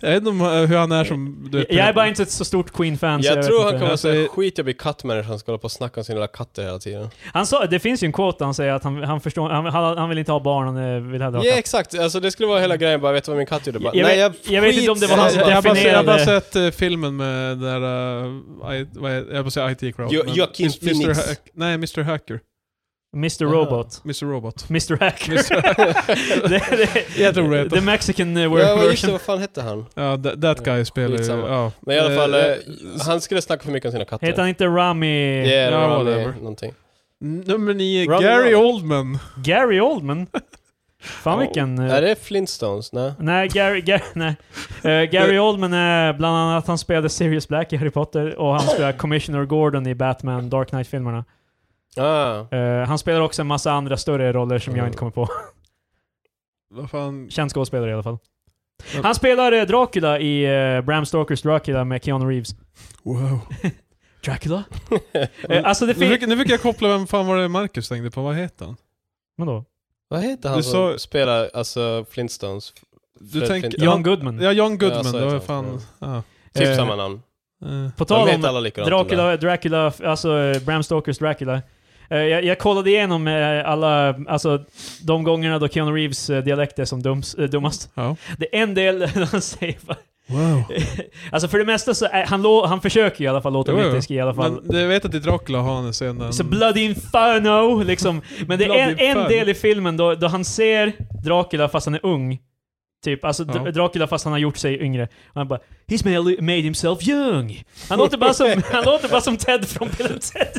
Speaker 2: jag vet inte om, eh, hur han är som... Du vet,
Speaker 1: jag är bara inte ett så stort Queen-fan. så
Speaker 3: Jag,
Speaker 1: vet
Speaker 3: tror han
Speaker 1: inte.
Speaker 3: kommer att säga
Speaker 2: Alltså,
Speaker 3: skitjobbig kattmänniska som ska hålla på och snacka om sina lilla katter hela tiden.
Speaker 1: Han sa, det finns ju en quote där han säger att han, han förstår, han, han, han vill inte ha barn, han eh, vill hellre
Speaker 3: Ja
Speaker 1: ha katt.
Speaker 3: exakt, alltså det skulle vara hela grejen bara, vet du vad min katt gjorde? Bara,
Speaker 1: Jag- jag
Speaker 3: Nej jag
Speaker 1: vet- jag vet inte om det var han som
Speaker 2: jag, har bara, sett- jag har bara
Speaker 1: definierade-
Speaker 2: sett eh, filmen med där, uh, I, vad är- jag höll på att säga IT Crowd.
Speaker 3: Jo-
Speaker 2: men-
Speaker 3: Joaquin
Speaker 2: Mis- Mr.
Speaker 3: Phoenix.
Speaker 2: Hack- nej, Mr Hacker.
Speaker 1: Mr
Speaker 3: Aha.
Speaker 1: Robot.
Speaker 2: Mr Robot.
Speaker 1: Mr Hacker.
Speaker 2: Mr.
Speaker 1: det, det,
Speaker 2: Jag tror det.
Speaker 1: The Mexican eh,
Speaker 3: Ja, vad- just det,
Speaker 1: version.
Speaker 3: vad fan hette han?
Speaker 2: Ja, that, that guy spelar ju...
Speaker 3: Skitsamma.
Speaker 2: Ja.
Speaker 3: Men i alla fall,
Speaker 2: Eh,
Speaker 3: eh, han skulle snacka för mycket om sina katter.
Speaker 1: Heter han inte Rami...
Speaker 3: Yeah,
Speaker 2: Ja,
Speaker 3: Rami
Speaker 2: whatever.
Speaker 3: någonting.
Speaker 2: Nummer nio,
Speaker 3: Ronnie
Speaker 2: Gary
Speaker 3: Ronnie.
Speaker 2: Oldman.
Speaker 1: Gary Oldman? Fan
Speaker 3: Oh.
Speaker 1: vilken... eh,
Speaker 3: Är det Flintstones? Nej.
Speaker 1: Nej, Gary, Gary, nej. Eh, Gary Oldman är bland annat att han spelade Sirius Black i Harry Potter och han spelar Commissioner Gordon i Batman Dark Knight-filmerna.
Speaker 3: Ah.
Speaker 1: Eh, han spelar också en massa andra större roller som jag inte kommer på.
Speaker 2: Vad fan?
Speaker 1: Känd skådespelare i alla fall. Han spelar eh, Dracula i eh, Bram Stokers Dracula med Keanu Reeves.
Speaker 2: Wow.
Speaker 1: Dracula? Eh, alltså det
Speaker 2: Nu
Speaker 1: finns...
Speaker 2: fick, nu fick jag koppla vem fan var det Marcus tänkte på, vad heter han?
Speaker 1: Vadå?
Speaker 3: Vad heter han
Speaker 2: Du
Speaker 3: som
Speaker 2: sa-
Speaker 3: spelar alltså Flintstones?
Speaker 2: Du
Speaker 3: Fred
Speaker 2: tänker...
Speaker 3: Flintstone.
Speaker 1: John Goodman.
Speaker 2: Ja, John
Speaker 3: Ja,
Speaker 2: Goodman.
Speaker 3: så
Speaker 2: det var
Speaker 3: heter han,
Speaker 2: fan... Ja.
Speaker 3: Typ
Speaker 1: Eh,
Speaker 3: samma namn.
Speaker 2: Eh,
Speaker 1: På
Speaker 3: De
Speaker 1: tal om...
Speaker 3: heter alla likadant. de där.
Speaker 1: Dracula, Dracula, f- alltså eh, Bram Stokers Dracula. Eh, Jag, jag kollade igenom eh, alla, alltså de gångerna då Keanu Reeves eh, dialekt är som dums, eh, dummast.
Speaker 2: Ja. Eh,
Speaker 1: Det är en del han säger bara-
Speaker 2: Wow.
Speaker 1: Alltså för det mesta så, är, han, lå- han försöker i alla fall låta
Speaker 2: Jo, jo.
Speaker 1: brittisk i alla fall.
Speaker 2: Men du vet att i Dracula har han en scen där...
Speaker 1: Så
Speaker 2: han-
Speaker 1: Bloody Inferno, liksom. Men det är en,
Speaker 2: Bloody Inferno.
Speaker 1: en del i filmen då, då han ser Dracula fast han är ung. Typ, alltså Dr-
Speaker 2: Ja.
Speaker 1: Dracula fast han har gjort sig yngre. Och han bara “He's made, made himself young”. Han låter bara som, han låter bara som Ted från Bill and Ted.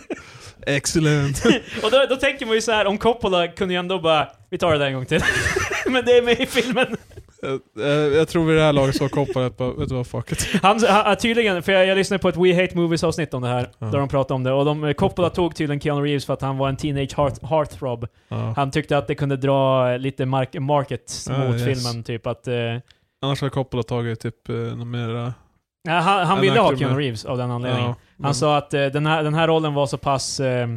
Speaker 2: Excellent.
Speaker 1: Och då, då tänker man ju så här om Coppola kunde ju ändå bara, vi tar det där en gång till. Men det är med i filmen.
Speaker 2: Eh, eh, jag tror vid det här laget så har kopparet bara, vet du vad, fuck it.
Speaker 1: Han, ha, tydligen, för jag, jag lyssnade på ett We Hate Movies avsnitt om det här,
Speaker 2: Ja.
Speaker 1: där de pratade om det. Och de, Coppola tog tydligen Keanu Reeves för att han var en teenage heart, heartthrob.
Speaker 2: Ja.
Speaker 1: Han tyckte att det kunde dra eh, lite mark, market
Speaker 2: Ah,
Speaker 1: mot
Speaker 2: yes.
Speaker 1: filmen, typ att... Eh,
Speaker 2: Annars har Coppola tagit typ eh, någon mera...
Speaker 1: ja, han han
Speaker 2: En
Speaker 1: ville ha
Speaker 2: aktor
Speaker 1: Keanu
Speaker 2: med-
Speaker 1: Reeves av den
Speaker 2: Ja, Mm.
Speaker 1: anledningen.
Speaker 2: men-
Speaker 1: Han sa att eh, den, här, den här rollen var så pass... Eh,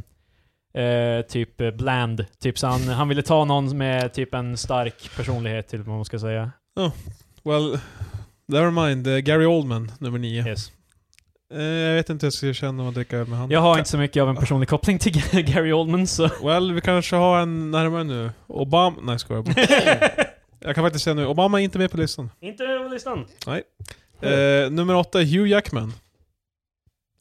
Speaker 1: eh, typ eh, bland. Typ, så han, han ville ta någon med typ en stark personlighet, typ, vad man ska säga.
Speaker 2: Well, never mind. Eh, Gary Oldman, nummer nio.
Speaker 1: Yes.
Speaker 2: Eh, jag vet inte hur jag ska känna om att dricka öl med honom.
Speaker 1: Jag har inte så mycket av en personlig koppling till Gary Oldman så...
Speaker 2: Well, vi kanske har en närmare nu. Obama... Nej, skojar bara. Jag kan faktiskt säga nu, Obama är inte med på listan.
Speaker 1: Inte på listan.
Speaker 2: Eh, nummer åtta, Hugh Jackman.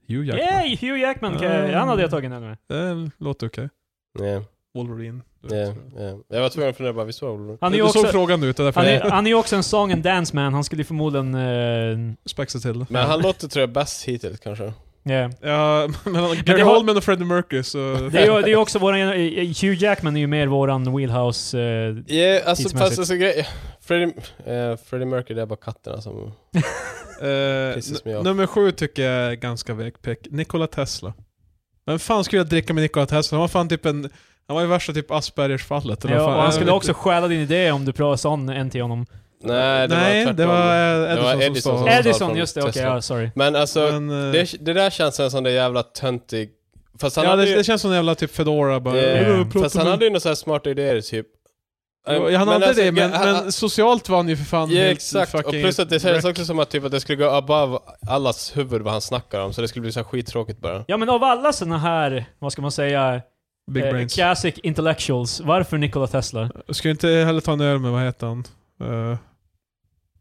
Speaker 2: Hugh Jackman.
Speaker 1: Yay! Hugh Jackman! kan-
Speaker 2: Mm.
Speaker 1: Han hade jag tagit den med.
Speaker 2: Eh, låter okej.
Speaker 3: Yeah,
Speaker 2: Wolverine. Du vet.
Speaker 3: yeah, yeah. Jag var tvungen att fundera bara, visst var det
Speaker 1: Han är
Speaker 2: du
Speaker 1: ju
Speaker 2: du såg
Speaker 1: också,
Speaker 2: frågan ut, det är därför
Speaker 1: han är,
Speaker 2: jag
Speaker 1: han är ju också en song and dance man. Han skulle ju förmodligen... eh,
Speaker 2: spexade till.
Speaker 3: Men han låter tror jag bäst hittills kanske.
Speaker 1: yeah.
Speaker 2: Ja, mellan Gary
Speaker 1: det har-
Speaker 2: Oldman och Freddie Mercury så...
Speaker 1: Det är ju det är ju också våran... eh, Hugh Jackman är ju mer våran wheelhouse... eh,
Speaker 3: Yeah, alltså
Speaker 1: Tidsmässigt.
Speaker 3: fast alltså grej... Freddie, eh, Freddie Mercury, det är bara katterna som...
Speaker 2: Eh,
Speaker 3: Precis som
Speaker 2: n-
Speaker 3: jag.
Speaker 2: nummer sju tycker jag är ganska vägpick. Nikola Tesla. Vem fan skulle jag dricka med Nikola Tesla? Han var fan typ en... Han var ju värsta typ Aspergers-fallet. eller
Speaker 1: ja,
Speaker 2: vad fan.
Speaker 1: och han skulle
Speaker 2: Jag vet
Speaker 1: också stjäla din idé om du pratade sån en till honom.
Speaker 3: Nej, det
Speaker 2: Nej,
Speaker 3: var
Speaker 2: det
Speaker 3: tvärtom.
Speaker 2: var eh,
Speaker 3: Det var
Speaker 2: Edison,
Speaker 3: Edison
Speaker 2: som
Speaker 3: som
Speaker 2: sa
Speaker 3: sa-
Speaker 2: det.
Speaker 1: Edison,
Speaker 3: från
Speaker 1: just det. Okej,
Speaker 3: Tesla.
Speaker 1: ja, sorry.
Speaker 3: Men alltså,
Speaker 2: Men, eh,
Speaker 3: det, det där känns som det jävla töntig... Fast han
Speaker 2: ja,
Speaker 3: hade
Speaker 2: det,
Speaker 3: ju-
Speaker 2: det känns som en jävla typ Fedora bara...
Speaker 3: Eh,
Speaker 2: "Vadå, prata
Speaker 3: Fast han
Speaker 2: med-"
Speaker 3: hade ju alltså, några så här smarta idéer typ.
Speaker 2: Jo, Han hade det, men,
Speaker 3: han-
Speaker 2: men socialt var han ju för fan
Speaker 3: Ja
Speaker 2: helt
Speaker 3: exakt, och
Speaker 2: fucking
Speaker 3: plus att det känns
Speaker 2: wreck.
Speaker 3: också som att, typ, att det skulle gå above allas huvud vad han snackar om, så det skulle bli så här skittråkigt bara.
Speaker 1: Ja men av alla såna här, vad ska man säga,
Speaker 2: Big
Speaker 1: eh,
Speaker 2: brains.
Speaker 1: classic intellectuals, varför Nikola Tesla?
Speaker 2: Jag skulle inte heller ta en öl med, vad heter han? Eh,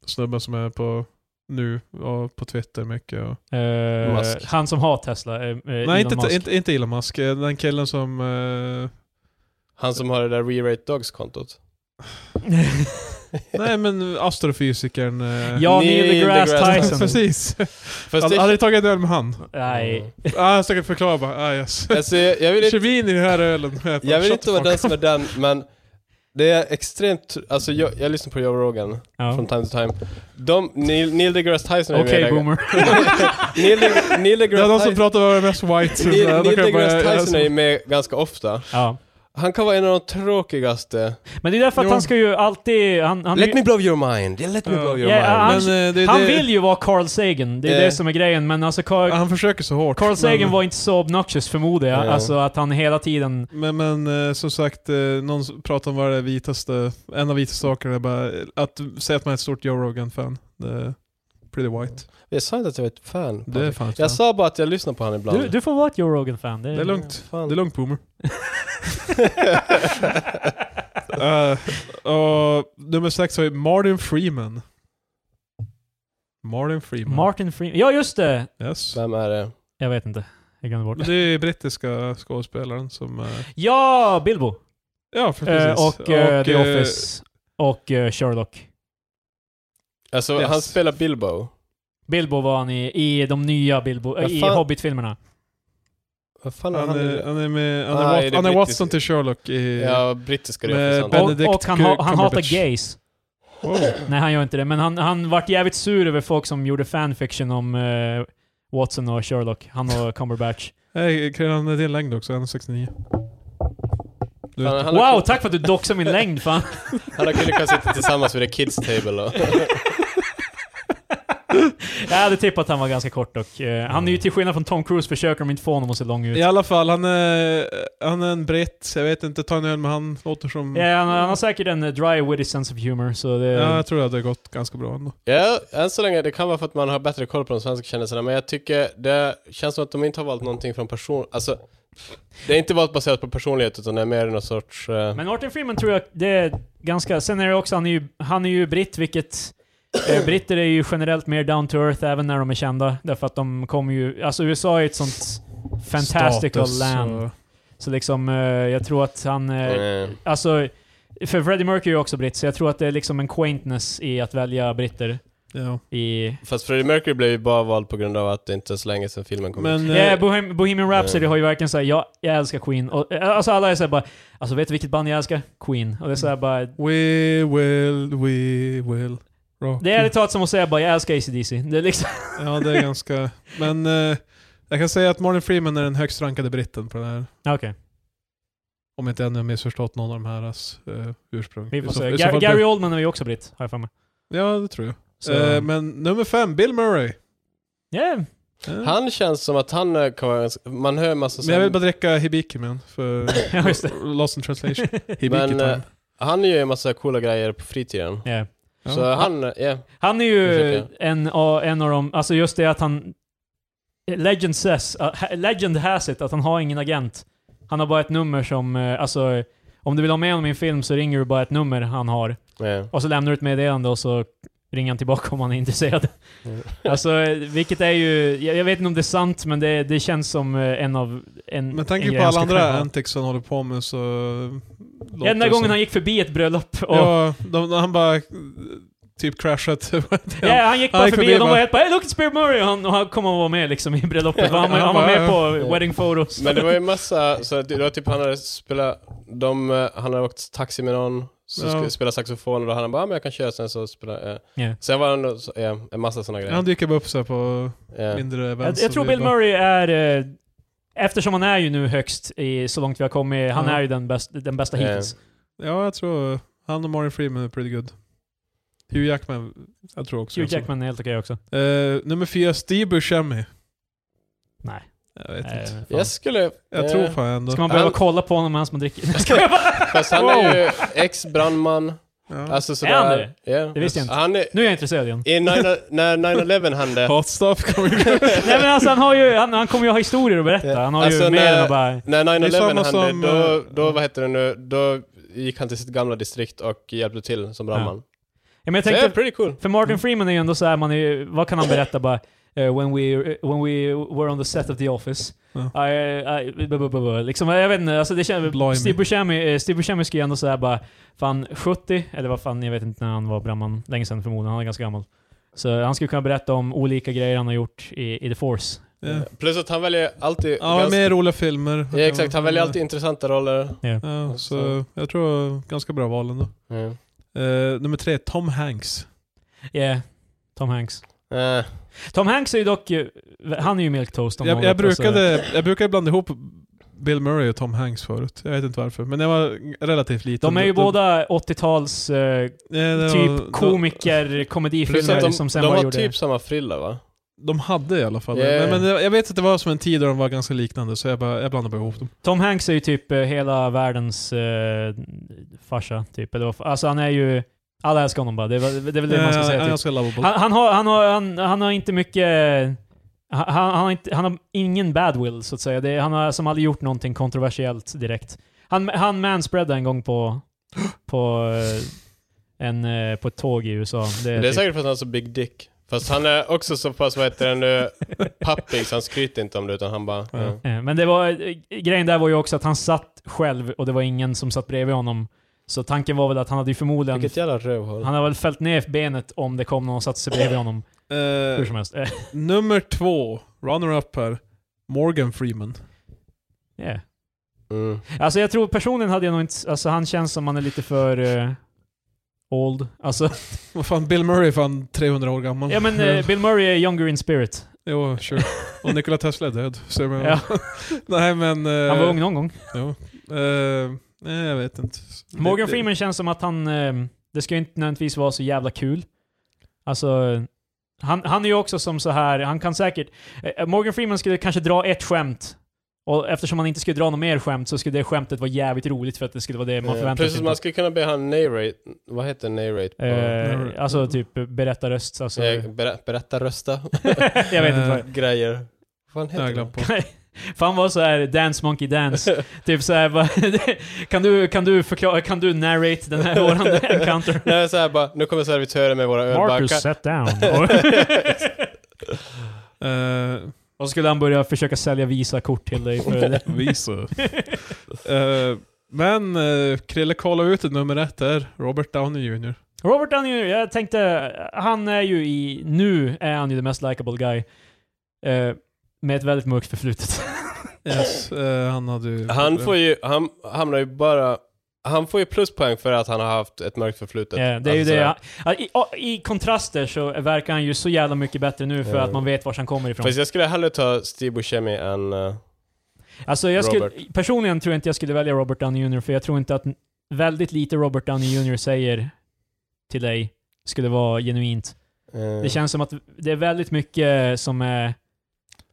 Speaker 2: snubben som är på nu och på Twitter mycket och...
Speaker 1: Eh,
Speaker 3: Musk.
Speaker 1: han som har Tesla, eh, eh, Elon
Speaker 2: Nej, inte,
Speaker 1: Musk.
Speaker 2: inte, inte Elon Musk. Eh, Den killen som... eh,
Speaker 3: Han som har det där Rerate Dogs-kontot.
Speaker 2: nej, men astrofysikern. eh,
Speaker 1: Ja,
Speaker 3: Neil
Speaker 1: Neil deGrasse
Speaker 3: deGrasse
Speaker 1: Tyson.
Speaker 2: Precis.
Speaker 3: Fast
Speaker 2: Hade
Speaker 3: det,
Speaker 2: aldrig tagit en öl med han.
Speaker 1: Nej.
Speaker 2: Ah, jag ska förklara bara. Ah, yes.
Speaker 3: alltså, jag jag vill inte,
Speaker 2: Kemin i den här ölen. Jag, bara,
Speaker 3: jag vill
Speaker 2: shut
Speaker 3: inte
Speaker 2: the
Speaker 3: vara
Speaker 2: fuck
Speaker 3: den
Speaker 2: up.
Speaker 3: som är den, men det är extremt, tr- alltså jag, jag lyssnar på Joe Rogan från
Speaker 1: Ja.
Speaker 3: time to time. De, Neil, Neil deGrasse Tyson är
Speaker 1: Okej
Speaker 3: med i det.
Speaker 1: boomer.
Speaker 3: Neil, de, Neil
Speaker 2: Det är
Speaker 3: deGrasse
Speaker 2: de som
Speaker 3: Tyson.
Speaker 2: pratar om vem som är mest white.
Speaker 3: Neil,
Speaker 2: Då kan
Speaker 3: Neil
Speaker 2: jag bara-
Speaker 3: deGrasse
Speaker 2: jag-
Speaker 3: Tyson är ju med ganska ofta.
Speaker 1: ja.
Speaker 3: Han kan vara en av de tråkigaste.
Speaker 1: Men det är därför att
Speaker 2: Jo.
Speaker 1: han ska ju alltid... Han, han,
Speaker 3: Let me blow your mind. Yeah, let me
Speaker 2: Ja.
Speaker 3: blow your
Speaker 1: Ja,
Speaker 3: mind.
Speaker 1: han-
Speaker 2: Men, eh, det,
Speaker 1: han
Speaker 2: det,
Speaker 1: vill ju vara Carl Sagan, det är
Speaker 3: Eh.
Speaker 1: det som är grejen. Men alltså Carl,
Speaker 2: Han försöker så hårt.
Speaker 1: Carl Sagan
Speaker 2: men,
Speaker 1: var inte så obnoxious förmodar jag.
Speaker 3: Ja.
Speaker 1: Alltså att han hela tiden...
Speaker 2: Men, men eh, som sagt, eh, någon s- pratade om vad det vitaste, en av de vitaste sakerna är bara eh, att säga att man är ett stort Joe Rogan-fan. Det är pretty white.
Speaker 3: Jag sa inte att jag var ett fan.
Speaker 2: Det är fan
Speaker 3: jag sa bara att jag lyssnar på honom ibland.
Speaker 1: Du, du får vara ett Joe Rogan-fan. Det,
Speaker 2: Det är lugnt.
Speaker 3: Fan.
Speaker 2: Det är lugnt boomer. Eh, och nummer sex har vi Martin Freeman. Martin Freeman.
Speaker 1: Martin Freeman. Ja, just det!
Speaker 2: yes.
Speaker 3: Vem är det?
Speaker 1: Jag vet inte. Jag glömde bort.
Speaker 2: Det är brittiska skådespelaren som... eh,
Speaker 1: Ja, Bilbo!
Speaker 2: ja, för
Speaker 1: Eh,
Speaker 2: precis.
Speaker 1: och eh, The
Speaker 2: eh,
Speaker 1: Office. Och eh, Sherlock.
Speaker 3: Alltså,
Speaker 2: Yes.
Speaker 3: han spelar Bilbo.
Speaker 1: Bilbo var han i, i de nya Bilbo,
Speaker 3: Ja,
Speaker 1: i
Speaker 3: fan.
Speaker 1: Hobbit-filmerna.
Speaker 3: Vad fan har
Speaker 2: Han
Speaker 3: han?
Speaker 2: är,
Speaker 3: i-
Speaker 2: han är med... Han
Speaker 3: Ah,
Speaker 2: är,
Speaker 3: är
Speaker 2: Wat-
Speaker 3: det
Speaker 2: han är
Speaker 3: brittisk-
Speaker 2: Watson till Sherlock i...
Speaker 3: Ja, brittiska
Speaker 2: Med
Speaker 3: representanter.
Speaker 2: Benedict
Speaker 1: Och, och han, ha, han hatar
Speaker 2: Cumberbatch.
Speaker 1: gays.
Speaker 2: Wow.
Speaker 1: Nej, han gör inte det. Men han, han vart jävligt sur över folk som gjorde fanfiction om eh, Watson och Sherlock. Han och Cumberbatch.
Speaker 2: Hey, kan han är din längd också? 1,69. Du vet-
Speaker 3: Han, han,
Speaker 1: wow,
Speaker 3: och,
Speaker 1: tack för att du doxar min längd fan!
Speaker 3: han och killen kan sitta tillsammans vid the kids table. Och,
Speaker 1: Jag hade tippat att han var ganska kort och eh, Han är ju till skillnad från Tom Cruise försöker de inte få honom att se lång ut.
Speaker 2: I alla fall, han är, han är en britt. Jag vet inte, ta en öl med han. Låter som...
Speaker 1: Ja, han, han har säkert en eh, dry witty sense of humor, så det...
Speaker 2: Ja, jag tror det hade gått ganska bra ändå.
Speaker 3: ja, än så länge, det kan vara för att man har bättre koll på de svenska kändisarna, men jag tycker det känns som att de inte har valt någonting från person... Alltså, det är inte valt baserat på personlighet, utan det är mer någon sorts... eh,
Speaker 1: Men Martin Freeman tror jag, det är ganska... Sen är det också, han är ju, han är ju britt, vilket... Eh, britter är ju generellt mer down to earth även när de är kända. Därför att de kommer ju... Alltså USA är ett sånt fantastical
Speaker 2: status
Speaker 1: land.
Speaker 2: och-
Speaker 1: Så liksom, eh, jag tror att han... Eh,
Speaker 3: eh,
Speaker 1: Alltså, för Freddie Mercury är också britt, så jag tror att det är liksom en quaintness i att välja britter
Speaker 2: Ja.
Speaker 1: i...
Speaker 3: Fast Freddie Mercury blev ju bara vald på grund av att det inte är så länge sedan filmen kom ut.
Speaker 2: Men...
Speaker 1: Ja,
Speaker 2: eh,
Speaker 1: Bohem Bohemian Rhapsody har ju verkligen såhär, jag, jag älskar Queen. Och, eh, alltså alla är såhär bara, alltså vet du vilket band jag älskar? Queen. Och det är såhär bara,
Speaker 2: We will, we will rock
Speaker 1: det är
Speaker 2: you.
Speaker 1: ärligt talat som att säga bara, jag älskar ACDC. Det är liksom,
Speaker 2: Ja, det är ganska... Men eh, jag kan säga att Martin Freeman är den högst rankade britten på den här.
Speaker 1: okej.
Speaker 2: Om inte jag nu har missförstått någon av de här eh, ursprung.
Speaker 1: Vi får
Speaker 2: I så-
Speaker 1: se.
Speaker 2: i så
Speaker 1: Gar
Speaker 2: fall-
Speaker 1: Gary Oldman är ju också britt, har jag för mig.
Speaker 2: Ja, det tror jag.
Speaker 1: Så,
Speaker 2: Eh, men nummer fem, Bill Murray.
Speaker 1: yeah.
Speaker 2: Eh,
Speaker 3: Han känns som att han eh, kan vara ganska- Man hör en massa...
Speaker 2: men jag vill
Speaker 3: sån-
Speaker 2: bara dricka Hibiki med för
Speaker 1: Ja, just det.
Speaker 2: Lost in translation. Hibiki
Speaker 3: Men,
Speaker 2: time.
Speaker 3: eh, Han gör ju en massa coola grejer på fritiden.
Speaker 1: yeah.
Speaker 2: Ja.
Speaker 3: Så han, ja.
Speaker 1: Han är ju
Speaker 3: Ursäkta.
Speaker 1: en, av- en av de, alltså just det att han... Legend says, uh, ha- legend has it, att han har ingen agent. Han har bara ett nummer som, eh, alltså, om du vill ha med honom i en film så ringer du bara ett nummer han har.
Speaker 3: ja.
Speaker 1: Och så lämnar du ett meddelande och så ringer han tillbaka om han är intresserad.
Speaker 3: Mm.
Speaker 1: Alltså, eh, vilket är ju... Jag, jag vet inte om det är sant, men det, det känns som eh, en av... En,
Speaker 2: Med
Speaker 1: en
Speaker 2: tanke
Speaker 1: grej
Speaker 2: på
Speaker 1: han
Speaker 2: alla
Speaker 1: skulle kunna
Speaker 2: andra
Speaker 1: ha.
Speaker 2: antics han håller på med så...
Speaker 1: Ja, den där gången han gick förbi ett bröllop och... Ja,
Speaker 2: Ja, de, han bara eh, typ crashat.
Speaker 1: han gick bara
Speaker 2: han gick
Speaker 1: förbi
Speaker 2: förbi
Speaker 1: och de
Speaker 2: bara-
Speaker 1: var helt bara hey, look it's Bill Murray! Och han, och han kommer att vara med liksom i bröllopet. Han, var- han var med på wedding photos.
Speaker 3: Men det var ju massa, så att det var typ han hade spelat, de, eh, han hade åkt taxi med någon som
Speaker 2: Ja.
Speaker 3: skulle spela saxofon och då han bara ah, men jag kan köra sen så spela, eh.
Speaker 1: Ja.
Speaker 3: Sen var han då, så, eh, en massa sådana grejer.
Speaker 2: Han dyker bara upp så här på
Speaker 3: Eh.
Speaker 2: mindre
Speaker 1: Jag,
Speaker 2: events.
Speaker 1: jag tror
Speaker 2: och vi
Speaker 1: Bill
Speaker 2: bara-
Speaker 1: Murray är... Eh, eftersom han är ju nu högst i, så långt vi har kommit, han
Speaker 2: Ja.
Speaker 1: är ju den, bäst, den bästa
Speaker 3: Ja.
Speaker 1: hittills.
Speaker 2: Ja, jag tror han och Martin Freeman är pretty good. Hugh Jackman, jag tror också.
Speaker 1: Hugh Jackman är helt okej också.
Speaker 2: Eh, nummer fyra, Steve Buscemi.
Speaker 1: Nej.
Speaker 2: Jag vet
Speaker 1: eh,
Speaker 2: inte.
Speaker 1: fan.
Speaker 3: Jag skulle...
Speaker 2: Jag
Speaker 3: eh,
Speaker 2: tror fan ändå.
Speaker 1: Ska man behöva
Speaker 3: Han-
Speaker 1: kolla på honom medan man dricker? Jag skojar bara.
Speaker 3: Fast han är ju ex-brandman,
Speaker 2: Ja.
Speaker 3: alltså sådär.
Speaker 1: Är han det?
Speaker 3: Ja.
Speaker 1: Det visste jag inte.
Speaker 3: Han är...
Speaker 1: Nu är jag intresserad igen.
Speaker 3: I 9 när 9-11 hände,
Speaker 2: Hot stuff kommer ju.
Speaker 1: Nej men alltså han har ju, han, han kommer ju ha historier att berätta. Han har ju mer
Speaker 3: Alltså, när-
Speaker 1: än att bara...
Speaker 3: när 9-11
Speaker 2: samma
Speaker 3: hände,
Speaker 2: som,
Speaker 3: då,
Speaker 2: eh,
Speaker 3: då, vad heter det nu, då gick han till sitt gamla distrikt och hjälpte till som brandman.
Speaker 1: Ja, men jag
Speaker 3: Så det är
Speaker 1: tänkte,
Speaker 3: pretty cool.
Speaker 1: för Martin Freeman är ju ändå såhär, man är ju, vad kan han berätta bara? eh, when, we, eh, when we were on the set of the office.
Speaker 2: Ja.
Speaker 1: I, I, I, bu- bu- bu- bu- liksom, jag vet inte, alltså det
Speaker 2: Blimey.
Speaker 1: känns... Steve Buscemi, eh, Steve Buscemi skulle ju ändå säga bara, fan 70, eller vad fan, jag vet inte när han var brandman, länge sedan förmodligen, han är ganska gammal. Så han skulle kunna berätta om olika grejer han har gjort i, i The Force.
Speaker 2: Ja.
Speaker 3: Plus att han väljer alltid...
Speaker 2: Ja,
Speaker 3: ganska-
Speaker 2: mer roliga filmer.
Speaker 3: Ja, exakt. Han väljer alltid Alltså- intressanta roller.
Speaker 2: Ja, så jag tror ganska bra val ändå. Eh, nummer tre, Tom Hanks.
Speaker 1: Yeah, Tom Hanks.
Speaker 3: Eh,
Speaker 1: Tom Hanks är ju dock, eh, han är ju milquetoast om
Speaker 2: Jag,
Speaker 1: något,
Speaker 2: jag,
Speaker 1: alltså.
Speaker 2: brukade, jag brukade blanda ihop Bill Murray och Tom Hanks förut. Jag vet inte varför, men det var relativt liten.
Speaker 1: De är ju
Speaker 2: Det-
Speaker 1: båda 80-tals eh,
Speaker 2: det- eh, det var-
Speaker 1: typ
Speaker 2: de-
Speaker 1: komiker,
Speaker 2: Plus att
Speaker 1: komedifilmer
Speaker 3: de,
Speaker 1: som liksom, sen
Speaker 3: de
Speaker 1: bara
Speaker 3: har
Speaker 1: gjorde...
Speaker 3: typ samma frilla va?
Speaker 2: De hade i alla fall
Speaker 3: Yeah.
Speaker 2: men, men det- jag vet att det var som en tid då de var ganska liknande, så jag, bara, jag blandade bara ihop dem.
Speaker 1: Tom Hanks är ju typ eh, hela världens eh, farsa, typ. Eller, vad- alltså han är ju... Alla älskar honom bara. Det är, väl- det är väl det man ska
Speaker 2: Eh,
Speaker 1: säga.
Speaker 2: jag
Speaker 1: Typ.
Speaker 2: ska lovable.
Speaker 1: Han, han, har, han, har, han, han har inte mycket... Han, han, har inte, han har ingen bad will, så att säga. Det, är- han har som aldrig gjort någonting kontroversiellt direkt. Han, han manspreadade en gång på... på eh, en, eh, på ett tåg i USA. Det är
Speaker 3: Det är
Speaker 1: typ-
Speaker 3: säkert för att han är så big dick. Fast han är också så pass, vad heter det nu, pappig så han skryter inte om det utan han bara...
Speaker 2: Ja.
Speaker 3: Ja.
Speaker 1: Eh, Men det var, eh, grejen där var ju också att han satt själv och det var ingen som satt bredvid honom. Så tanken var väl att han hade ju förmodligen...
Speaker 3: Vilket jävla rövhål.
Speaker 1: Han hade väl fällt ner benet om det kom någon och satte sig bredvid honom. Hur
Speaker 2: Eh,
Speaker 1: som helst. Eh,
Speaker 2: nummer två, runner-up här. Morgan Freeman.
Speaker 1: yeah.
Speaker 3: Mm.
Speaker 1: Alltså jag tror personligen hade jag nog inte... Alltså han känns som han är lite för... eh, old. Alltså,
Speaker 2: Vad fan, Bill Murray är fan 300 år gammal.
Speaker 1: ja men eh, Bill Murray är younger in spirit.
Speaker 2: Jo, sure. Och Nikola Tesla är död. Så jag menar-
Speaker 1: Ja,
Speaker 2: Nej men... eh,
Speaker 1: han var ung någon gång.
Speaker 2: Jo. Eh, nej, jag vet inte.
Speaker 1: Morgan
Speaker 2: Det-
Speaker 1: Freeman känns som att han... ehm, det ska ju inte nödvändigtvis vara så jävla kul. Alltså... Han, han är ju också som så här, han kan säkert... eh, Morgan Freeman skulle kanske dra ett skämt. Och eftersom han inte skulle dra något mer skämt så skulle det skämtet vara jävligt roligt för att det skulle vara det man
Speaker 3: Eh,
Speaker 1: förväntar sig. typ.
Speaker 3: Precis, man skulle kunna be han narrate, vad heter narrate? På?
Speaker 1: Eh, alltså typ berättarröst. Alltså.
Speaker 3: Eh, berä- berätta, rösta,
Speaker 1: jag vet inte vad
Speaker 3: grejer. Vad fan
Speaker 2: Jag har
Speaker 3: heter det?
Speaker 2: glömt på.
Speaker 1: Fan var så här Dance Monkey Dance. typ så här, bara, kan, du, kan, du förklara, kan du narrate den här våran encounter?
Speaker 3: Nej, så här bara, nu kommer servitören med våra ölbackar.
Speaker 1: set down.
Speaker 2: Eh,
Speaker 1: och så skulle han börja försöka sälja Visa-kort till dig. För det.
Speaker 2: Visa. Eh, men eh, Krille kollade ut ett nummer ett där. Robert Downey Jr.
Speaker 1: Robert Downey Jr. Jag tänkte, han är ju i... Nu är han ju the mest likable guy. Eh, med ett väldigt mörkt förflutet.
Speaker 2: Yes, eh, han hade ju...
Speaker 3: Han får ju, han hamnar ju bara, han får ju pluspoäng för att han har haft ett mörkt förflutet.
Speaker 1: Ja, Eh, det är ju
Speaker 3: Alltså,
Speaker 1: det.
Speaker 3: sådär.
Speaker 1: Han, i, I kontraster så verkar han ju så jävla mycket bättre nu för
Speaker 3: Ja.
Speaker 1: att man vet var han kommer ifrån.
Speaker 3: Fast jag skulle hellre ta Steve Buscemi än... eh,
Speaker 1: Alltså jag skulle,
Speaker 3: Robert.
Speaker 1: personligen tror jag inte jag skulle välja Robert Downey Jr. för jag tror inte att n- väldigt lite Robert Downey Jr. säger till dig skulle vara genuint.
Speaker 3: eh,
Speaker 1: Det känns som att det är väldigt mycket som är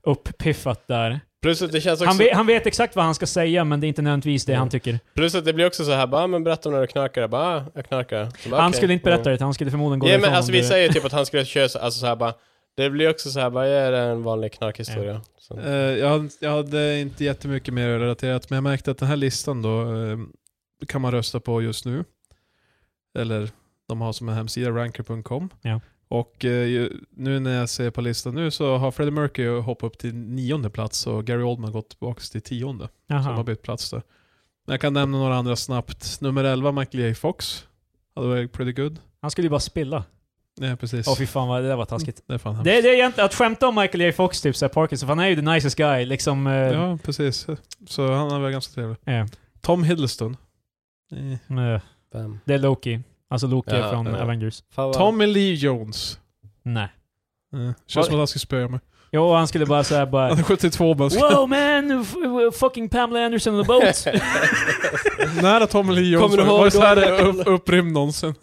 Speaker 1: uppiffat där.
Speaker 3: plus, att det känns också,
Speaker 1: Han vet, han vet exakt vad han ska säga men det är inte nödvändigtvis det
Speaker 3: Mm.
Speaker 1: han tycker.
Speaker 3: plus att det blir också så här, bara, ah, men berätta om när du knarkar. Bara, ah, jag knarkar. Så bara,
Speaker 1: Han
Speaker 3: okej.
Speaker 1: skulle inte berätta
Speaker 3: Ja.
Speaker 1: det, han skulle förmodligen gå
Speaker 3: Ja,
Speaker 1: därifrån
Speaker 3: men alltså
Speaker 1: om
Speaker 3: vi
Speaker 1: du-
Speaker 3: säger typ att han skulle köra så, alltså så här bara, det blir också så här bara, ja, det är en vanlig knarkhistoria. Så.
Speaker 2: Eh, jag, hade- jag hade inte jättemycket mer relaterat, men jag märkte att den här listan då eh, kan man rösta på just nu. Eller de har som en hemsida, ranker.com.
Speaker 1: Ja.
Speaker 2: Och eh, ju- nu när jag ser på listan nu så har Freddie Mercury hoppat upp till nionde plats och Gary Oldman gått tillbaka till tionde. Så de har
Speaker 1: Jaha.
Speaker 2: bytt plats där. Men jag kan nämna några andra snabbt. Nummer 11, Michael J. Fox. Hade varit pretty good.
Speaker 1: Han skulle ju bara spilla.
Speaker 2: Nej, precis. Mm.
Speaker 1: Åh fy fan vad det där var taskigt.
Speaker 2: det är fan hemskt.
Speaker 1: Det, det är egentligen, att skämta om Michael J. Fox typ såhär Parkinson, för han är ju the nicest guy liksom. eh,
Speaker 2: Ja, precis. Så han var ganska trevlig.
Speaker 1: Ja.
Speaker 2: Tom Hiddleston. Eh.
Speaker 1: eh,
Speaker 3: Vem?
Speaker 1: Det är Loki. Alltså Loki
Speaker 3: Ja,
Speaker 1: från
Speaker 3: ja.
Speaker 1: Avengers.
Speaker 3: Fan, vad-
Speaker 2: Tommy Lee Jones.
Speaker 1: Nej.
Speaker 2: Eh,
Speaker 1: Vad-
Speaker 2: Känns som att han ska spöa mig.
Speaker 1: Jo, han skulle bara säga
Speaker 2: Han
Speaker 1: bara...
Speaker 2: är 72 bara.
Speaker 1: Wow man! F- f- fucking Pamela Anderson on the boat!
Speaker 3: Eh.
Speaker 2: Nära Tommy Lee Jones.
Speaker 3: Kommer du ihåg
Speaker 2: Var det så här eh,
Speaker 3: då?
Speaker 2: upp, upprymd någonsin?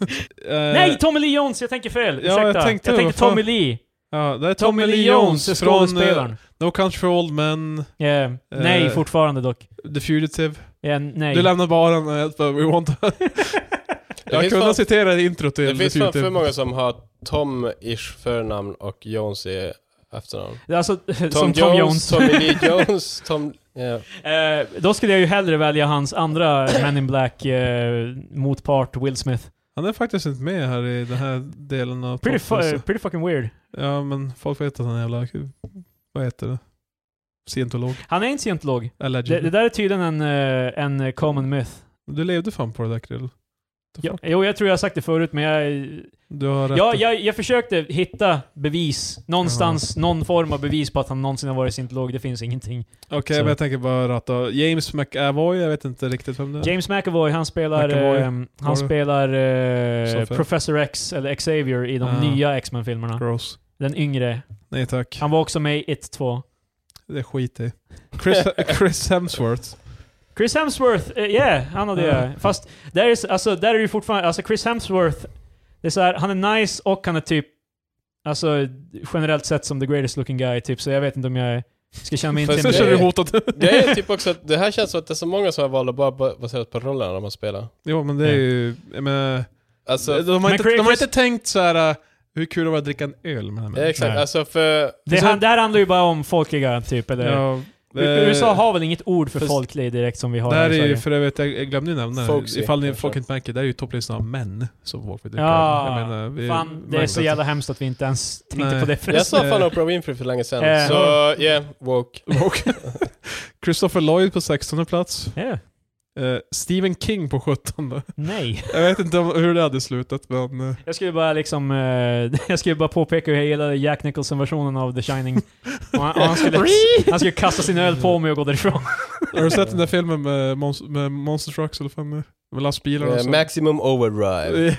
Speaker 2: Eh,
Speaker 1: Nej, Tommy Lee Jones! Jag tänker fel!
Speaker 2: Ja,
Speaker 1: Ursäkta.
Speaker 2: jag tänkte- vad fan.
Speaker 1: Tommy Lee.
Speaker 2: Ja, det är
Speaker 1: Tommy Lee Jones,
Speaker 2: från eh,
Speaker 1: skådespelaren.
Speaker 2: No Country for Old Men,
Speaker 1: Eh, nej,
Speaker 2: eh,
Speaker 1: fortfarande dock.
Speaker 2: The Fugitive.
Speaker 1: Eh, nej.
Speaker 2: Du lämnar baren och jag bara, we want... jag
Speaker 3: finns
Speaker 2: kunde
Speaker 3: fan-
Speaker 2: citera intro till
Speaker 3: Det
Speaker 2: The
Speaker 3: finns fan
Speaker 2: Fugitive.
Speaker 3: för många som har Tom-ish förnamn och Jones i efternamn.
Speaker 1: Alltså,
Speaker 3: Tom
Speaker 1: som Tom Jones.
Speaker 3: Tommy Lee Jones, Tom... ja.
Speaker 1: Eh, då skulle jag ju hellre välja hans andra Men in Black eh, motpart, Will Smith.
Speaker 2: Han är faktiskt inte med här i den här delen av
Speaker 1: Pretty, fu-
Speaker 2: podcasten.
Speaker 1: pretty fucking weird.
Speaker 2: Ja, men folk vet att han är jävla... Vad heter det? Scientolog.
Speaker 1: Han är inte scientolog.
Speaker 2: Allegedly.
Speaker 1: Det, det där är tydligen en, eh, en common myth.
Speaker 2: Du levde fan på det där Krill. The
Speaker 1: Jo,
Speaker 2: fuck?
Speaker 1: jo, jag tror jag har sagt det förut, men jag
Speaker 2: Du har rätt.
Speaker 1: Ja, jag, jag försökte hitta bevis. Någonstans, någon form av bevis på att han någonsin har varit scientolog. Det finns ingenting.
Speaker 2: Okej,
Speaker 1: så.
Speaker 2: men jag tänker bara ratta. James McAvoy, jag vet inte riktigt vem det är.
Speaker 1: James McAvoy, han spelar,
Speaker 2: McAvoy.
Speaker 1: ehm,
Speaker 2: Var
Speaker 1: han
Speaker 2: det?
Speaker 1: spelar eh,
Speaker 2: Så fel.
Speaker 1: Professor X, eller Xavier, i de
Speaker 2: Ah.
Speaker 1: nya X-Men-filmerna.
Speaker 2: Gross.
Speaker 1: Den yngre.
Speaker 2: Nej tack.
Speaker 1: Han var också med i It 2.
Speaker 2: Det skiter jag i. Chris, Chris Hemsworth.
Speaker 1: Chris Hemsworth, eh, yeah, han hade
Speaker 2: Ja.
Speaker 1: det. Fast där är, alltså, där är ju fortfarande, alltså Chris Hemsworth, det är så här, han är nice och han är typ, alltså generellt sett som the greatest looking guy typ, så jag vet inte om jag ska känna mig
Speaker 3: Fast
Speaker 2: Sen
Speaker 3: det-
Speaker 2: känner
Speaker 1: intimiderad.
Speaker 2: du hotat.
Speaker 3: Det är typ också att det här känns som att det är så många som har valt att bara ba- baserat på rollerna de har spelat.
Speaker 2: jo men det är ju... Jag menar,
Speaker 3: Alltså,
Speaker 2: de, har
Speaker 1: Men
Speaker 2: inte,
Speaker 1: Chris-
Speaker 2: de har inte tänkt så här. äh, hur kul det var att dricka en öl med den här
Speaker 3: ja, exakt.
Speaker 1: Nej.
Speaker 3: Alltså för...
Speaker 1: Det, han, där handlar ju bara om folkliga typ, eller?
Speaker 2: Ja,
Speaker 1: U-
Speaker 2: det-
Speaker 1: USA har väl inget ord för
Speaker 2: fast-
Speaker 1: folklig direkt som vi har
Speaker 2: Det här
Speaker 1: här i
Speaker 2: är ju
Speaker 1: Sverige?
Speaker 2: för övrigt, jag jag glömde ju nämna det.
Speaker 3: Folksy,
Speaker 2: Ifall ni,
Speaker 3: kanske.
Speaker 2: folk inte märker, det här är ju topplistan av män som walk with
Speaker 1: Ja,
Speaker 2: Jag menar, vi
Speaker 1: Fan, det är
Speaker 2: märker
Speaker 1: så
Speaker 2: att-
Speaker 1: jävla hemskt att vi inte ens tänkte
Speaker 2: Nej.
Speaker 1: på det
Speaker 3: Jag
Speaker 1: förresten.
Speaker 3: sa fan Oprah Winfrey för länge sedan.
Speaker 1: Eh.
Speaker 3: Så yeah, woke.
Speaker 2: Woke. Christopher Lloyd på 16 plats.
Speaker 1: Ja,
Speaker 2: Eh, Stephen King på 17.
Speaker 1: nej.
Speaker 2: jag vet inte om, hur det hade slutat men... eh,
Speaker 1: Jag skulle bara liksom, eh, jag skulle bara påpeka hur jag gillade Jack Nicholson-versionen av The Shining. Och han, och han, skulle, han skulle kasta sin öl på mig och gå därifrån.
Speaker 2: Har du sett den där filmen med, Monst- med Monster Trucks eller fan med, med lastbilar och
Speaker 3: Eh,
Speaker 2: så?
Speaker 3: maximum overdrive.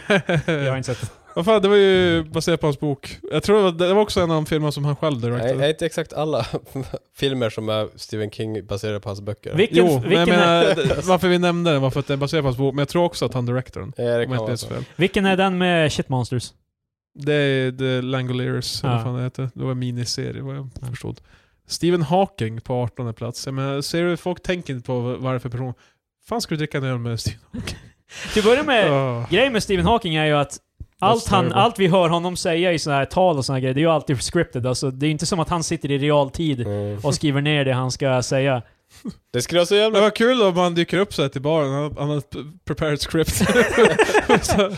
Speaker 1: Jag har inte sett det.
Speaker 2: Vad fan, det var ju baserat på hans bok. Jag tror det var, det var också en av de filmer som han själv
Speaker 3: Nej,
Speaker 2: directade.
Speaker 3: nej, inte exakt alla filmer som är Stephen King baserade på hans böcker.
Speaker 1: Vilken,
Speaker 2: Jo, men jag
Speaker 1: vilken,
Speaker 2: menar, det- varför vi nämnde den var för att den är baserad på hans bok, men jag tror också att han directade den.
Speaker 3: Eh, det
Speaker 2: Om
Speaker 3: kan
Speaker 2: jag inte
Speaker 3: vara
Speaker 2: minns
Speaker 3: så.
Speaker 2: fel.
Speaker 1: vilken är den med Shit Monsters?
Speaker 2: Det är The Langoliers, eller
Speaker 1: Ja.
Speaker 2: vad fan det heter. Det var en miniserie vad jag förstod. Stephen Hawking på 18 plats. Jag menar, ser du, folk tänker inte på varför person... Fan ska du dricka en öl med Stephen
Speaker 1: Till att börja med,
Speaker 2: Ah.
Speaker 1: grejen med Stephen Hawking är ju att allt, han,
Speaker 2: terrible.
Speaker 1: allt vi hör honom säga i såna här tal och såna här grejer, det är ju alltid scripted. Alltså, det är ju inte som att han sitter i realtid
Speaker 3: Mm.
Speaker 1: och skriver ner det han ska säga.
Speaker 3: Det skulle vara så
Speaker 2: Det
Speaker 3: jävla...
Speaker 2: var kul om man dyker upp så här till baren, han, han hade p- prepared script. så,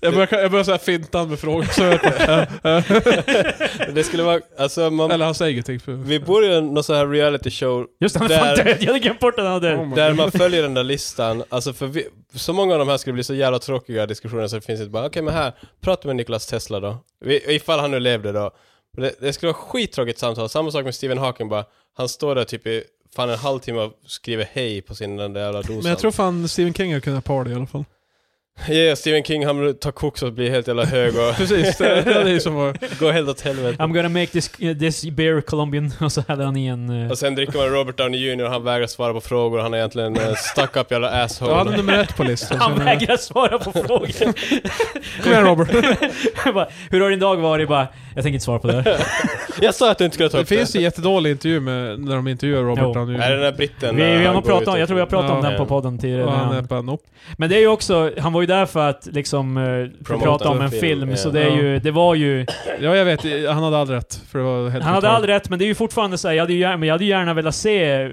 Speaker 2: jag börjar, jag börjar så här finta han med frågor. Så jag bara, eh, eh.
Speaker 3: Det skulle vara... Alltså man...
Speaker 2: Eller han säger ingenting. För,
Speaker 3: Vi borde ju ha någon sån här reality show
Speaker 1: Just det, han är fan
Speaker 3: Där-
Speaker 1: död! Jag hade glömt bort att han var död.
Speaker 2: Oh my
Speaker 3: Där
Speaker 2: God.
Speaker 3: man följer den där listan, alltså för vi, så många av de här skulle bli så jävla tråkiga diskussioner så det finns inte bara, okej men här, prata med Nikolas Tesla då. Vi- Ifall han nu levde då. Men Det, det skulle vara skittråkigt samtal, samma sak med Stephen Hawking bara, han står där typ i fan en halvtimme och skriver hej på sin den där jävla dosan.
Speaker 2: Men jag tror fan Stephen King hade kunnat party i alla fall.
Speaker 3: Yeah, Stephen King han tar koks och blir helt jävla hög och
Speaker 2: Precis, det, det är ju som var...
Speaker 3: går helt åt helvete.
Speaker 1: I'm gonna make this, this beer Colombian. Och så hade han i en... eh,
Speaker 2: Alltså,
Speaker 3: Och sen dricker man Robert Downey Jr och han vägrar svara på frågor, han är egentligen en stuck up jävla asshole.
Speaker 2: Ja, han är nummer ett på listan. så jag
Speaker 1: han
Speaker 2: menar,
Speaker 1: vägrar svara på frågor.
Speaker 2: Kom igen Robert.
Speaker 1: Jag bara, Hur har din dag varit? Bara, jag tänker inte svara på det här.
Speaker 3: Jag sa att du inte skulle ta
Speaker 2: Det
Speaker 3: upp det.
Speaker 2: finns ju en jättedålig intervju med, när de intervjuar
Speaker 1: Jo.
Speaker 2: Robert Downey
Speaker 3: Är det den
Speaker 2: Jr.
Speaker 3: där britten?
Speaker 1: Vi,
Speaker 3: när
Speaker 1: vi har
Speaker 3: han
Speaker 1: nog
Speaker 3: går
Speaker 1: pratat om,
Speaker 3: ut
Speaker 1: jag tror vi har pratat om
Speaker 3: Ja.
Speaker 1: den på podden tidigare.
Speaker 2: Och han är
Speaker 1: han,
Speaker 2: bara nope.
Speaker 1: men det är ju också, han var ju där för att liksom eh, för att
Speaker 3: Promota
Speaker 1: prata om en
Speaker 3: en
Speaker 1: film,
Speaker 3: film,
Speaker 1: så
Speaker 3: ja.
Speaker 1: det, är ju, det var ju...
Speaker 2: Ja jag vet, han hade all rätt. För det var helt
Speaker 1: Han hade
Speaker 2: brutalt.
Speaker 1: all rätt, men det är ju fortfarande såhär, jag, hade ju gärna- men jag hade ju gärna velat se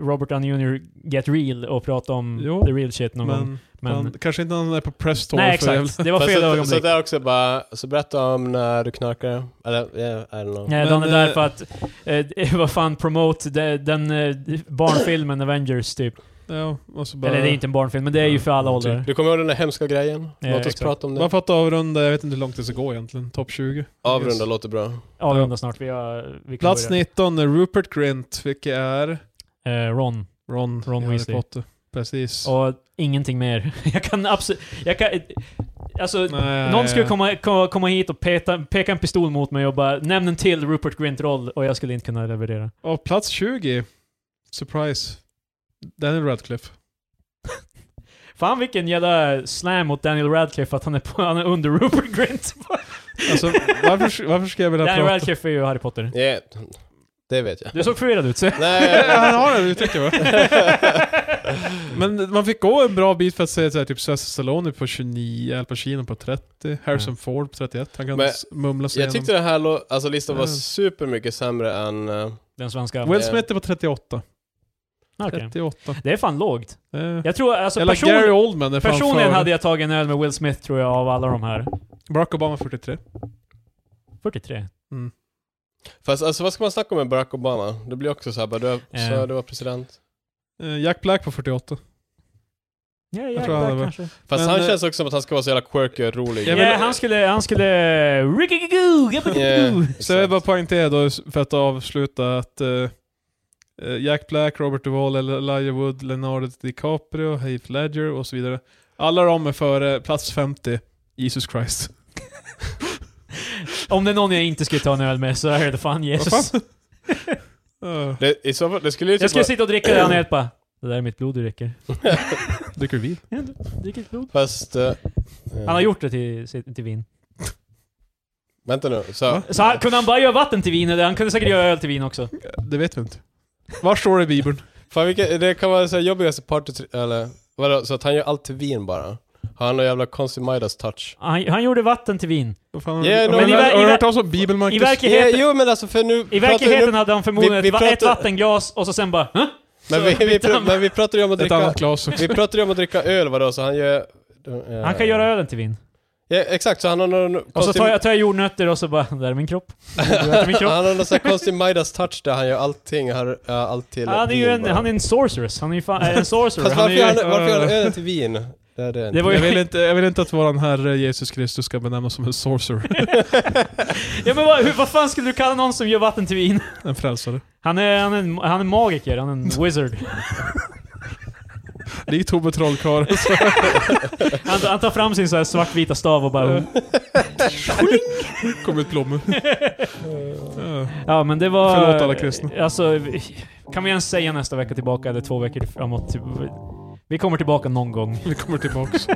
Speaker 1: Robert Downey Jr. get real och prata om
Speaker 2: Jo,
Speaker 1: the real shit någon gång.
Speaker 2: Men,
Speaker 1: Men,
Speaker 2: Han, kanske inte han är på press tour
Speaker 1: nej
Speaker 2: för jävla-
Speaker 1: exakt, det var
Speaker 3: Fast
Speaker 1: fel
Speaker 3: så, så
Speaker 1: ögonblick.
Speaker 3: där också bara, så berätta om när du knarkade. Eller, yeah, I don't know.
Speaker 1: Nej,
Speaker 2: Men,
Speaker 1: de är där
Speaker 2: eh,
Speaker 1: för att, eh, vad fan, promote de, den eh, barnfilmen Avengers typ.
Speaker 2: Ja, och så bara...
Speaker 1: Eller det är inte en barnfilm, men det är ju för alla
Speaker 2: Ja,
Speaker 1: åldrar.
Speaker 3: Du kommer ihåg den där hemska grejen?
Speaker 1: Ja,
Speaker 3: Låt oss
Speaker 1: exakt.
Speaker 3: prata om det.
Speaker 2: Bara för att avrunda, jag vet inte hur långt det ska gå egentligen. Topp 20.
Speaker 3: Avrunda,
Speaker 2: Yes.
Speaker 3: låter bra.
Speaker 1: Avrunda snart, vi har... Vi kan
Speaker 2: Plats
Speaker 1: börja.
Speaker 2: 19, är Rupert Grint, vilket är
Speaker 1: Eh, Ron.
Speaker 2: Ron,
Speaker 1: Ron
Speaker 2: i Harry
Speaker 1: Weasley.
Speaker 2: Potter. Precis.
Speaker 1: Och ingenting mer. Jag kan absolut... Jag kan... Alltså,
Speaker 2: Nej.
Speaker 1: någon skulle komma, ko- komma hit och peta, peka en pistol mot mig och bara nämn en till Rupert Grint-roll och jag skulle inte kunna leverera.
Speaker 2: Och plats 20, surprise. Daniel Radcliffe.
Speaker 1: Fan vilken jävla slam mot Daniel Radcliffe att han är, på, han är under Rupert Grint.
Speaker 2: Alltså, varför, varför ska jag vilja
Speaker 1: Daniel
Speaker 2: prata?
Speaker 1: Radcliffe är ju Harry Potter.
Speaker 3: Yeah. Det vet jag.
Speaker 1: Du såg förvirrad ut. Så.
Speaker 3: Nej,
Speaker 2: Han har det uttrycket va? Men man fick gå en bra bit för att säga så här, typ Sylvester Stallone på 29, Al Pacino på 30, Harrison
Speaker 1: Mm.
Speaker 2: Ford på 31. Han kan
Speaker 3: Men
Speaker 2: s- mumla sig
Speaker 3: jag
Speaker 2: igenom.
Speaker 3: tyckte den här lo- alltså, listan var
Speaker 2: Mm.
Speaker 3: supermycket sämre än... eh,
Speaker 1: Den svenska.
Speaker 2: Will
Speaker 3: Ja.
Speaker 2: Smith är på 38.
Speaker 1: Okej.
Speaker 2: 38.
Speaker 1: Det är fan lågt.
Speaker 2: Eh.
Speaker 1: Jag tror alltså
Speaker 2: Eller Gary
Speaker 1: person,
Speaker 2: Oldman är fan
Speaker 1: personligen
Speaker 2: före.
Speaker 1: hade jag tagit en öl med Will Smith tror jag av alla de här.
Speaker 2: Barack Obama 43.
Speaker 1: 43.
Speaker 3: Fast alltså, vad ska man snacka om med Barack Obama? Det blir också så här, bara, du,
Speaker 1: Eh.
Speaker 3: så, du var president.
Speaker 2: Eh, Jack Black på 48.
Speaker 1: Ja, ja,
Speaker 2: tror han
Speaker 1: där
Speaker 2: hade-
Speaker 1: kanske.
Speaker 3: Fast
Speaker 2: Men,
Speaker 3: han
Speaker 2: eh,
Speaker 3: känns också som att han ska vara så jävla quirky och rolig.
Speaker 2: Jag
Speaker 1: Ja,
Speaker 2: vill-
Speaker 1: han skulle... Han skulle... Rickigoo!
Speaker 3: Yeah,
Speaker 1: Gabbadoo!
Speaker 2: Så jag vill
Speaker 3: exakt.
Speaker 2: bara poängtera då för att avsluta att eh, eh, Jack Black, Robert Duvall, Elijah Wood, Leonardo DiCaprio, Heath Ledger och så vidare. Alla de är före plats 50, Jesus Christ.
Speaker 1: Om det är någon jag inte skulle ta en öl med så är det fan Jesus.
Speaker 2: Vad fan?
Speaker 1: Eh,
Speaker 2: Uh,
Speaker 3: Det, I så fall, det skulle ju
Speaker 1: Jag
Speaker 3: typ
Speaker 1: skulle
Speaker 3: vara...
Speaker 1: sitta och dricka det, han är helt bara Det där är mitt blod du dricker.
Speaker 2: dricker du vin?
Speaker 1: Ja, du dricker ett blod.
Speaker 3: Fast... eh, ja.
Speaker 1: Han har gjort det till, sitt- till vin.
Speaker 3: Vänta nu. Så,
Speaker 2: Va?
Speaker 1: Så han, kunde han bara göra vatten till vin, eller han kunde säkert göra öl till vin också.
Speaker 2: Det vet vi inte. Var står det i Bibeln?
Speaker 3: fan, vilka, det kan vara så här jobbigaste partyt... Eller vadå, så att han gör allt till vin bara? Har han någon jävla konstig Midas touch?
Speaker 1: Han, han gjorde vatten till vin.
Speaker 2: Vad fan, har-
Speaker 3: Ja,
Speaker 2: har
Speaker 3: men
Speaker 2: du-
Speaker 1: i ver-
Speaker 2: har
Speaker 1: i
Speaker 2: du
Speaker 1: ver-
Speaker 2: hört talas om Bibeln, Marcus?
Speaker 1: I verkligheten,
Speaker 3: jo men alltså för nu... pratar vi
Speaker 1: i
Speaker 3: nu-
Speaker 1: verkligheten hade han förmodligen
Speaker 3: vi- vi
Speaker 1: ett va- ett
Speaker 3: pratar-
Speaker 1: vattenglas, och så sen bara "Hä?
Speaker 3: Men vi, vi, pr- men vi pratade ju om att
Speaker 2: Ett annat
Speaker 3: dricka...
Speaker 2: glas också.
Speaker 3: Vi pratade ju om att dricka öl vadå, så han gör... eh,
Speaker 1: Han kan göra ölen till vin.
Speaker 3: Ja, exakt, så han har någon konstig...
Speaker 1: Och så tar jag, tar jag jordnötter och så bara, det där är min kropp. Du äter min kropp.
Speaker 3: Han har någon sån här konstig Midas-touch där han gör allting, han, uh, allt till
Speaker 1: Han är ju
Speaker 3: vin
Speaker 1: en,
Speaker 3: bara.
Speaker 1: han är en sorceress. Han är ju fan, äh, en sorcerer.
Speaker 3: Fast
Speaker 1: Han
Speaker 3: varför gör
Speaker 1: är
Speaker 3: han,
Speaker 1: ju,
Speaker 3: varför gör han ölen till vin? Det är det.
Speaker 1: det var
Speaker 2: Jag vill,
Speaker 1: ju,
Speaker 2: inte, jag vill inte att våran herre Jesus Kristus ska benämnas som en sorcerer.
Speaker 1: ja, men vad, hur, vad fan skulle du kalla någon som gör vatten till vin?
Speaker 2: En frälsare.
Speaker 1: Han är, han är, en- han är en magiker, han är en wizard.
Speaker 2: Likt Tobbe Trollkarl.
Speaker 1: Han, han tar fram sin så här svartvita stav och bara...
Speaker 2: Kom ut blommor. Ja.
Speaker 1: Ja men det var...
Speaker 2: Förlåt alla kristna.
Speaker 1: Alltså, vi- kan vi ens säga nästa vecka tillbaka eller två veckor framåt? Typ, vi- Vi kommer tillbaka någon gång.
Speaker 2: Vi kommer tillbaks.